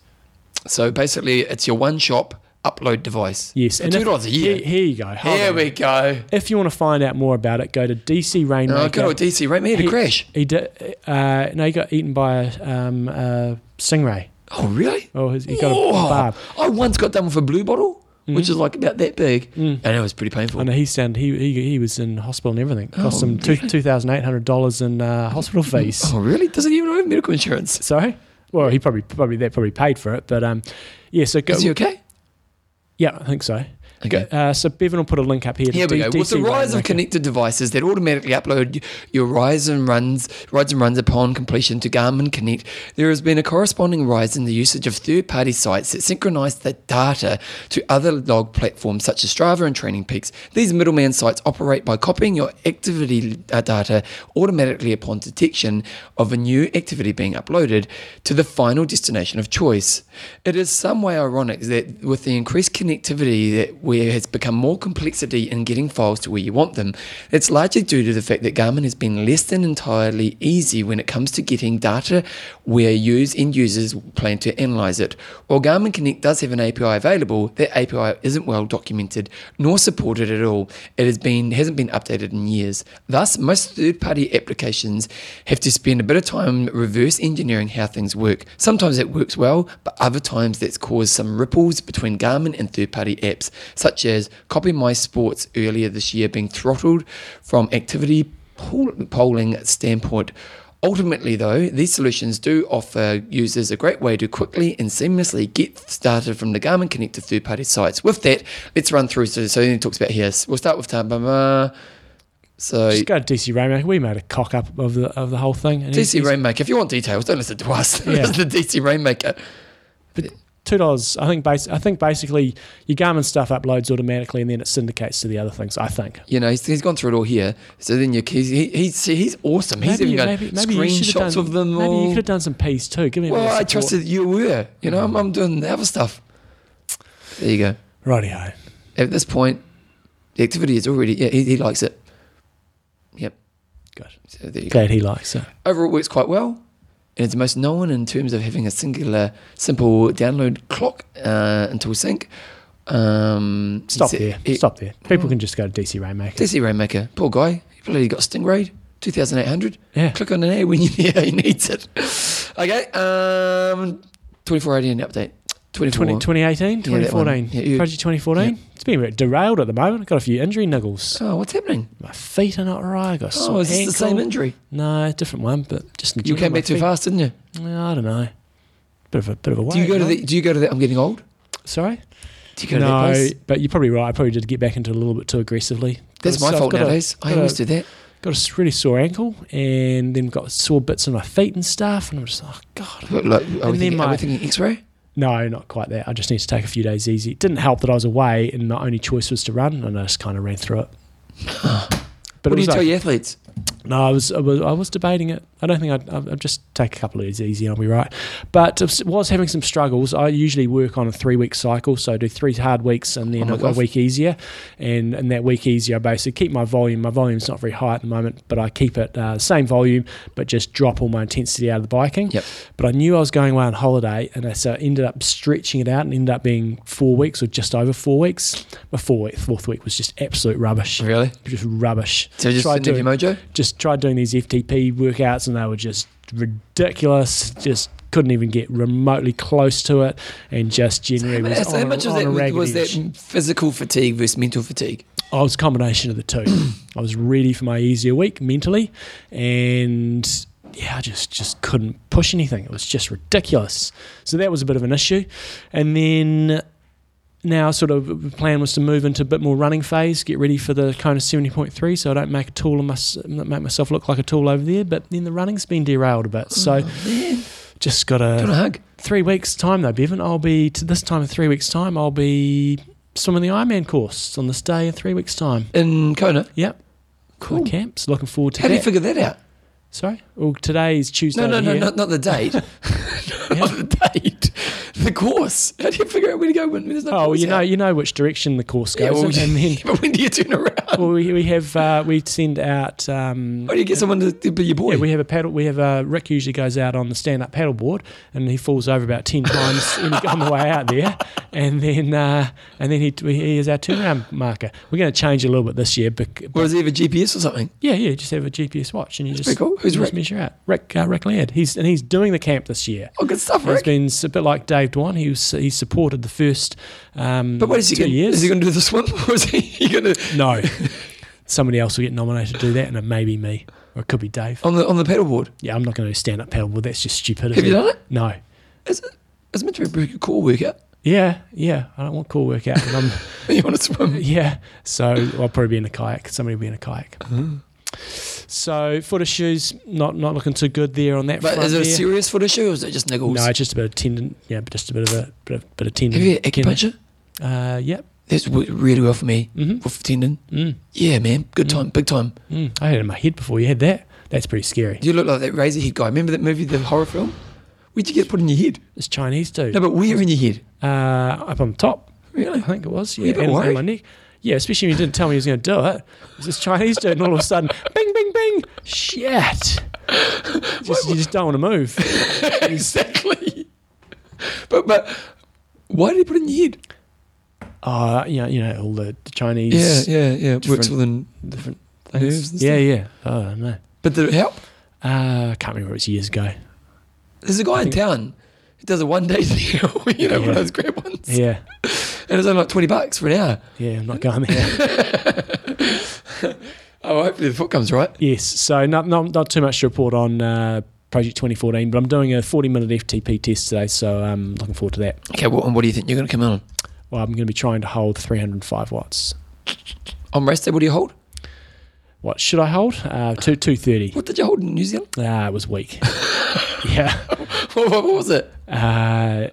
Speaker 1: So basically, it's your one shop upload device.
Speaker 2: Yes,
Speaker 1: For two dollars
Speaker 2: if-
Speaker 1: a year.
Speaker 2: Here, here you go. Hold
Speaker 1: Here
Speaker 2: on.
Speaker 1: we go.
Speaker 2: If you want to find out more about it, go to DC Rainmaker.
Speaker 1: Oh, good old DC, right? Me had a
Speaker 2: He-
Speaker 1: crash.
Speaker 2: He did. Uh, no, he got eaten by a um, uh, stingray.
Speaker 1: Oh, really?
Speaker 2: Oh, his- he got a
Speaker 1: Whoa.
Speaker 2: barb.
Speaker 1: I once got done with a blue bottle, which is like about that big, and it was pretty painful.
Speaker 2: Mm. I know he stand. He, he he was in hospital and everything.
Speaker 1: Oh,
Speaker 2: Cost him two two thousand eight hundred dollars in uh, hospital fees.
Speaker 1: Oh, really? Doesn't even have medical insurance.
Speaker 2: Sorry. Well, he probably probably that probably paid for it, but um, yeah. So go,
Speaker 1: Is he okay?
Speaker 2: yeah, I think so.
Speaker 1: Okay.
Speaker 2: Uh, so Bevan will put a link up here. To
Speaker 1: Here we
Speaker 2: D-
Speaker 1: go. With the
Speaker 2: DC
Speaker 1: rise of
Speaker 2: Rainmaker.
Speaker 1: connected devices that automatically upload your rides and runs, rides and runs upon completion to Garmin Connect, there has been a corresponding rise in the usage of third-party sites that synchronize the data to other log platforms such as Strava and Training Peaks. These middleman sites operate by copying your activity uh, data automatically upon detection of a new activity being uploaded to the final destination of choice. It is some way ironic that with the increased connectivity that where has become more complexity in getting files to where you want them, it's largely due to the fact that Garmin has been less than entirely easy when it comes to getting data where use end users plan to analyze it. While Garmin Connect does have an API available, that API isn't well documented nor supported at all. It has been hasn't been updated in years. Thus, most third-party applications have to spend a bit of time reverse engineering how things work. Sometimes it works well, but other times that's caused some ripples between Garmin and third-party apps, such as Copy My Sports earlier this year being throttled from activity poll- polling standpoint. Ultimately, though, these solutions do offer users a great way to quickly and seamlessly get started from the Garmin Connect to third party sites. With that, let's run through. So, so he talks about here. We'll start with Tambama. So,
Speaker 2: Just go to DC Rainmaker. We made a cock up of the of the whole thing. And he's-
Speaker 1: DC
Speaker 2: he's-
Speaker 1: Rainmaker. If you want details, don't listen to us.
Speaker 2: Yeah.
Speaker 1: listen to DC Rainmaker.
Speaker 2: two dollars. I think bas- I think basically your Garmin stuff uploads automatically and then it syndicates to the other things. I think.
Speaker 1: You know, he's, he's gone through it all here. So then you're, he's, he, he's, he's awesome. He's even got
Speaker 2: you should have
Speaker 1: screenshots
Speaker 2: done,
Speaker 1: of them
Speaker 2: Maybe you
Speaker 1: all.
Speaker 2: could have done some peas too. Give me. a bit
Speaker 1: Well,
Speaker 2: of
Speaker 1: I
Speaker 2: support.
Speaker 1: trusted you were. You know, I'm, I'm doing the other stuff. There you go.
Speaker 2: Rightio.
Speaker 1: At this point, the activity is already, yeah, he, he likes it. Yep.
Speaker 2: Good.
Speaker 1: So there you go.
Speaker 2: Glad he likes it.
Speaker 1: Overall, it works quite well. And it's most known in terms of having a singular, simple download clock uh, until sync. Um,
Speaker 2: Stop
Speaker 1: it's-
Speaker 2: there.
Speaker 1: it- Mm.
Speaker 2: Stop there. People can just go to DC Rainmaker.
Speaker 1: Dizzy Rainmaker, poor guy. He bloody got Stingray, 2800.
Speaker 2: Yeah.
Speaker 1: Click on an A when you, yeah, he needs it. Okay, um, 2480 and update. 24.
Speaker 2: 20, 2018,
Speaker 1: Yeah, that one.
Speaker 2: 2014.
Speaker 1: Yeah, you-
Speaker 2: Project 2014. It's been a bit derailed at the moment. Got a few injury niggles.
Speaker 1: Oh, what's happening?
Speaker 2: My feet are not right. I got a
Speaker 1: Oh,
Speaker 2: sore
Speaker 1: is this the same
Speaker 2: ankle.
Speaker 1: injury?
Speaker 2: No, different one, but just in
Speaker 1: You
Speaker 2: general,
Speaker 1: came
Speaker 2: my
Speaker 1: back too
Speaker 2: feet-
Speaker 1: fast, didn't you?
Speaker 2: Yeah, I don't know. Bit of a bit of a
Speaker 1: Do you
Speaker 2: wave,
Speaker 1: go to
Speaker 2: eh?
Speaker 1: the? Do you go to the? I'm getting old.
Speaker 2: Sorry.
Speaker 1: Do you go to that
Speaker 2: No,
Speaker 1: place?
Speaker 2: but you're probably right. I probably did get back into it a little bit too aggressively.
Speaker 1: That's my
Speaker 2: So I've
Speaker 1: fault
Speaker 2: got a-
Speaker 1: nowadays. I
Speaker 2: got
Speaker 1: always do
Speaker 2: a-
Speaker 1: that.
Speaker 2: got a s- really sore ankle and then got sore bits in my feet and stuff and I'm just like, oh, God.
Speaker 1: Look, look, are, we
Speaker 2: then
Speaker 1: thinking, are
Speaker 2: my-
Speaker 1: we thinking X-ray?
Speaker 2: No, not quite that. I just need to take a few days easy. It didn't help that I was away and my only choice was to run and I just kind of ran through it. But
Speaker 1: what do
Speaker 2: it
Speaker 1: you
Speaker 2: was
Speaker 1: tell
Speaker 2: like,
Speaker 1: your athletes?
Speaker 2: no, I was, I was I was debating it. I don't think I'd, I'd I'd just take a couple of days easy and I'll be right. But I was- was having some struggles. I usually work on a three week cycle, so I do three hard weeks and
Speaker 1: Oh
Speaker 2: then
Speaker 1: my
Speaker 2: I've got
Speaker 1: gosh.
Speaker 2: a week easier. And and that week easier, I basically keep my volume. My volume's not very high at the moment, but I keep it uh, same volume, but just drop all my intensity out of the biking.
Speaker 1: Yep.
Speaker 2: But I knew I was going away on holiday, and I- so I ended up stretching it out and ended up being four weeks or just over four weeks. My four week, fourth week was just absolute rubbish.
Speaker 1: Really?
Speaker 2: Just rubbish.
Speaker 1: So just
Speaker 2: Tried
Speaker 1: sitting in
Speaker 2: doing-
Speaker 1: your mojo?
Speaker 2: just tried doing these FTP workouts and they were just ridiculous. Just couldn't even get remotely close to it, and just generally was
Speaker 1: How
Speaker 2: on a-
Speaker 1: much was
Speaker 2: on a
Speaker 1: that,
Speaker 2: ragged
Speaker 1: was
Speaker 2: edge.
Speaker 1: that physical fatigue versus mental fatigue?
Speaker 2: I was a combination of the two. I was ready for my easier week mentally, and yeah, I just just couldn't push anything. It was just ridiculous. So that was a bit of an issue, and then. Now, sort of, the plan was to move into a bit more running phase, get ready for the Kona 70.3, so I don't make a tool and mys- make myself look like a tool over there. But then the running's been derailed a bit, so
Speaker 1: Oh, Mm-hmm.
Speaker 2: just got
Speaker 1: Do you
Speaker 2: to
Speaker 1: want a hug?
Speaker 2: three weeks time though, Bevan. I'll be to this time in three weeks time. I'll be swimming the Ironman course on this day in three weeks time.
Speaker 1: In Kona?
Speaker 2: Yep.
Speaker 1: Cool.
Speaker 2: The camps. Looking forward to
Speaker 1: How do you
Speaker 2: that.
Speaker 1: figure that out?
Speaker 2: Sorry. Well, today's Tuesday.
Speaker 1: No, no,
Speaker 2: over
Speaker 1: no,
Speaker 2: here.
Speaker 1: not, not the date.
Speaker 2: Yeah.
Speaker 1: not the date. the course? How do you figure out where to go when there's no
Speaker 2: Oh,
Speaker 1: course
Speaker 2: you know,
Speaker 1: out?
Speaker 2: you know which direction the course
Speaker 1: yeah,
Speaker 2: goes,
Speaker 1: well,
Speaker 2: in, and then
Speaker 1: but when do you turn around?
Speaker 2: well, we, we have uh, we send out. Um,
Speaker 1: How do you get someone to, to be your boy?
Speaker 2: yeah, we have a paddle. We have uh, Rick usually goes out on the stand-up paddle board, and he falls over about ten times in, on the way out there, and then uh, and then he, he is our turnaround marker. We're going to change a little bit this year, bec-
Speaker 1: or does he have a GPS or something?
Speaker 2: Yeah, yeah. Just have a GPS watch, and you just
Speaker 1: pretty cool. Who's
Speaker 2: you
Speaker 1: Rick?
Speaker 2: just measure out. Rick uh, Rick Laird. He's and he's doing the camp this year.
Speaker 1: Oh, good stuff,
Speaker 2: He's
Speaker 1: Rick.
Speaker 2: been s- a bit like Dave Dwan. He was he supported the first. Um,
Speaker 1: But what is he
Speaker 2: two
Speaker 1: going?
Speaker 2: years?
Speaker 1: Is he going to do the swim, or is he going to
Speaker 2: no, somebody else will get nominated to do that, and it may be me or it could be Dave.
Speaker 1: on the on the paddleboard?
Speaker 2: Yeah, I'm not going to stand up paddleboard. That's just stupidity.
Speaker 1: Have you done it?
Speaker 2: No.
Speaker 1: Is it? It's meant to be a pretty cool workout.
Speaker 2: Yeah, yeah. I don't want cool workout. but I'm,
Speaker 1: You want to swim?
Speaker 2: yeah. So I'll probably be in a kayak. Somebody will be in a kayak.
Speaker 1: Mm-hmm.
Speaker 2: So foot issues, not not looking too good there on that
Speaker 1: But
Speaker 2: front.
Speaker 1: is it a
Speaker 2: there.
Speaker 1: serious foot issue, or is it just niggles?
Speaker 2: No, it's just a bit of tendon. Yeah, but just a bit of a bit of, bit of tendon.
Speaker 1: have you had
Speaker 2: tendon.
Speaker 1: acupuncture?
Speaker 2: Uh, yep.
Speaker 1: That's worked really well for me
Speaker 2: Mm-hmm.
Speaker 1: with tendon.
Speaker 2: Mm,
Speaker 1: Yeah, man, good time, big time.
Speaker 2: mm. I had it in my head before you had that. That's pretty scary.
Speaker 1: You look like that razor head guy. Remember that movie, the horror film? Where'd you get put in your head?
Speaker 2: It's Chinese dude.
Speaker 1: No, but where in your head?
Speaker 2: uh, up on top. I
Speaker 1: Really?
Speaker 2: think it was.
Speaker 1: you
Speaker 2: Yeah,
Speaker 1: a bit
Speaker 2: and, and
Speaker 1: worried?
Speaker 2: my neck. Yeah, especially when you didn't tell me he was going to do it. It's this Chinese dude, and all of a sudden, bing, bing, bing. Shit. Just, you just don't want to move.
Speaker 1: exactly. But but why did he put it in your head?
Speaker 2: Uh, you know, you know all the, the Chinese
Speaker 1: yeah, yeah. It works
Speaker 2: different-
Speaker 1: within
Speaker 2: different
Speaker 1: nerves.
Speaker 2: things.
Speaker 1: And
Speaker 2: Yeah,
Speaker 1: stuff.
Speaker 2: yeah. Oh, no.
Speaker 1: But did it help?
Speaker 2: Uh, I can't remember. It was years ago.
Speaker 1: There's a guy in town who does a one day deal. You know, one
Speaker 2: Yeah.
Speaker 1: of those grab ones,
Speaker 2: Yeah.
Speaker 1: and it's only like twenty bucks for an hour.
Speaker 2: Yeah, I'm not going there.
Speaker 1: Oh, hopefully the foot comes right.
Speaker 2: Yes, so not, not, not too much to report on uh, Project 2014, but I'm doing a 40 minute FTP test today, so I'm looking forward to that.
Speaker 1: Okay, well, and what do you think you're going to come in on?
Speaker 2: Well, I'm going to be trying to hold 305 watts.
Speaker 1: On race day, what do you hold?
Speaker 2: What should I hold? Uh, two, 230.
Speaker 1: What did you hold in New Zealand?
Speaker 2: Ah, it was weak. yeah.
Speaker 1: What, what, what was it?
Speaker 2: Uh,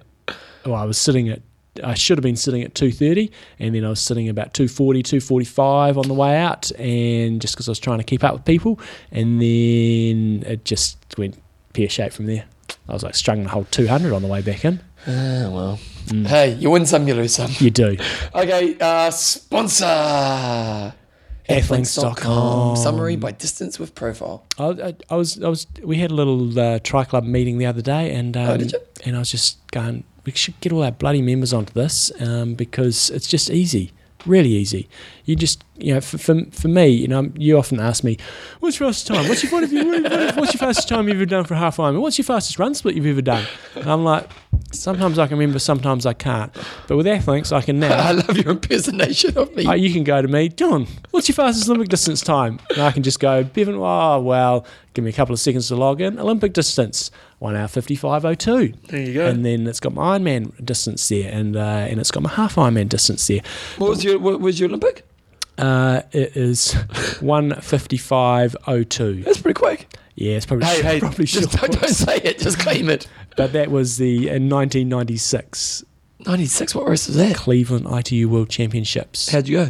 Speaker 2: well, I was sitting at. I should have been sitting at 2.30 and then I was sitting about 2.40, 2.45 on the way out and just because I was trying to keep up with people and then it just went pear-shaped from there. I was like struggling to hold 200 on the way back in.
Speaker 1: Ah,
Speaker 2: Uh,
Speaker 1: well.
Speaker 2: hmm.
Speaker 1: Hey, you win some, you lose some.
Speaker 2: You do.
Speaker 1: Okay, uh, sponsor.
Speaker 2: Athlinks.com.
Speaker 1: Summary by distance with profile.
Speaker 2: I, I, I was, I was. We had a little uh, tri club meeting the other day, and um,
Speaker 1: Oh, did you?
Speaker 2: and I was just going. We should get all our bloody members onto this um, because it's just easy, really easy. You just, you know, for, for, for me, you know, you often ask me, "What's your fastest time? What's your what have you, what have- what's your fastest time you've ever done for a half Ironman? What's your fastest run split you've ever done?" And I'm like, sometimes I can remember, sometimes I can't. But with Athlinks, I can now.
Speaker 1: I love your impersonation of me.
Speaker 2: Oh, you can go to me, John. What's your fastest Olympic distance time? And I can just go, Bevan. Oh well, give me a couple of seconds to log in. Olympic distance, one hour fifty five oh two.
Speaker 1: There you go.
Speaker 2: And then it's got my Ironman distance there, and uh, and it's got my half Ironman distance there.
Speaker 1: what was your what was your Olympic?
Speaker 2: Uh, it is one fifty five oh two.
Speaker 1: That's pretty quick.
Speaker 2: Yeah, it's probably
Speaker 1: Hey, hey,
Speaker 2: probably
Speaker 1: just
Speaker 2: short.
Speaker 1: don't, don't say it. Just claim it.
Speaker 2: But that was the in nineteen ninety six
Speaker 1: 96. What race was that?
Speaker 2: Cleveland ITU World Championships.
Speaker 1: How'd you go?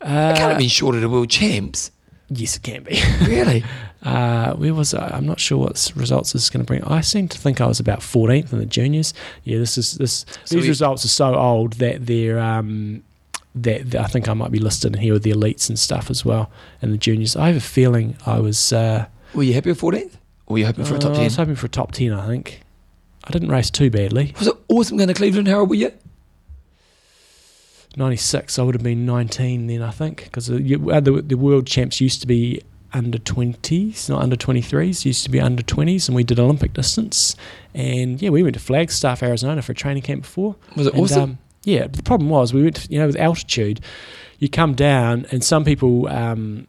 Speaker 2: Uh,
Speaker 1: I can't have been shorter to world champs.
Speaker 2: yes, it can be.
Speaker 1: Really?
Speaker 2: Uh, where was I? I'm not sure what s- results this is going to bring. I seem to think I was about 14th in the juniors. Yeah, this is this.
Speaker 1: So
Speaker 2: these
Speaker 1: you-
Speaker 2: results are so old that they're um, that, that I think I might be listed in here with the elites and stuff as well and the juniors. I have a feeling I was. Uh,
Speaker 1: Were you happy with 14th? Or were you hoping for a top
Speaker 2: uh, I
Speaker 1: 10?
Speaker 2: was hoping for a top 10. I think I didn't race too badly.
Speaker 1: Was it awesome going to Cleveland? How old were you?
Speaker 2: 96. I would have been 19 then. I think because the, uh, the the world champs used to be. Under 20s, not under 23s, used to be under 20s, and we did Olympic distance. And yeah, we went to Flagstaff, Arizona for a training camp before.
Speaker 1: Was it
Speaker 2: And,
Speaker 1: awesome?
Speaker 2: um, yeah, but the problem was we went, to, you know, with altitude, you come down and some people um,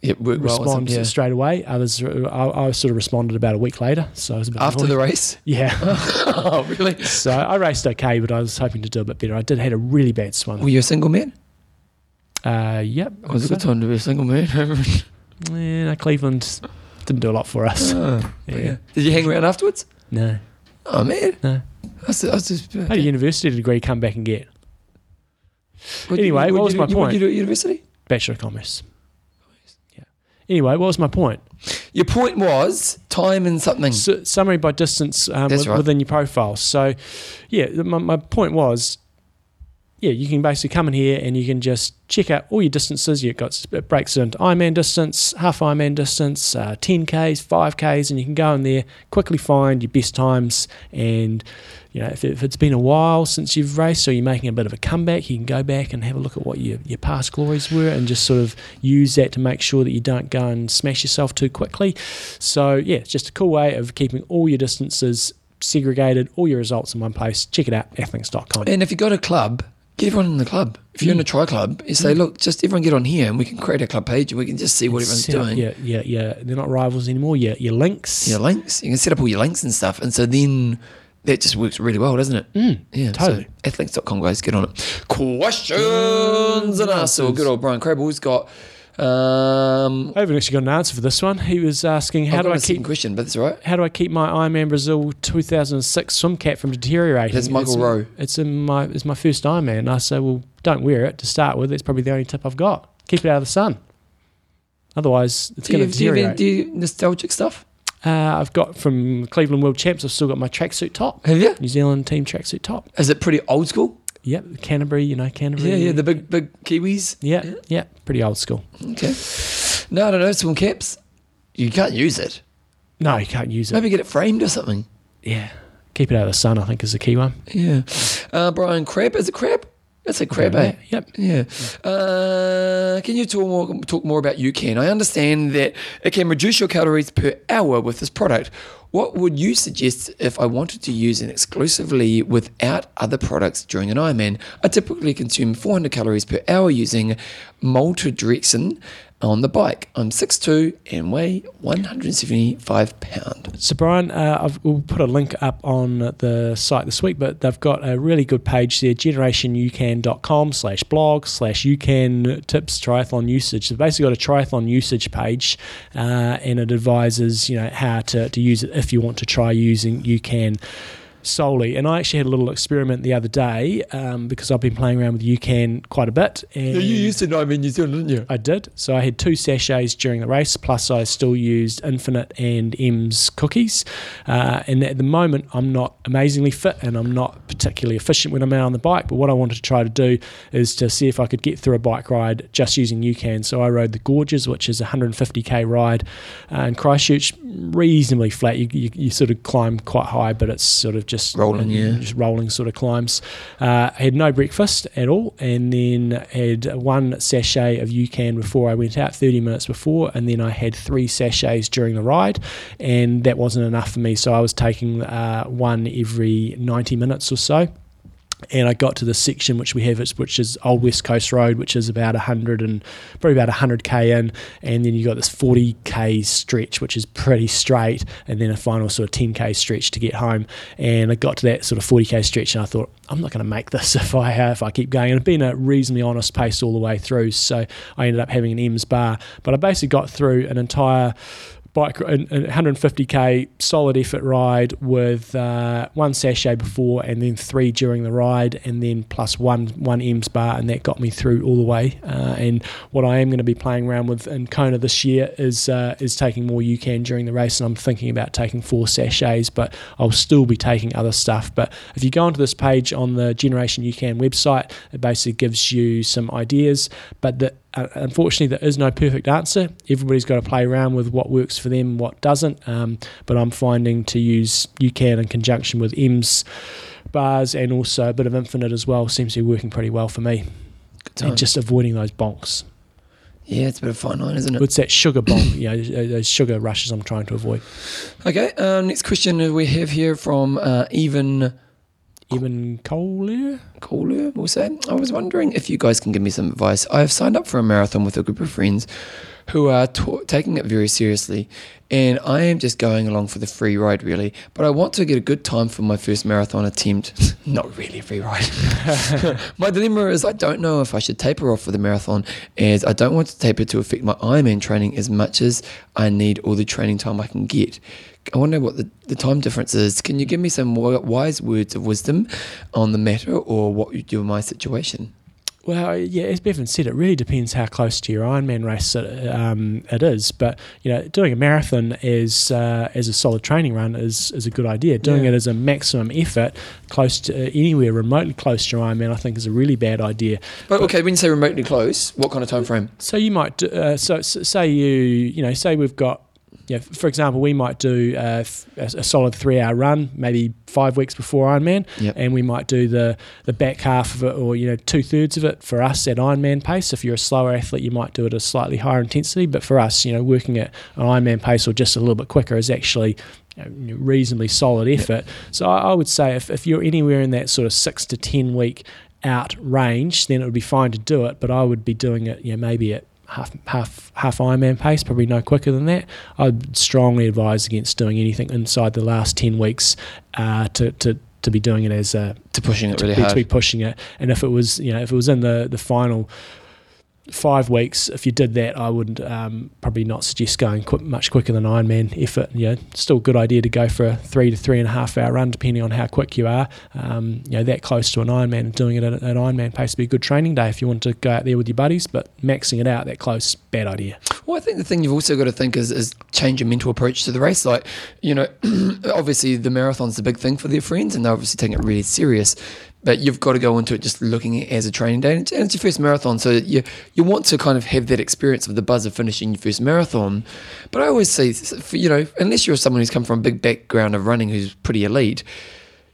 Speaker 1: it worked well,
Speaker 2: respond
Speaker 1: wasn't it? Yeah.
Speaker 2: straight away. Others, I, I sort of responded about a week later. So I was a bit
Speaker 1: After
Speaker 2: annoyed.
Speaker 1: the race?
Speaker 2: yeah.
Speaker 1: oh, really?
Speaker 2: so I raced okay, but I was hoping to do a bit better. I did had a really bad swim.
Speaker 1: Were you a single man?
Speaker 2: Uh, yep.
Speaker 1: It was a good time to be a single man.
Speaker 2: Yeah, no, Cleveland didn't do a lot for us.
Speaker 1: Oh,
Speaker 2: Yeah.
Speaker 1: yeah. Did you hang around afterwards?
Speaker 2: No,
Speaker 1: Oh, man.
Speaker 2: no.
Speaker 1: I was, I was just.
Speaker 2: How did a university degree come back and get
Speaker 1: What'd you-
Speaker 2: Anyway,
Speaker 1: what'd
Speaker 2: what was
Speaker 1: you,
Speaker 2: my
Speaker 1: do- what'd
Speaker 2: point?
Speaker 1: You do at university?
Speaker 2: Bachelor of Commerce? Yeah. Anyway, what was my point?
Speaker 1: Your point was time and something.
Speaker 2: Su- summary by distance um,
Speaker 1: That's
Speaker 2: with-
Speaker 1: right.
Speaker 2: within your profile. So, yeah, th- my, my point was, yeah, you can basically come in here and you can just check out all your distances. You've got s- it breaks it into Ironman distance, half Ironman distance, uh, 10Ks, 5Ks, and you can go in there, quickly find your best times. And, you know, if, if it's been a while since you've raced or you're making a bit of a comeback, you can go back and have a look at what your, your past glories were and just sort of use that to make sure that you don't go and smash yourself too quickly. So, yeah, it's just a cool way of keeping all your distances segregated, all your results in one place. Check it out, athlinks.com.
Speaker 1: And if you got a club, get everyone in the club. If you're in
Speaker 2: Hmm.
Speaker 1: a tri club, you say, look, just everyone get on here and we can create a club page and we can just see what everyone's
Speaker 2: set up-
Speaker 1: doing.
Speaker 2: Yeah, yeah, yeah. They're not rivals anymore. Yeah, your links.
Speaker 1: Your links. You can set up all your links and stuff. And so then that just works really well, doesn't it?
Speaker 2: Mm,
Speaker 1: Yeah,
Speaker 2: totally.
Speaker 1: So athlinks.com, guys, get on it. Questions and answers. So good old Brian Crabbe's got. Um,
Speaker 2: I haven't actually got an answer for this one. He was asking, how
Speaker 1: I've
Speaker 2: do
Speaker 1: got
Speaker 2: I
Speaker 1: a second
Speaker 2: keep
Speaker 1: question, but that's all right.
Speaker 2: how do I keep my Ironman Brazil 2006 swim cap from deteriorating?
Speaker 1: That's Michael
Speaker 2: it's,
Speaker 1: Rowe.
Speaker 2: It's in my it's my first Ironman. I say, well, don't wear it to start with. It's probably the only tip I've got. Keep it out of the sun. Otherwise, it's
Speaker 1: Do
Speaker 2: going
Speaker 1: you,
Speaker 2: to
Speaker 1: do, you,
Speaker 2: deteriorate.
Speaker 1: do you nostalgic stuff?
Speaker 2: uh, I've got from Cleveland World Champs. I've still got my tracksuit top,
Speaker 1: Have you?
Speaker 2: New Zealand team tracksuit top.
Speaker 1: Is it pretty old school?
Speaker 2: Yep, Canterbury. You know Canterbury.
Speaker 1: Yeah, yeah, the big, big Kiwis.
Speaker 2: yeah, yeah. Pretty old school.
Speaker 1: Okay. No, no, no, swim caps. You can't use it.
Speaker 2: No, you can't use it.
Speaker 1: Maybe get it framed or something.
Speaker 2: Yeah. Keep it out of the sun, I think, is the key one.
Speaker 1: Yeah. Uh, Brian Crab. Is it Crab? That's a Crab, eh?
Speaker 2: Yep.
Speaker 1: Yeah. Uh, can you talk more, talk more about UCAN? I understand that it can reduce your calories per hour with this product. What would you suggest if I wanted to use it exclusively without other products during an Ironman? I typically consume 400 calories per hour using maltodextrin on the bike. I'm 6'2 and weigh 175 pounds.
Speaker 2: So, Brian, uh, I've, we'll put a link up on the site this week, but they've got a really good page there, generationucan.com slash blog slash ucan tips triathlon usage. They've basically got a triathlon usage page uh, and it advises, you know, how to, to use it if you want to try using ucan solely. And I actually had a little experiment the other day um, because I've been playing around with ucan quite a bit. And
Speaker 1: to know I'm in New Zealand, didn't you?
Speaker 2: I did. So I had two sachets during the race, plus I still used Infinite and M's cookies. Uh, and at the moment, I'm not amazingly fit and I'm not particularly efficient when I'm out on the bike. But what I wanted to try to do is to see if I could get through a bike ride just using UCAN. So I rode the Gorges, which is a 150k ride uh, in Christchurch, reasonably flat. You, you, you sort of climb quite high, but it's sort of just
Speaker 1: Rolling, yeah.
Speaker 2: just rolling sort of climbs. Uh, I had no breakfast at all, and then had one sachet of UCAN before I went out, 30 minutes before, and then I had three sachets during the ride, and that wasn't enough for me. So I was taking uh, one every 90 minutes or so and I got to the section which we have, it's- which is Old West Coast Road, which is about 100 and probably about 100k in, and then you got this 40k stretch, which is pretty straight, and then a final sort of 10k stretch to get home. And I got to that sort of 40k stretch, and I thought, I'm not going to make this if I uh, if I keep going. And it's been a reasonably honest pace all the way through, so I ended up having an M's bar, but I basically got through an entire bike an, an 150k solid effort ride with uh, one sachet before and then three during the ride and then plus one one M's bar and that got me through all the way uh, and what I am going to be playing around with in Kona this year is uh, is taking more UCAN during the race and I'm thinking about taking four sachets but I'll still be taking other stuff but if you go onto this page on the Generation UCAN website it basically gives you some ideas but the uh, unfortunately, there is no perfect answer. Everybody's got to play around with what works for them, what doesn't. Um, but I'm finding to use UCAN in conjunction with M's bars and also a bit of Infinite as well seems to be working pretty well for me.
Speaker 1: Good time.
Speaker 2: And just avoiding those bonks.
Speaker 1: yeah, it's a bit of a fine line, isn't it?
Speaker 2: It's that sugar bonk, you know, those- those sugar rushes I'm trying to avoid.
Speaker 1: Okay, uh, next question we have here from uh, Even
Speaker 2: Even Collier?
Speaker 1: Caller, we'll say. I was wondering if you guys can give me some advice. I have signed up for a marathon with a group of friends who are ta- taking it very seriously, and I am just going along for the free ride, really. But I want to get a good time for my first marathon attempt. Not really a free ride. my dilemma is I don't know if I should taper off for the marathon, as I don't want to taper to affect my Ironman training as much as I need all the training time I can get. I wonder what the, the time difference is. Can you give me some wi- wise words of wisdom on the matter or what you do in my situation?
Speaker 2: Well, yeah, as Bevan said, it really depends how close to your Ironman race it, um, it is. But you know, doing a marathon as uh, as a solid training run is is a good idea. Doing
Speaker 1: Yeah.
Speaker 2: it as a maximum effort, close to uh, anywhere remotely close to your Ironman, I think is a really bad idea.
Speaker 1: But okay, when you say remotely close, what kind of time frame?
Speaker 2: So you might do, uh, so s- say you you know say we've got you know, f- for example we might do uh, th- a, a solid three hour run maybe five weeks before Ironman,
Speaker 1: Yep.
Speaker 2: and we might do the the back half of it or you know two thirds of it for us at Ironman pace. If you're a slower athlete, you might do it at a slightly higher intensity, but for us, you know, working at an Ironman pace or just a little bit quicker is actually you know, reasonably solid effort. So I, I would say if, if you're anywhere in that sort of six to ten week out range, then it would be fine to do it. But I would be doing it, you know, maybe at half half half Ironman pace, probably no quicker than that. I'd strongly advise against doing anything inside the last ten weeks uh, to to to be doing it as a
Speaker 1: To pushing it
Speaker 2: to,
Speaker 1: really
Speaker 2: be, to be
Speaker 1: hard.
Speaker 2: pushing it. And if it was, you know, if it was in the the final five weeks, if you did that, I would um, probably not suggest going qu- much quicker than Ironman effort. You know, still a good idea to go for a three to three and a half hour run, depending on how quick you are. Um, you know, that close to an Ironman and doing it at an Ironman pace would be a good training day if you want to go out there with your buddies. But maxing it out that close, bad idea.
Speaker 1: Well, I think the thing you've also got to think is, is change your mental approach to the race. Like, you know, obviously the marathon's the big thing for their friends, and they're obviously taking it really serious. But you've got to go into it just looking at it as a training day, and it's, and it's your first marathon, so you you want to kind of have that experience of the buzz of finishing your first marathon. But I always say, s- for, you know, unless you're someone who's come from a big background of running, who's pretty elite,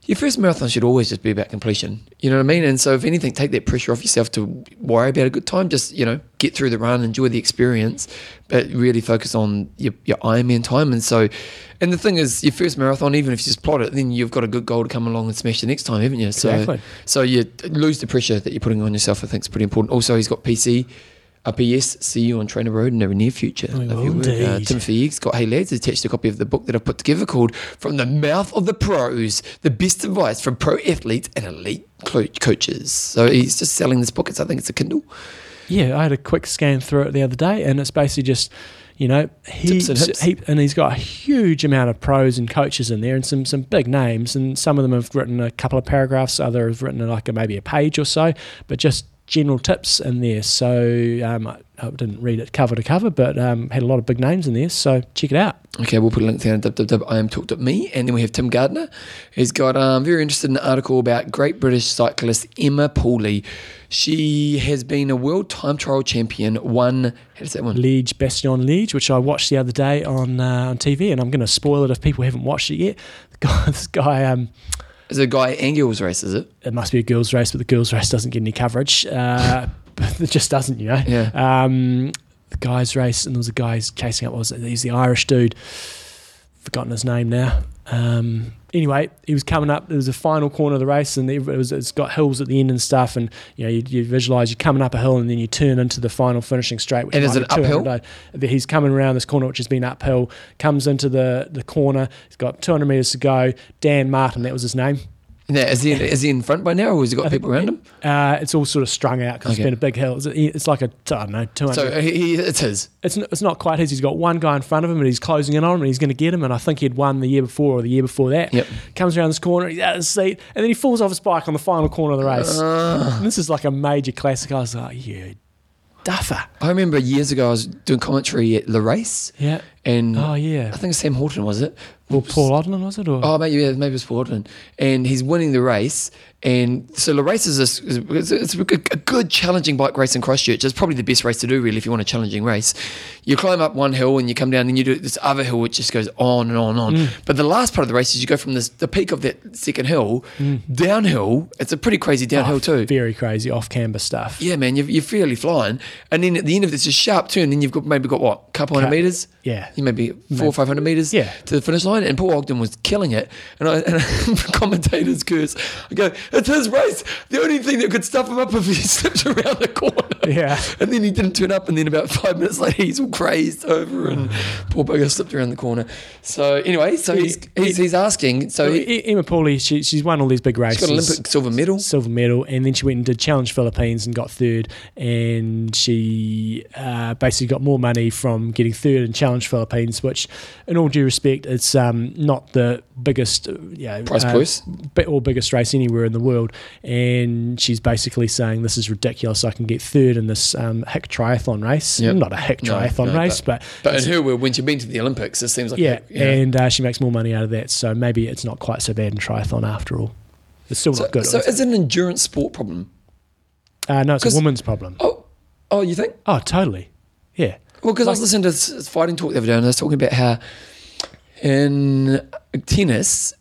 Speaker 1: your first marathon should always just be about completion. You know what I mean? And so, if anything, take that pressure off yourself to worry about a good time. Just you know, get through the run, enjoy the experience, but really focus on your, your Ironman time. And so, and the thing is, your first marathon, even if you just plot it, then you've got a good goal to come along and smash the next time, haven't you? So,
Speaker 2: Exactly.
Speaker 1: so you lose the pressure that you're putting on yourself. I think is pretty important. Also, he's got PC. RPS, see you on Trainer Road in the near future.
Speaker 2: We
Speaker 1: Love
Speaker 2: will
Speaker 1: your work. Uh,
Speaker 2: indeed.
Speaker 1: Tim Feig's got Hey Lads attached a copy of the book that I've put together called From the Mouth of the Pros The Best Advice from Pro Athletes and Elite Clo- Coaches. So he's just selling this book. It's, I think it's a Kindle.
Speaker 2: Yeah, I had a quick scan through it the other day, and it's basically just, you know, heaps,
Speaker 1: Tips and
Speaker 2: and,
Speaker 1: hips.
Speaker 2: heap, and he's got a huge amount of pros and coaches in there, and some some big names, and some of them have written a couple of paragraphs, other have written like a, maybe a page or so, but just general tips in there. So um, I, I didn't read it cover to cover, but um, had a lot of big names in there. So check it out.
Speaker 1: Okay, we'll put a link down at www.iamtalk.me. And then we have Tim Gardner. He's got, um, very interested in an article about great British cyclist Emma Pooley. She has been a world time trial champion, one, how does that one?
Speaker 2: Liege Bastion Liege, which I watched the other day on uh, on TV, and I'm going to spoil it if people haven't watched it yet. The guy, this guy, um,
Speaker 1: It's a guy Angels race, is it?
Speaker 2: it must be a girls' race, but the girls' race doesn't get any coverage. Uh, it just doesn't, you know.
Speaker 1: Yeah.
Speaker 2: Um, the guys' race, and there was a guy who's chasing up. What was it? He's the Irish dude. Forgotten his name now. Um, anyway, he was coming up. There was a final corner of the race, and it was, it's got hills at the end and stuff. And you know, you, you visualize you're coming up a hill, and then you turn into the final finishing straight. Which
Speaker 1: And is
Speaker 2: might
Speaker 1: it
Speaker 2: be 200
Speaker 1: uphill?
Speaker 2: that he's coming around this corner, which has been uphill, comes into the, the corner. He's got 200 meters to go. Dan Martin, that was his name.
Speaker 1: Now, is he, is he in front by now, or has he got people around him?
Speaker 2: Uh, it's all sort of strung out because
Speaker 1: Okay.
Speaker 2: it's been a big hill. It's, it's like a, I don't know, 200.
Speaker 1: So uh, he, he, it's his.
Speaker 2: it's, n- it's not quite his. He's got one guy in front of him and he's closing in on him and he's going to get him. And I think he'd won the year before or the year before that.
Speaker 1: Yep.
Speaker 2: Comes around this corner, he's out of his seat, and then he falls off his bike on the final corner of the race. And this is like a major classic. I was like, you duffer.
Speaker 1: I remember years ago I was doing commentary at the race,
Speaker 2: Yeah.
Speaker 1: and
Speaker 2: Oh,
Speaker 1: I
Speaker 2: yeah.
Speaker 1: think Sam Horton was it?
Speaker 2: Well, Paul Odlin, was it? Or?
Speaker 1: Oh, maybe yeah, maybe it's Horton, and he's winning the race. And so the race is a, is- it's a good, a good challenging bike race in Christchurch. It's probably the best race to do really if you want a challenging race. You climb up one hill and you come down, and you do this other hill which just goes on and on and
Speaker 2: Mm.
Speaker 1: on. But the last part of the race is you go from this the peak of that second hill
Speaker 2: Mm.
Speaker 1: downhill. It's a pretty crazy
Speaker 2: Oh,
Speaker 1: downhill too.
Speaker 2: Very crazy off camber stuff.
Speaker 1: Yeah, man, you're, you're fairly flying. And then at the end of this, a sharp turn, then you've got maybe got what, a couple hundred
Speaker 2: Cou-
Speaker 1: meters?
Speaker 2: yeah.
Speaker 1: You maybe four or five hundred meters
Speaker 2: Yeah.
Speaker 1: to the finish line. And Paul Ogden was killing it. And I, and I commentators curse. I go, it's his race. The only thing that could stuff him up if he slipped around the corner.
Speaker 2: Yeah.
Speaker 1: And then he didn't turn up. And then about five minutes later, he's all crazed over and poor bugger slipped around the corner. So anyway, so he's, he's, he's asking. So
Speaker 2: So
Speaker 1: he,
Speaker 2: E- Emma Pauley, she, she's won all these big races.
Speaker 1: he's got an Olympic silver medal.
Speaker 2: silver medal, and then she went and did Challenge Philippines and got third. And she uh, basically got more money from getting third in Challenge Philippines, which, in all due respect, it's um, not the biggest, uh, you know,
Speaker 1: Price
Speaker 2: uh,
Speaker 1: points?
Speaker 2: bi- or biggest race anywhere in the world. And she's basically saying, "This is ridiculous. I can get third in this um, hick triathlon race.
Speaker 1: Yep.
Speaker 2: Not a hick
Speaker 1: No,
Speaker 2: triathlon
Speaker 1: no,
Speaker 2: race, but."
Speaker 1: But in her world, when you've been to the Olympics, this seems like
Speaker 2: yeah,
Speaker 1: a- you know.
Speaker 2: and uh, she makes more money out of that, so maybe it's not quite so bad in triathlon after all. It's still
Speaker 1: so,
Speaker 2: not good.
Speaker 1: so is it an endurance sport problem?
Speaker 2: uh, no, it's a
Speaker 1: 'cause-
Speaker 2: woman's problem.
Speaker 1: Oh, oh, you think?
Speaker 2: Oh, totally. Yeah.
Speaker 1: Well, because I was listening to this fighting talk the other day, and I was talking about how in tennis,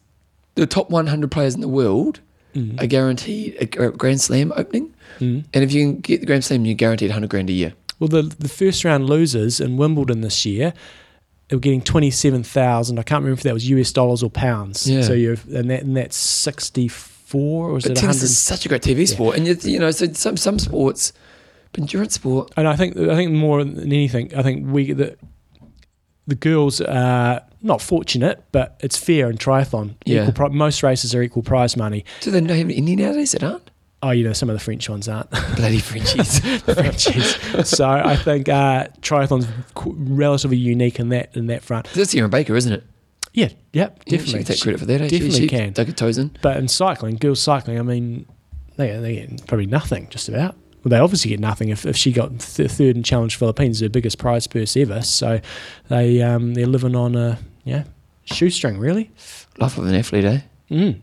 Speaker 1: the top 100 players in the world
Speaker 2: Mm.
Speaker 1: are guaranteed a gr- Grand Slam opening, and if you can get the Grand Slam, you're guaranteed 100 grand a year.
Speaker 2: Well, the the first round losers in Wimbledon this year they were getting twenty seven thousand. I can't remember if that was US dollars or pounds.
Speaker 1: Yeah.
Speaker 2: So you and that and that's sixty four or is
Speaker 1: But
Speaker 2: it
Speaker 1: tennis
Speaker 2: hundred?
Speaker 1: is such a great TV sport, and it's, you know, so some some sports, but endurance sport.
Speaker 2: And I think I think more than anything, I think we the the girls are not fortunate, but it's fair in triathlon.
Speaker 1: Yeah.
Speaker 2: Equal pri- most races are equal prize money.
Speaker 1: Do they not have any nowadays that aren't?
Speaker 2: Oh, you know, some of the French ones aren't.
Speaker 1: Bloody Frenchies.
Speaker 2: Frenchies. so I think uh, triathlon's qu- relatively unique in that in that front.
Speaker 1: That's Erin Baker, isn't it?
Speaker 2: Yeah, yep,
Speaker 1: Yeah,
Speaker 2: definitely.
Speaker 1: She can take credit for that. eh? She-
Speaker 2: definitely
Speaker 1: she
Speaker 2: can.
Speaker 1: Dug her toes in.
Speaker 2: But in cycling, girls cycling, I mean, they, they get probably nothing, just about. Well, they obviously get nothing if, if she got th- third in Challenge Philippines, their biggest prize purse ever. So they um, they're living on a yeah shoestring, really.
Speaker 1: Life of an athlete, eh?
Speaker 2: Mm.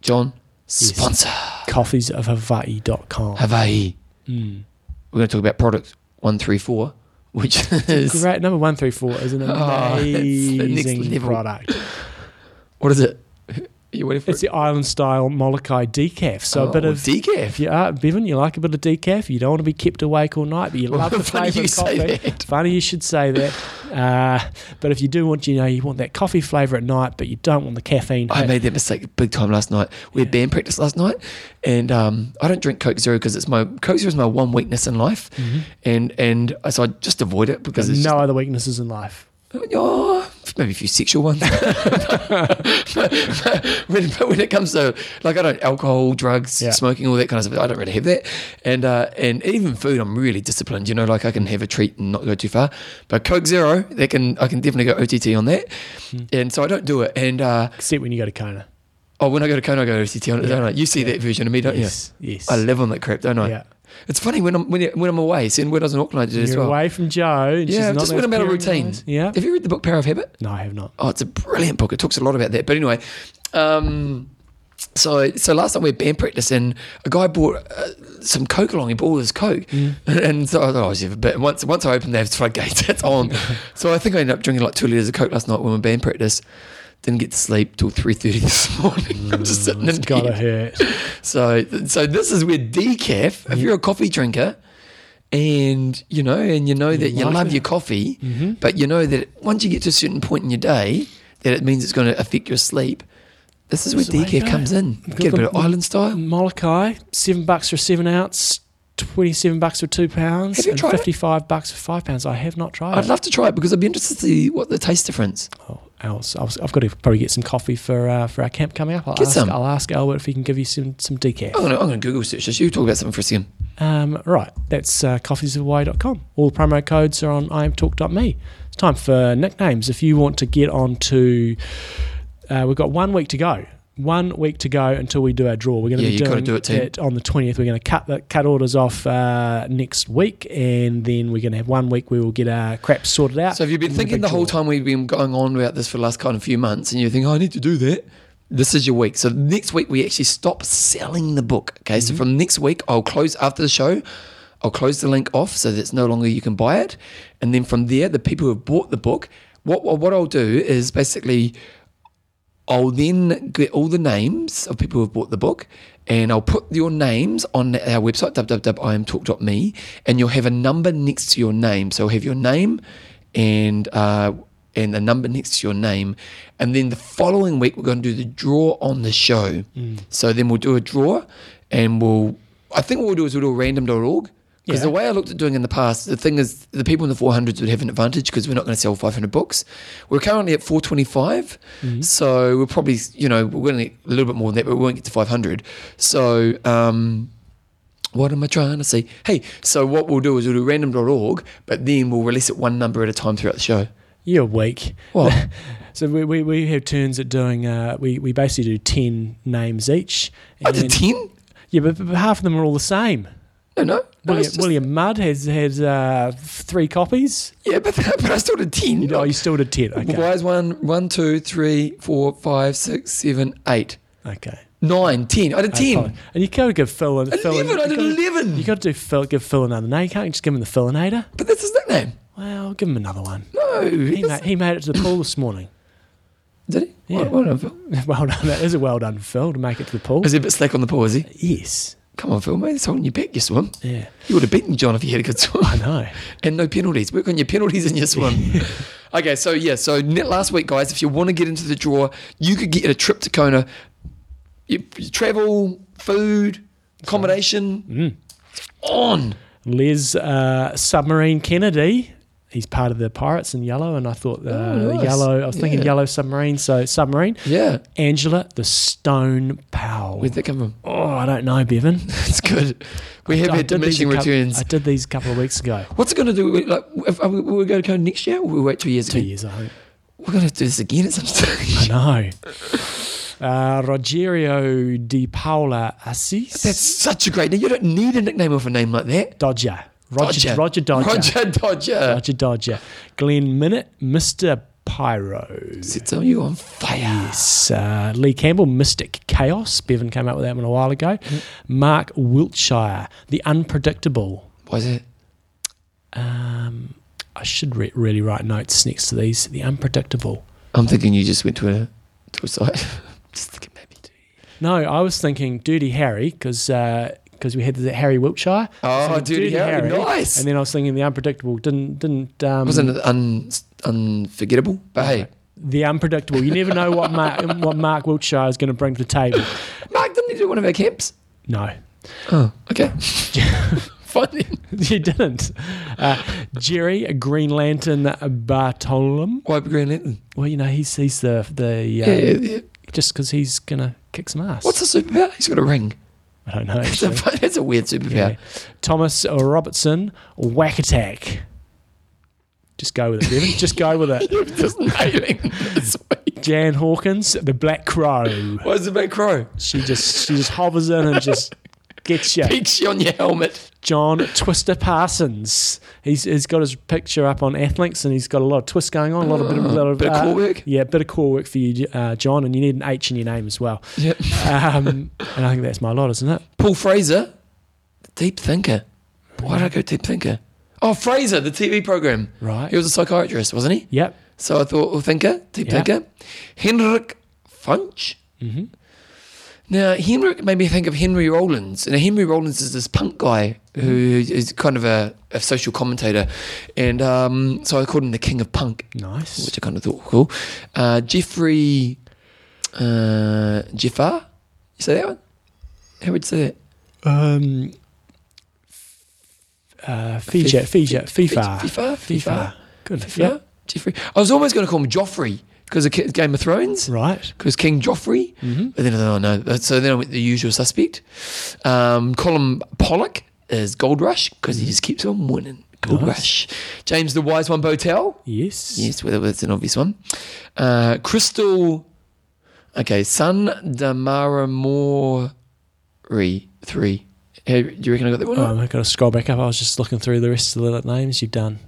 Speaker 1: John,
Speaker 2: Yes.
Speaker 1: sponsor
Speaker 2: Coffees of Hawaii.com.
Speaker 1: Hawaii.
Speaker 2: Mm.
Speaker 1: We're going to talk about product 134, which is.
Speaker 2: Great number one three four is an
Speaker 1: Oh, it's the next
Speaker 2: amazing
Speaker 1: level.
Speaker 2: product.
Speaker 1: What is it? Are you waiting for
Speaker 2: It's
Speaker 1: it?
Speaker 2: the island style Molokai decaf. So
Speaker 1: Oh,
Speaker 2: a bit of
Speaker 1: decaf.
Speaker 2: If you are Bevan, you like a bit of decaf. You don't want to be kept awake all night, but you love the
Speaker 1: Funny
Speaker 2: flavour
Speaker 1: you
Speaker 2: of
Speaker 1: say
Speaker 2: coffee.
Speaker 1: that.
Speaker 2: Funny you should say that. Uh, but if you do want, you know, you want that coffee flavour at night, but you don't want the caffeine.
Speaker 1: I
Speaker 2: hit.
Speaker 1: made that mistake big time last night. We had band practice last night, and um, I don't drink Coke Zero because it's my Coke Zero is my one weakness in life, and and I- so I just avoid it because it's
Speaker 2: no other weaknesses in life.
Speaker 1: just, oh, maybe a few sexual ones. when, but when it comes to like I don't alcohol, drugs,
Speaker 2: Yeah.
Speaker 1: smoking, all that kind of stuff, I don't really have that. And uh, and even food, I'm really disciplined. You know, like I can have a treat and not go too far. But Coke Zero, they can I can definitely go OTT on that.
Speaker 2: Hmm.
Speaker 1: And so I don't do it. And uh,
Speaker 2: Except when you go to Kona.
Speaker 1: oh, when I go to Kona, I go OTT on it,
Speaker 2: Yeah.
Speaker 1: don't I? You see that version of me, don't
Speaker 2: yes. Yes.
Speaker 1: you? I live on that crap, don't I?
Speaker 2: Yeah.
Speaker 1: It's funny when I'm when, when I'm away. See, and when I was in Auckland, I did it as
Speaker 2: You're
Speaker 1: well.
Speaker 2: away from Joe. And
Speaker 1: Yeah,
Speaker 2: she's not
Speaker 1: just when I'm out of routine.
Speaker 2: periodised. Yeah.
Speaker 1: Have you read the book Power of Habit?
Speaker 2: No, I have not.
Speaker 1: Oh, it's a brilliant book. It talks a lot about that. But anyway, um, so so last time we had band practice and a guy bought uh, some coke along. He bought all this coke, and so I thought, oh, shit. But once once I opened those floodgates, it's on. so I think I ended up drinking like two liters of coke last night when we were in band practice. Didn't get to sleep till three thirty this morning. I'm just sitting in
Speaker 2: It's got to
Speaker 1: bed.
Speaker 2: hurt.
Speaker 1: So so this is where decaf. If you're a coffee drinker. And you know, and you know that you
Speaker 2: like
Speaker 1: love
Speaker 2: it.
Speaker 1: your coffee, but you know that once you get to a certain point in your day, that it means it's going to affect your sleep. This is where
Speaker 2: the way to
Speaker 1: decaf
Speaker 2: go.
Speaker 1: comes in. Get a bit of island style.
Speaker 2: Molokai, seven bucks for a seven ounce, twenty-seven bucks for two pounds,
Speaker 1: Have you
Speaker 2: and
Speaker 1: tried it?
Speaker 2: fifty-five bucks for five pounds. I have not tried.
Speaker 1: I'd
Speaker 2: it.
Speaker 1: love to try it because I'd be interested to see what the taste difference.
Speaker 2: Oh, else I was, I've got to probably get some coffee for uh, for our camp coming up. I'll
Speaker 1: Get
Speaker 2: ask,
Speaker 1: some. Oh,
Speaker 2: I'll ask Albert if he can give you some some decaf.
Speaker 1: I'm going to I'm going to Google search this. You talk about something for a second.
Speaker 2: Um, right, that's uh, coffeesofhawaii.com. All promo codes are on imtalk.me. It's time for nicknames. If you want to get on to, uh, we've got one week to go. One week to go until we do our draw. We're going to
Speaker 1: Yeah,
Speaker 2: be
Speaker 1: you gotta
Speaker 2: doing
Speaker 1: do it, team.
Speaker 2: on the twentieth. We're going to cut the cut orders off uh, next week, and then we're going to have one week where we'll get our crap sorted out.
Speaker 1: So, have you been
Speaker 2: and then a
Speaker 1: thinking
Speaker 2: big
Speaker 1: the whole
Speaker 2: draw.
Speaker 1: time we've been going on about this for the last kind of few months, and you think, oh, I need to do that? This is your week. So, next week, we actually stop selling the book. Okay. So, from next week, I'll close after the show, I'll close the link off so that's no longer you can buy it. And then from there, the people who have bought the book, what, what what I'll do is basically I'll then get all the names of people who have bought the book and I'll put your names on our website, www.imtalk.me, and you'll have a number next to your name. So I'll have your name and uh, and a number next to your name. And then the following week, we're going to do the draw on the show. So then we'll do a draw and we'll, I think what we'll do is we'll do a random.org. Because
Speaker 2: Yeah.
Speaker 1: the way I looked at doing it in the past, the thing is, the people in the 400s would have an advantage because we're not going to sell 500 books. We're currently at 425,
Speaker 2: Mm-hmm.
Speaker 1: so we're probably, you know, we're going to get a little bit more than that, but we won't get to 500. So, um, What am I trying to say? Hey, so what we'll do is we'll do random.org, but then we'll release it one number at a time throughout the show.
Speaker 2: You're weak.
Speaker 1: What?
Speaker 2: So we, we, we have turns at doing. Uh, we we basically do ten names each.
Speaker 1: I did 10?
Speaker 2: Yeah, but, but half of them are all the same.
Speaker 1: No, no. no
Speaker 2: William,
Speaker 1: it's just-
Speaker 2: William Mudd has has uh, three copies.
Speaker 1: yeah, but, but I still did 10.
Speaker 2: Oh, you still did ten. Okay.
Speaker 1: Why is one, one, two, three, four, five, six, seven, eight,
Speaker 2: Okay.
Speaker 1: nine, ten? I did
Speaker 2: Okay,
Speaker 1: 10.
Speaker 2: fine. And you gotta give Phil and Phil.
Speaker 1: Eleven. I
Speaker 2: and,
Speaker 1: did
Speaker 2: you gotta-
Speaker 1: eleven.
Speaker 2: You got to do Phil, give Phil another name. You can't just give him the Philinator.
Speaker 1: but that's his nickname.
Speaker 2: Well, give him another one.
Speaker 1: No, he
Speaker 2: He, ma-
Speaker 1: doesn't-
Speaker 2: he made it to the pool this morning.
Speaker 1: did he?
Speaker 2: Yeah.
Speaker 1: What, what, Phil?
Speaker 2: Well done. That is a well done Phil to make it to the pool.
Speaker 1: is he a bit slack on the paw? Is he?
Speaker 2: Yes.
Speaker 1: Come on, Phil, mate. It's holding you back. You swim.
Speaker 2: Yeah.
Speaker 1: You would have beaten John if you had a good swim.
Speaker 2: I know.
Speaker 1: and no penalties. Work on your penalties in your swim. okay, so yeah, so net last week, guys, if you want to get into the draw, you could get a trip to Kona. You, you travel, food, accommodation, It's on.
Speaker 2: Mm. Les uh, Submarine Kennedy. He's part of the Pirates in yellow, and I thought uh,
Speaker 1: Oh, nice.
Speaker 2: yellow. I was thinking
Speaker 1: Yeah.
Speaker 2: yellow submarine, so submarine.
Speaker 1: Yeah,
Speaker 2: Angela the Stone Powell.
Speaker 1: where'd that come from?
Speaker 2: oh, I don't know, Bevan.
Speaker 1: It's good. We have
Speaker 2: I
Speaker 1: had
Speaker 2: did these
Speaker 1: diminishing
Speaker 2: a coup-
Speaker 1: returns.
Speaker 2: I did these a couple of weeks ago.
Speaker 1: What's it going to do? Like, if, are we, will we go to Kona next year, or will we wait two years?
Speaker 2: Two
Speaker 1: again?
Speaker 2: years, I think.
Speaker 1: We're going to do this again at some stage.
Speaker 2: I know. Uh, Rogerio Di Paola Assis.
Speaker 1: That's such a great name. You don't need a nickname of a name like that.
Speaker 2: Dodger. Roger
Speaker 1: Dodger.
Speaker 2: Dodger. Roger Dodger.
Speaker 1: Roger Dodger.
Speaker 2: Roger Dodger. Glenn Minnett, Mr. Pyro.
Speaker 1: Sets you on fire.
Speaker 2: Yes, uh, Lee Campbell, Mystic Chaos. Bevan came out with that one a while ago.
Speaker 1: Mm-hmm.
Speaker 2: Mark Wiltshire, The Unpredictable.
Speaker 1: Why is it?
Speaker 2: Um, I should re- really write notes next to these. The Unpredictable.
Speaker 1: I'm thinking you just went to a to a site. just thinking maybe.
Speaker 2: No, I was thinking Dirty Harry because we had the Harry Wiltshire. I was
Speaker 1: Oh,
Speaker 2: thinking
Speaker 1: Dirty Harry, nice.
Speaker 2: And then I was thinking The Unpredictable didn't didn't um,
Speaker 1: Wasn't it un, unforgettable? But hey,
Speaker 2: The Unpredictable. You never know what Mark what Mark Wiltshire is going to bring to the table.
Speaker 1: Mark, didn't he do one of our camps?
Speaker 2: No,
Speaker 1: Oh, okay. Fine then.
Speaker 2: you didn't. Uh, Jerry Green Lantern Bartolom.
Speaker 1: Why Green Lantern?
Speaker 2: Well, you know he's he's the the uh,
Speaker 1: Yeah, yeah, yeah.
Speaker 2: just because he's gonna kick some ass.
Speaker 1: What's the superpower? He's got a ring.
Speaker 2: I don't know.
Speaker 1: That's a,
Speaker 2: Actually.
Speaker 1: that's a weird
Speaker 2: yeah.
Speaker 1: superpower.
Speaker 2: Thomas Robertson Whack Attack. Just go with it, Bevan. Just go with it.
Speaker 1: You're just nailing this week.
Speaker 2: Jan Hawkins, the Black Crow.
Speaker 1: Why is the big crow?
Speaker 2: She just she just hovers in and just gets you.
Speaker 1: Peaks you on your helmet.
Speaker 2: John Twister Parsons. He's he's got his picture up on Athlinks and he's got a lot of twist going on, a lot of bit of, lot of,
Speaker 1: Bit of
Speaker 2: uh,
Speaker 1: core work?
Speaker 2: Yeah, bit of core work for you, uh, John, and you need an H in your name as well.
Speaker 1: Yep.
Speaker 2: Um, and I think that's my lot, isn't it?
Speaker 1: Paul Fraser, the deep thinker. Why did I go deep thinker? Oh, Fraser, the TV program.
Speaker 2: Right.
Speaker 1: He was a psychiatrist, wasn't he?
Speaker 2: Yep.
Speaker 1: So I thought, well, thinker, deep
Speaker 2: Yeah.
Speaker 1: thinker. Henrik Funch.
Speaker 2: Mhm.
Speaker 1: Now, Henrik made me think of Henry Rollins. And Henry Rollins is this punk guy who is kind of a, a social commentator. And um, so I called him the king of punk,
Speaker 2: Nice.
Speaker 1: which I kind of thought was cool. Uh, Jeffrey uh, Jeffar. You say that one? How would you say that?
Speaker 2: Um, uh, Fija, Fija, FIFA,
Speaker 1: FIFA?
Speaker 2: FIFA. Good.
Speaker 1: FIFA?
Speaker 2: Yep.
Speaker 1: Jeffrey. I was almost going to call him Joffrey because of Ki- Game of Thrones.
Speaker 2: Right. Mm-hmm.
Speaker 1: because King Joffrey. But then I thought, oh, no. So then I went the usual suspect. Um, Colin Pollock is Gold Rush because he just keeps on winning. Gold
Speaker 2: Mm-hmm. Nice.
Speaker 1: Rush. James the Wise One Botel.
Speaker 2: Yes.
Speaker 1: Yes, well, that's an obvious one. Uh, Crystal. Okay, Sun Damaramori 3. Hey, do you reckon I got that one?
Speaker 2: Oh, I've got to scroll back up. I was just looking through the rest of the names you've done.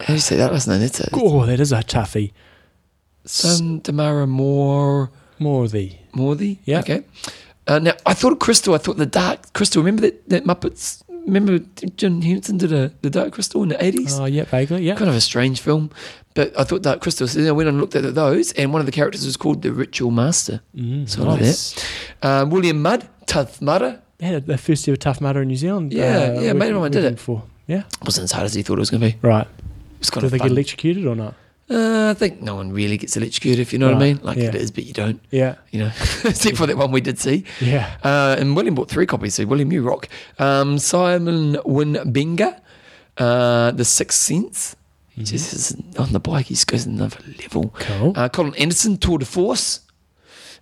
Speaker 1: How do you say that last name? That's it.
Speaker 2: Oh, that is a toughie.
Speaker 1: Sun Damaramori.
Speaker 2: More of the.
Speaker 1: Morthy.
Speaker 2: Yeah.
Speaker 1: Okay. Uh, now I thought of Crystal. I thought the Dark Crystal. Remember that, that Muppets? Remember Jim Henson did a, the Dark Crystal in the eighties?
Speaker 2: Oh, yeah, vaguely. Yeah.
Speaker 1: Kind of a strange film, but I thought Dark Crystal. So then I went and looked at those, and one of the characters was called the Ritual Master.
Speaker 2: Mm,
Speaker 1: So I like that. Um, William Mudd, Tough Mudder.
Speaker 2: Had a- the first ever Tough Mudder in New Zealand. uh,
Speaker 1: Yeah, yeah,
Speaker 2: we-
Speaker 1: mate of mine
Speaker 2: we
Speaker 1: did it.
Speaker 2: Before. Yeah.
Speaker 1: Wasn't as hard as he thought it was going to be. It
Speaker 2: Right.
Speaker 1: was kind
Speaker 2: Did
Speaker 1: of
Speaker 2: they
Speaker 1: fun.
Speaker 2: get electrocuted or not?
Speaker 1: uh, I think no one really gets electrocuted if you know what I
Speaker 2: Right,
Speaker 1: mean. Like
Speaker 2: yeah.
Speaker 1: it is, but you don't.
Speaker 2: Yeah.
Speaker 1: You know, except for that one we did see.
Speaker 2: Yeah.
Speaker 1: Uh, and William bought three copies. So William, you rock. Um, Simon Winbenga, uh, The Sixth Sense.
Speaker 2: Mm-hmm.
Speaker 1: He just is on the bike. He just goes another level.
Speaker 2: Cool.
Speaker 1: Uh, Colin Anderson, Tour de Force.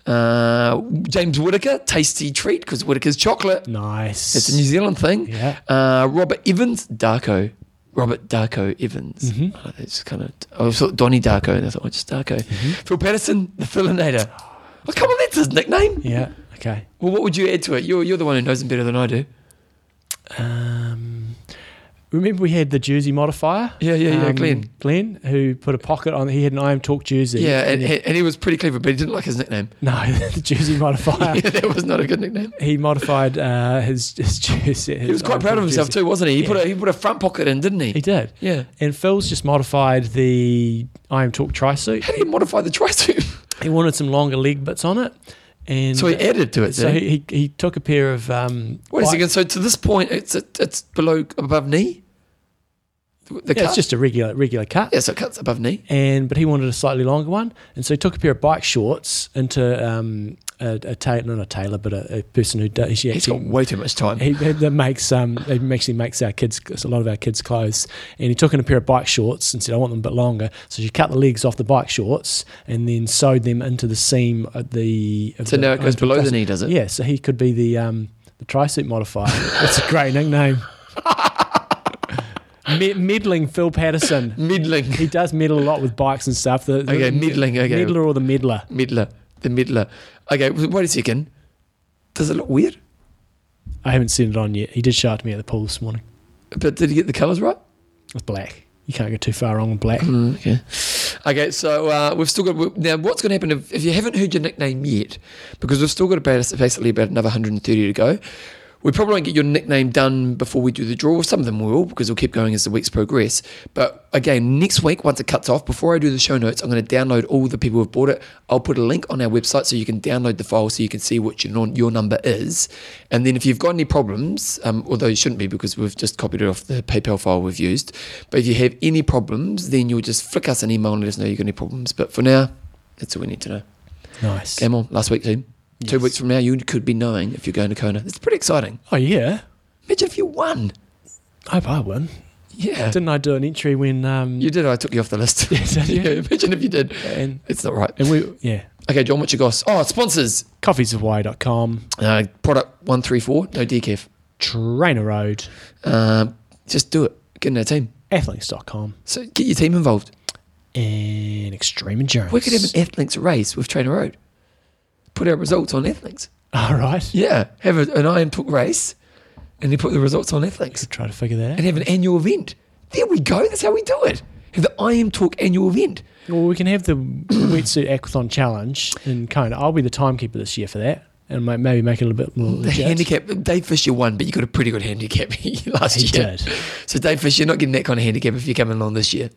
Speaker 1: Uh, James Whitaker, tasty treat because Whitaker's chocolate.
Speaker 2: Nice.
Speaker 1: It's a New Zealand thing.
Speaker 2: Yeah.
Speaker 1: Uh, Robert Evans, Darko. Robert Darko Evans. Uh, it's kind of. I always thought Donnie Darko, and I thought, oh, just Darko. Phil Patterson, the Philinator. Oh, come on, that's his nickname.
Speaker 2: Yeah. Okay.
Speaker 1: Well, what would you add to it? You're, you're the one who knows him better than I do.
Speaker 2: Um, remember we had the jersey modifier. Um,
Speaker 1: Yeah, yeah, yeah, Glenn.
Speaker 2: Glenn, who put a pocket on. He had an I am Talk jersey.
Speaker 1: Yeah, and, and he was pretty clever, but he didn't like his nickname.
Speaker 2: no, the jersey modifier.
Speaker 1: Yeah, that was not a good nickname.
Speaker 2: He modified uh, his, his jersey.
Speaker 1: He was quite proud of himself too, wasn't he? He put a he put a front pocket in, didn't he?
Speaker 2: He did.
Speaker 1: Yeah.
Speaker 2: And Phil's just modified the I am Talk tri suit.
Speaker 1: How do you modify the tri suit?
Speaker 2: He wanted some longer leg bits on it, and
Speaker 1: So he added to it.
Speaker 2: so
Speaker 1: did he?
Speaker 2: he, he, he took a pair of um,
Speaker 1: Wait a
Speaker 2: white-
Speaker 1: second. So to this point, it's it's below above knee. The
Speaker 2: Yeah,
Speaker 1: cut.
Speaker 2: it's just a regular regular cut.
Speaker 1: yeah, so it cuts above knee.
Speaker 2: and but he wanted a slightly longer one, and so he took a pair of bike shorts into um, a, a tailor, not a tailor, but a, a person who does. She
Speaker 1: He's got
Speaker 2: actually,
Speaker 1: way too much time.
Speaker 2: he he- that makes um, he actually makes our kids a lot of our kids' clothes, and he took in a pair of bike shorts and said, "I want them a bit longer." So she cut the legs off the bike shorts and then sewed them into the seam of the. Of
Speaker 1: so
Speaker 2: the-
Speaker 1: now it goes
Speaker 2: of the
Speaker 1: below the
Speaker 2: dress.
Speaker 1: knee, does it?
Speaker 2: Yeah, so he could be the um, the tri-suit modifier. That's a great nickname. Me- meddling Phil Patterson.
Speaker 1: Middling.
Speaker 2: He does meddle a lot with bikes and stuff. The, the-
Speaker 1: Okay, meddling, okay.
Speaker 2: Meddler or the meddler.
Speaker 1: Middler. The middler. Okay, w- wait a second. Does it look weird?
Speaker 2: I haven't seen it on yet. He did show it to me at the pool this morning.
Speaker 1: But did he get the colours right?
Speaker 2: It's black. You can't go too far wrong with black.
Speaker 1: Mm, okay. Okay, so uh, we've still got. we- Now, what's going to happen if, if you haven't heard your nickname yet? Because we've still got about basically about another 130 to go. We probably won't get your nickname done before we do the draw. Some of them will, because we'll keep going as the weeks progress. But again, next week, once it cuts off, before I do the show notes, I'm going to download all the people who've bought it. I'll put a link on our website so you can download the file so you can see what your, non- your number is. And then if you've got any problems, um, although you shouldn't be because we've just copied it off the PayPal file we've used, but if you have any problems, then you'll just flick us an email and let us know you've got any problems. But for now, that's all we need to know.
Speaker 2: Nice.
Speaker 1: Game on, last week, team. Two
Speaker 2: Yes.
Speaker 1: weeks from now, you could be knowing if you're going to Kona. It's pretty exciting.
Speaker 2: Oh, yeah.
Speaker 1: Imagine if you won.
Speaker 2: I hope I win.
Speaker 1: Yeah.
Speaker 2: Didn't I do an entry when. Um,
Speaker 1: You did. I took you off the list.
Speaker 2: Yeah, did you?
Speaker 1: yeah, imagine if you did.
Speaker 2: and,
Speaker 1: It's not right.
Speaker 2: and we. Yeah.
Speaker 1: Okay, John, what's your goss? Oh, sponsors.
Speaker 2: Coffeesofhawaii.com,
Speaker 1: Uh, product 134, no decaf.
Speaker 2: Trainer Road,
Speaker 1: Um, just do it. Get in our team.
Speaker 2: Athlinks.com,
Speaker 1: So get your team involved.
Speaker 2: and Extreme Endurance.
Speaker 1: We could have an Athlinks race with Trainer Road. Put our results on Athlinks.
Speaker 2: All right.
Speaker 1: Yeah, have a, an Iron Talk race and then put the results on Athlinks.
Speaker 2: Try to figure that
Speaker 1: and
Speaker 2: out.
Speaker 1: have an annual event. There we go. That's how we do it. Have the I Am Talk annual event.
Speaker 2: Well, we can have the wetsuit aquathon challenge in Kona. I'll be the timekeeper this year for that, and ma- maybe make it a little bit more
Speaker 1: The
Speaker 2: legit.
Speaker 1: handicap. Dave Fisher won, but you got a pretty good handicap last
Speaker 2: He
Speaker 1: year.
Speaker 2: did.
Speaker 1: So Dave Fisher, you're not getting that kind of handicap if you're coming along this year.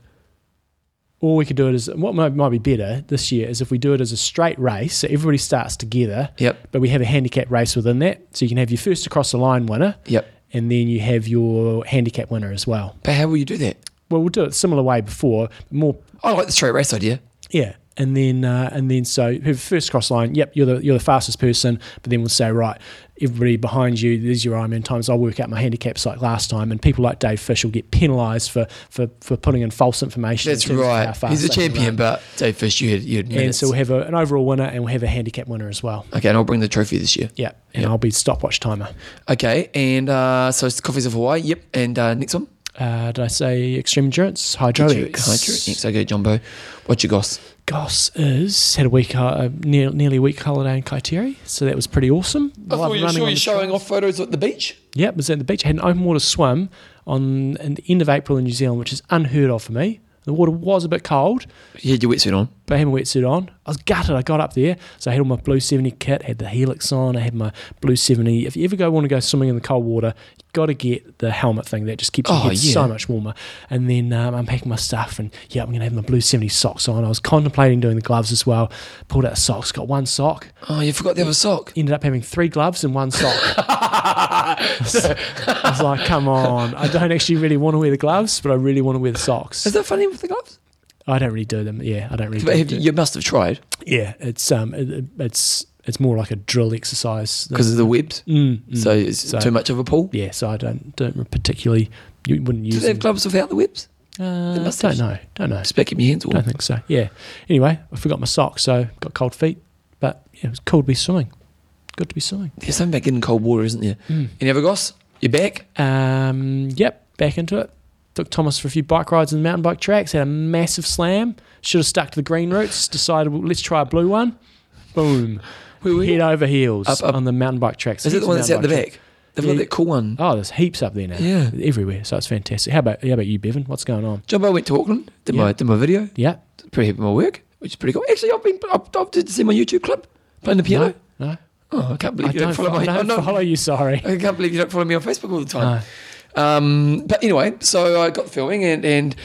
Speaker 2: Or we could do it as what might, might be better this year is if we do it as a straight race, so everybody starts together,
Speaker 1: Yep.
Speaker 2: but we have a handicap race within that, so you can have your first across the line winner,
Speaker 1: Yep.
Speaker 2: and then you have your handicap winner as well.
Speaker 1: But how will you do that?
Speaker 2: Well, we'll do it similar way before, more
Speaker 1: I like the straight race idea.
Speaker 2: Yeah, and then uh, and then so who- first cross line. Yep, you're the you're the fastest person. But then we'll say right, everybody behind you. These are your Ironman times. I'll work out my handicaps like last time. And people like Dave Fish will get penalised for, for for putting in false information. in
Speaker 1: That's
Speaker 2: terms of how
Speaker 1: right.
Speaker 2: fast
Speaker 1: He's a
Speaker 2: they can
Speaker 1: champion,
Speaker 2: run.
Speaker 1: but Dave Fisher, you had, you had
Speaker 2: And
Speaker 1: minutes.
Speaker 2: so we'll have a, an overall winner, and we'll have a handicap winner as well.
Speaker 1: okay, and I'll bring the trophy this year.
Speaker 2: Yeah, and
Speaker 1: Yeah.
Speaker 2: I'll be stopwatch timer.
Speaker 1: Okay, and uh, so it's the Coffees of Hawaii. Yep, and uh, next one.
Speaker 2: Uh, did I say extreme endurance hydraulics?
Speaker 1: Next, okay, Jumbo. What's your goss?
Speaker 2: Goss is had a week, uh, near, nearly a week holiday in Kaiteri, so that was pretty awesome. Love running on the trails.
Speaker 1: off photos at the beach.
Speaker 2: Yep, was at the beach. I had an open water swim on at the end of April in New Zealand, which is unheard of for me. The water was a bit cold,
Speaker 1: You had your wetsuit on.
Speaker 2: but I had my wetsuit on. I was gutted. I got up there, so I had all my Blue 70 kit, had the Helix on, I had my Blue 70. If you ever go want to go swimming in the cold water, you got to get the helmet thing. That just keeps your
Speaker 1: Oh,
Speaker 2: head
Speaker 1: yeah.
Speaker 2: so much warmer. And then um, I'm packing my stuff, and yeah, I'm going to have my Blue 70 socks on. I was contemplating doing the gloves as well. Pulled out the socks, got one sock,
Speaker 1: Oh, you forgot the other sock.
Speaker 2: ended up having three gloves and one sock. I was like, come on, I don't actually really want to wear the gloves, but I really want to wear the socks.
Speaker 1: Is that funny with the gloves?
Speaker 2: I don't really do them. Yeah, I don't really.
Speaker 1: But
Speaker 2: do
Speaker 1: have
Speaker 2: do
Speaker 1: you,
Speaker 2: it.
Speaker 1: you must have tried
Speaker 2: Yeah, it's um, it- it- it's it's more like a drill exercise. than-
Speaker 1: because of the webs.
Speaker 2: Mm, mm.
Speaker 1: So it's
Speaker 2: So-
Speaker 1: too much of a pull.
Speaker 2: yeah, so I don't don't particularly. You wouldn't
Speaker 1: Do
Speaker 2: use
Speaker 1: they have
Speaker 2: them.
Speaker 1: gloves without the webs?
Speaker 2: Uh,
Speaker 1: They must
Speaker 2: don't
Speaker 1: have.
Speaker 2: know. Don't know.
Speaker 1: Just back in your hands. Or
Speaker 2: Don't think so. Yeah. Anyway, I forgot my socks, so got cold feet. But yeah, it was cool to be swimming. Good to be swimming.
Speaker 1: There's something about getting cold water, isn't there? Any other goss? You're back?
Speaker 2: Um, yep, back into it. Took Thomas for a few bike rides in the mountain bike tracks. Had a massive slam. Should have stuck to the green routes. Decided well, let's try a blue one. Boom.
Speaker 1: Where were you?
Speaker 2: Head over heels Oh,
Speaker 1: Up, up.
Speaker 2: on the mountain bike tracks.
Speaker 1: Is it
Speaker 2: Heaps
Speaker 1: the
Speaker 2: of
Speaker 1: one that's out
Speaker 2: mountain
Speaker 1: the
Speaker 2: bike
Speaker 1: back? They've got
Speaker 2: Yeah.
Speaker 1: that cool one.
Speaker 2: tracks. Oh, there's heaps up there now.
Speaker 1: Yeah.
Speaker 2: everywhere. So it's fantastic. How about how about you, Bevan? What's going on?
Speaker 1: Jumbo went to Auckland, did, my,
Speaker 2: Yeah.
Speaker 1: did my video,
Speaker 2: Yeah.
Speaker 1: pretty happy with my work, which is pretty cool. Actually, I've been, I've, I've did see my YouTube clip playing the piano.
Speaker 2: No. no.
Speaker 1: Oh, I can't believe
Speaker 2: I
Speaker 1: you don't,
Speaker 2: don't,
Speaker 1: follow
Speaker 2: fo-
Speaker 1: my.
Speaker 2: I
Speaker 1: I
Speaker 2: don't
Speaker 1: know-
Speaker 2: follow you. Sorry.
Speaker 1: I can't believe you don't follow me on Facebook all the time. Um, but anyway, so I got filming, and, and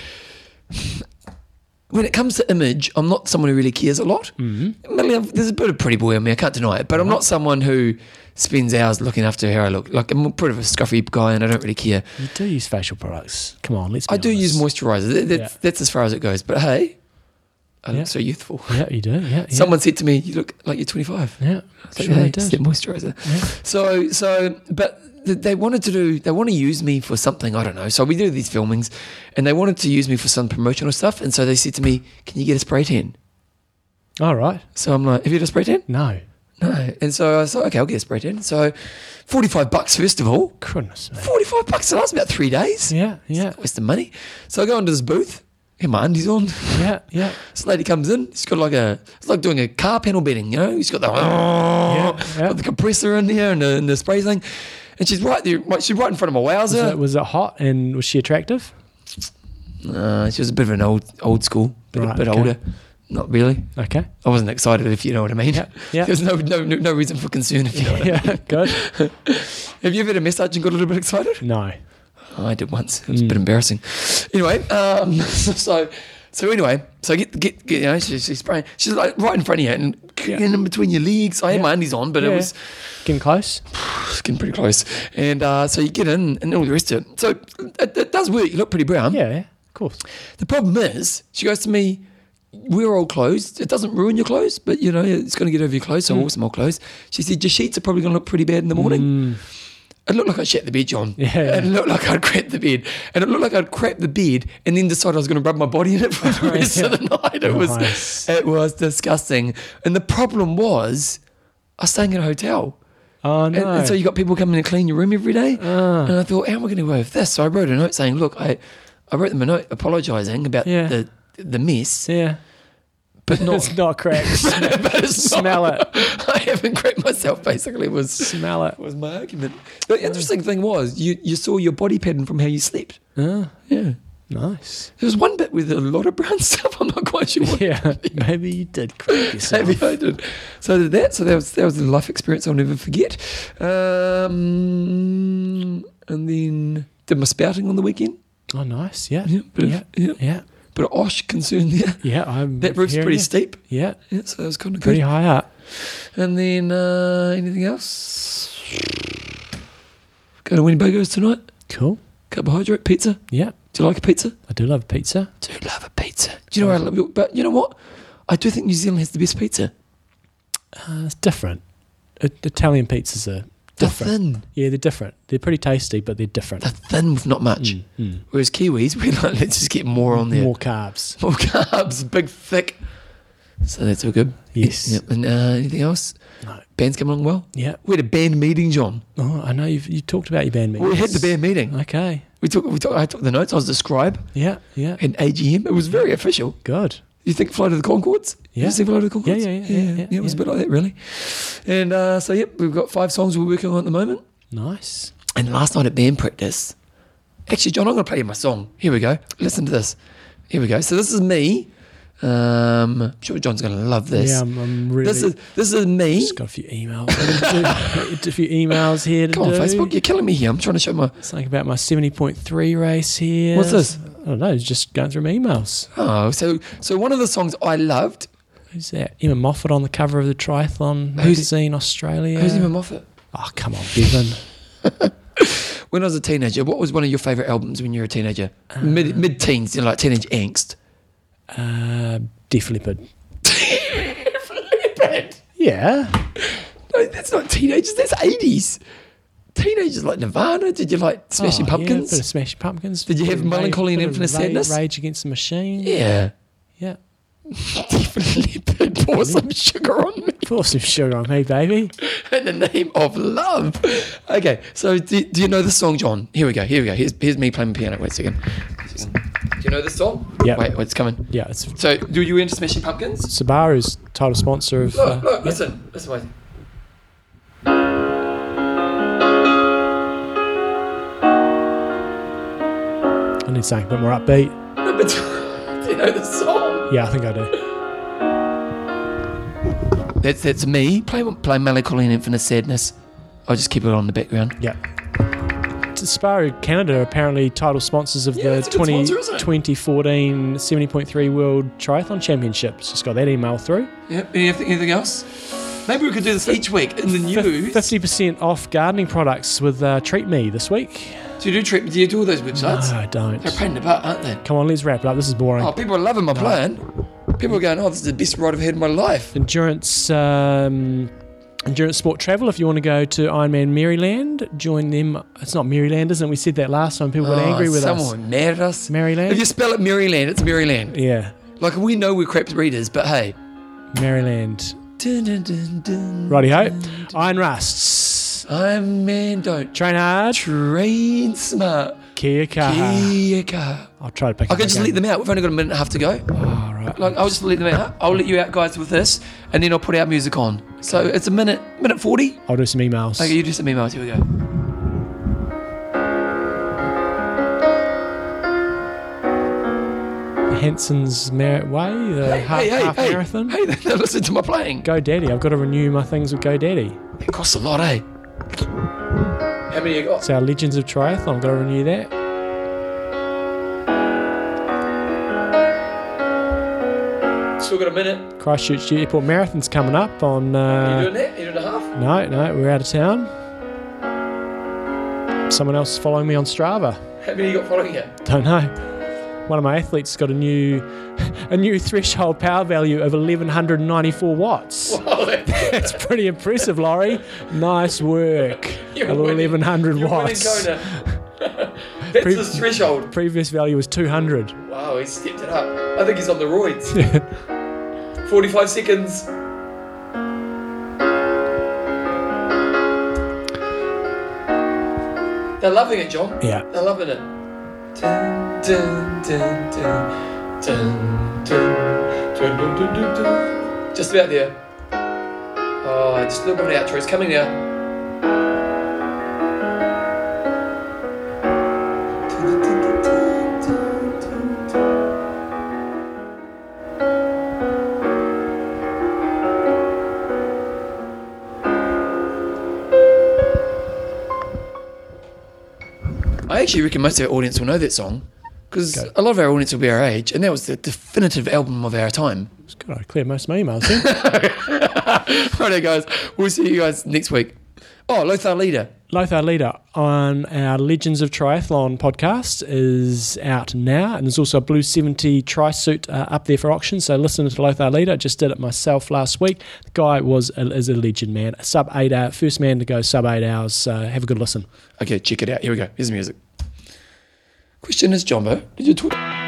Speaker 1: when it comes to image, I'm not someone who really cares a lot.
Speaker 2: Mm-hmm.
Speaker 1: Admittedly, I've- There's a bit of pretty boy in me, I can't deny it, but I'm not someone who spends hours looking after how I look. Like, I'm a bit of a scruffy guy, and I don't really care.
Speaker 2: You do use facial products. Come on, let's. Be
Speaker 1: I do
Speaker 2: honest.
Speaker 1: use moisturizer, that, that's,
Speaker 2: Yeah.
Speaker 1: that's as far as it goes, but hey, I look
Speaker 2: Yeah.
Speaker 1: so youthful.
Speaker 2: Yeah, you do. Yeah. yeah.
Speaker 1: Someone said to me, "You look like you're 25."
Speaker 2: Yeah.
Speaker 1: It's like,
Speaker 2: Sure,
Speaker 1: hey,
Speaker 2: they
Speaker 1: it's that
Speaker 2: did.
Speaker 1: moisturizer.
Speaker 2: Yeah.
Speaker 1: So, so, but th- they wanted to do, they want to use me for something, I don't know. So we do these filmings and they wanted to use me for some promotional stuff. And so they said to me, can you get a spray tan?
Speaker 2: All right.
Speaker 1: So I'm like, have you got a spray tan?
Speaker 2: No.
Speaker 1: No. And so I was like, okay, I'll get a spray tan. So 45 bucks, first of all.
Speaker 2: Goodness, man.
Speaker 1: 45 bucks, it lasts about three days.
Speaker 2: Yeah. Yeah.
Speaker 1: Waste of money. So I go into this booth, and my undies on.
Speaker 2: Yeah. Yeah.
Speaker 1: This lady comes in. She's got like a. It's like doing a car panel beating. You know, she's got the
Speaker 2: yeah.
Speaker 1: got the compressor in there and the, and the spray thing, and she's right there. right- She's right in front of my
Speaker 2: Was it,
Speaker 1: wowzer.
Speaker 2: was it hot and was she attractive?
Speaker 1: Uh, she was a bit of an old old school, bit,
Speaker 2: Right,
Speaker 1: bit
Speaker 2: okay.
Speaker 1: older. Not really.
Speaker 2: Okay.
Speaker 1: I wasn't excited, if you know what I mean.
Speaker 2: Yeah, yeah.
Speaker 1: There's no, no no no reason for concern. If you know what I mean.
Speaker 2: yeah. Good.
Speaker 1: Have you ever had a massage and got a little bit excited?
Speaker 2: No.
Speaker 1: I did once. It was
Speaker 2: Hmm.
Speaker 1: a bit embarrassing. Anyway, um, so so anyway, so get get, get you know she, she's spraying. She's like right in front of you and
Speaker 2: Yeah.
Speaker 1: in between your legs. I had
Speaker 2: Yeah.
Speaker 1: my undies on, but it
Speaker 2: Yeah.
Speaker 1: was
Speaker 2: Getting close.
Speaker 1: getting pretty close. And uh, so you get in and all the rest of it. So it, it does work. You look pretty brown.
Speaker 2: Yeah. Yeah. Of course.
Speaker 1: The problem is, she goes to me, wear old clothes. It doesn't ruin your clothes, but you know it's going to get over your clothes. So
Speaker 2: Mm.
Speaker 1: I wore some old clothes. She said your sheets are probably going to look pretty bad in the morning. It looked like I shat the bed, John.
Speaker 2: Mm. Yeah, yeah.
Speaker 1: It looked like I'd crap the bed. And it looked like I'd crap the bed and then decided I was going to rub my body in it for the rest of the night. It was
Speaker 2: Nice.
Speaker 1: it was disgusting. And the problem was I was staying in a hotel.
Speaker 2: Oh
Speaker 1: And,
Speaker 2: no.
Speaker 1: and so you got people coming to clean your room every day.
Speaker 2: Ah.
Speaker 1: And I thought, how am I going to work with this? So I wrote a note saying, look, I, I wrote them a note apologising about
Speaker 2: Yeah.
Speaker 1: the, the mess,
Speaker 2: yeah.
Speaker 1: but not,
Speaker 2: it's not crack.
Speaker 1: but it's not-
Speaker 2: Smell it.
Speaker 1: I haven't cracked myself, basically, was,
Speaker 2: Smell it.
Speaker 1: was my argument. The interesting thing was you, you saw your body pattern from how you slept.
Speaker 2: Ah,
Speaker 1: Yeah.
Speaker 2: nice.
Speaker 1: There was one bit with a lot of brown stuff. I'm not quite sure what
Speaker 2: Yeah. Maybe you did crack yourself.
Speaker 1: maybe I did. So I did that. So that was that was a life experience I'll never forget. Um, and then did my spouting on the weekend.
Speaker 2: Oh, nice. Yeah.
Speaker 1: Yeah, bit of,
Speaker 2: Yeah.
Speaker 1: yeah,
Speaker 2: Yeah.
Speaker 1: bit of osh concern there.
Speaker 2: Yeah. I'm
Speaker 1: That roof's
Speaker 2: hearing
Speaker 1: pretty
Speaker 2: you.
Speaker 1: steep.
Speaker 2: Yeah.
Speaker 1: Yeah, so that was kind of
Speaker 2: Pretty
Speaker 1: good.
Speaker 2: high up.
Speaker 1: And then uh, anything else? Go to Winnebago's tonight.
Speaker 2: Cool.
Speaker 1: Carbohydrate pizza.
Speaker 2: Yeah.
Speaker 1: Do you like a pizza?
Speaker 2: I do love pizza.
Speaker 1: do love a pizza. Do you know? What I love, but you know what? I do think New Zealand has the best pizza.
Speaker 2: Uh, it's different. I- Italian pizzas are
Speaker 1: They're
Speaker 2: different.
Speaker 1: thin.
Speaker 2: Yeah, they're different. They're pretty tasty, but they're different.
Speaker 1: They're thin with not much.
Speaker 2: Mm, mm.
Speaker 1: Whereas Kiwis, we're like, let's just get more on there.
Speaker 2: More
Speaker 1: More,
Speaker 2: carbs.
Speaker 1: carbs, big, thick. So that's all good.
Speaker 2: Yes.
Speaker 1: Yep. And uh, anything else?
Speaker 2: No.
Speaker 1: Band's come along well.
Speaker 2: Yeah.
Speaker 1: We had a band meeting, John.
Speaker 2: Oh, I know you've you talked about your band meetings.
Speaker 1: We had the band meeting.
Speaker 2: Okay.
Speaker 1: We took, we took, I took the notes. I was the scribe
Speaker 2: Yeah. Yeah.
Speaker 1: and AGM. It was very official.
Speaker 2: Good.
Speaker 1: You think Flight of the Concords?
Speaker 2: Yeah.
Speaker 1: You see Flight of the Concords?
Speaker 2: Yeah, yeah, yeah, yeah, yeah,
Speaker 1: it was a
Speaker 2: yeah.
Speaker 1: bit like that, really. And uh, so, yep, we've got five songs we're working on at the moment.
Speaker 2: Nice.
Speaker 1: And last night at band practice, actually, John, I'm going to play you my song. Here we go. Listen to this. Here we go. So this is me. Um, I'm sure John's going to love this.
Speaker 2: Yeah, I'm, I'm really.
Speaker 1: this is this is me.
Speaker 2: just got a few emails. a few emails here to
Speaker 1: Come on,
Speaker 2: do.
Speaker 1: Facebook, you're killing me here. I'm trying to show my.
Speaker 2: Something about my 70.3 race here.
Speaker 1: What's this?
Speaker 2: I don't know. It's just going through my emails.
Speaker 1: Oh, so so one of the songs I loved.
Speaker 2: Who's that? Emma Moffat on the cover of the Triathlon
Speaker 1: Who's-
Speaker 2: magazine, Australia.
Speaker 1: Who's Emma Moffat?
Speaker 2: Oh, come on, Bevan.
Speaker 1: When I was a teenager, what was one of your favorite albums when you were a teenager? Mid mid teens, you know, like teenage angst.
Speaker 2: Uh, Def Leppard. Yeah.
Speaker 1: No, that's not teenagers. That's 80s. Teenagers like Nirvana. Did you like Smashing
Speaker 2: Oh, yeah,
Speaker 1: Pumpkins?
Speaker 2: bit of Smashing Pumpkins.
Speaker 1: Did you have
Speaker 2: Bit of
Speaker 1: Melancholy and
Speaker 2: bit of
Speaker 1: Infinite
Speaker 2: Ra-
Speaker 1: Sadness?
Speaker 2: Rage Against the Machine.
Speaker 1: yeah.
Speaker 2: Yeah.
Speaker 1: Stephen Leopard. pour some sugar on me
Speaker 2: Pour some sugar on me, baby.
Speaker 1: in the name of love. Okay, so do, do you know the song, John? Here we go. Here we go. Here's, here's me playing the piano. Wait a second. Do you know the song?
Speaker 2: Yeah.
Speaker 1: Wait, wait, it's coming.
Speaker 2: Yeah, it's
Speaker 1: So, do you into Smashing Pumpkins?
Speaker 2: Sabaru's title sponsor of.
Speaker 1: Look,
Speaker 2: Uh,
Speaker 1: look, listen, listen, wait.
Speaker 2: I need something a bit more upbeat.
Speaker 1: No, but do you know the song?
Speaker 2: Yeah, I think I do.
Speaker 1: That's that's me. Play play melancholy and infinite sadness. I'll just keep it on the background.
Speaker 2: Yeah. Subaru Canada are apparently title sponsors of
Speaker 1: Yeah,
Speaker 2: the
Speaker 1: it's a good
Speaker 2: 20,
Speaker 1: sponsor, isn't it?
Speaker 2: 2014 70.3 World Triathlon Championships. Just got that email through.
Speaker 1: Yep. Anything, anything else? Maybe we could do this each week in the news.
Speaker 2: Fifty percent off gardening products with uh, Treat Me this week.
Speaker 1: Do you do trip? Do you do all those
Speaker 2: No,
Speaker 1: websites?
Speaker 2: I
Speaker 1: They're a
Speaker 2: don't.
Speaker 1: pain in the butt, aren't they?
Speaker 2: Come on, let's wrap it up. This is boring.
Speaker 1: Oh, people are loving my plan. People are going, oh, this is the best ride I've had in my life.
Speaker 2: Endurance. Um, Endurance Sport Travel, if you want to go to Ironman Maryland, join them. It's not Maryland, isn't it? We said that last time. People got
Speaker 1: Oh,
Speaker 2: angry with us.
Speaker 1: someone mad at us. If
Speaker 2: Maryland?
Speaker 1: you spell it Maryland, it's Maryland.
Speaker 2: yeah,
Speaker 1: Like, we know we're crap readers, but hey.
Speaker 2: Maryland.
Speaker 1: Dun, dun, dun, dun.
Speaker 2: Righty ho. Iron Rusts.
Speaker 1: I'm man, don't
Speaker 2: Train hard.
Speaker 1: train smart.
Speaker 2: Kia kaha.
Speaker 1: Yeah, car.
Speaker 2: I'll try to pick
Speaker 1: I
Speaker 2: up
Speaker 1: could just
Speaker 2: again.
Speaker 1: let them out. We've only got a minute and a half to go.
Speaker 2: Oh, right.
Speaker 1: Like, I'll just let them out. I'll let you out, guys, with this, and then I'll put our music on. So it's a minute, minute 40.
Speaker 2: I'll do some emails.
Speaker 1: Okay, you do some emails. Here we go.
Speaker 2: Hanson's Merit Way, the half,
Speaker 1: hey,
Speaker 2: half
Speaker 1: hey,
Speaker 2: marathon.
Speaker 1: hey, they listen to my playing.
Speaker 2: Go Daddy. I've got to renew my things with Go Daddy.
Speaker 1: It costs a lot, eh? How many you got?
Speaker 2: It's our Legends of Triathlon. I've got to renew that.
Speaker 1: Still got a minute.
Speaker 2: Christchurch Airport Marathon's coming up on.
Speaker 1: Are you
Speaker 2: Uh,
Speaker 1: doing that? Minute and a half?
Speaker 2: no, no, we're out of town. Someone else is following me on Strava.
Speaker 1: How many you got following you?
Speaker 2: Don't know. One of my athletes got a new, a new threshold power value of 1194 watts.
Speaker 1: Oh, You're
Speaker 2: That's pretty impressive, Laurie. Nice work.
Speaker 1: You're winning.
Speaker 2: 1100
Speaker 1: winning,
Speaker 2: watts.
Speaker 1: Jonah. That's
Speaker 2: Pre-
Speaker 1: his threshold.
Speaker 2: Previous value was 200.
Speaker 1: Wow, he's stepped it up. I think he's on the roids. 45 seconds. They're loving it, John.
Speaker 2: Yeah.
Speaker 1: They're loving it. Dun, dun, dun, dun, dun, dun, dun, dun, dun, dun, dun. Just about there. Oh, just a little bit of outro. It's coming now. Dun, dun, dun, dun, dun, dun, dun. I actually reckon most of our audience will know that song because
Speaker 2: Okay.
Speaker 1: a lot of our audience will be our age, and that was the definitive album of our time.
Speaker 2: It's good. I cleared most of my emails. then.
Speaker 1: Righto, guys. We'll see you guys next week. Oh, Lothar Leader.
Speaker 2: Lothar Leader on our Legends of Triathlon podcast is out now, and there's also a Blue 70 tri suit uh, up there for auction. So listen to Lothar Leader. I just did it myself last week. The guy was a, is a legend, man. Sub eight hour, first man to go sub eight hours. So have a good listen.
Speaker 1: Okay, check it out. Here we go. Here's the music. Question is, Jumbo, did you talk?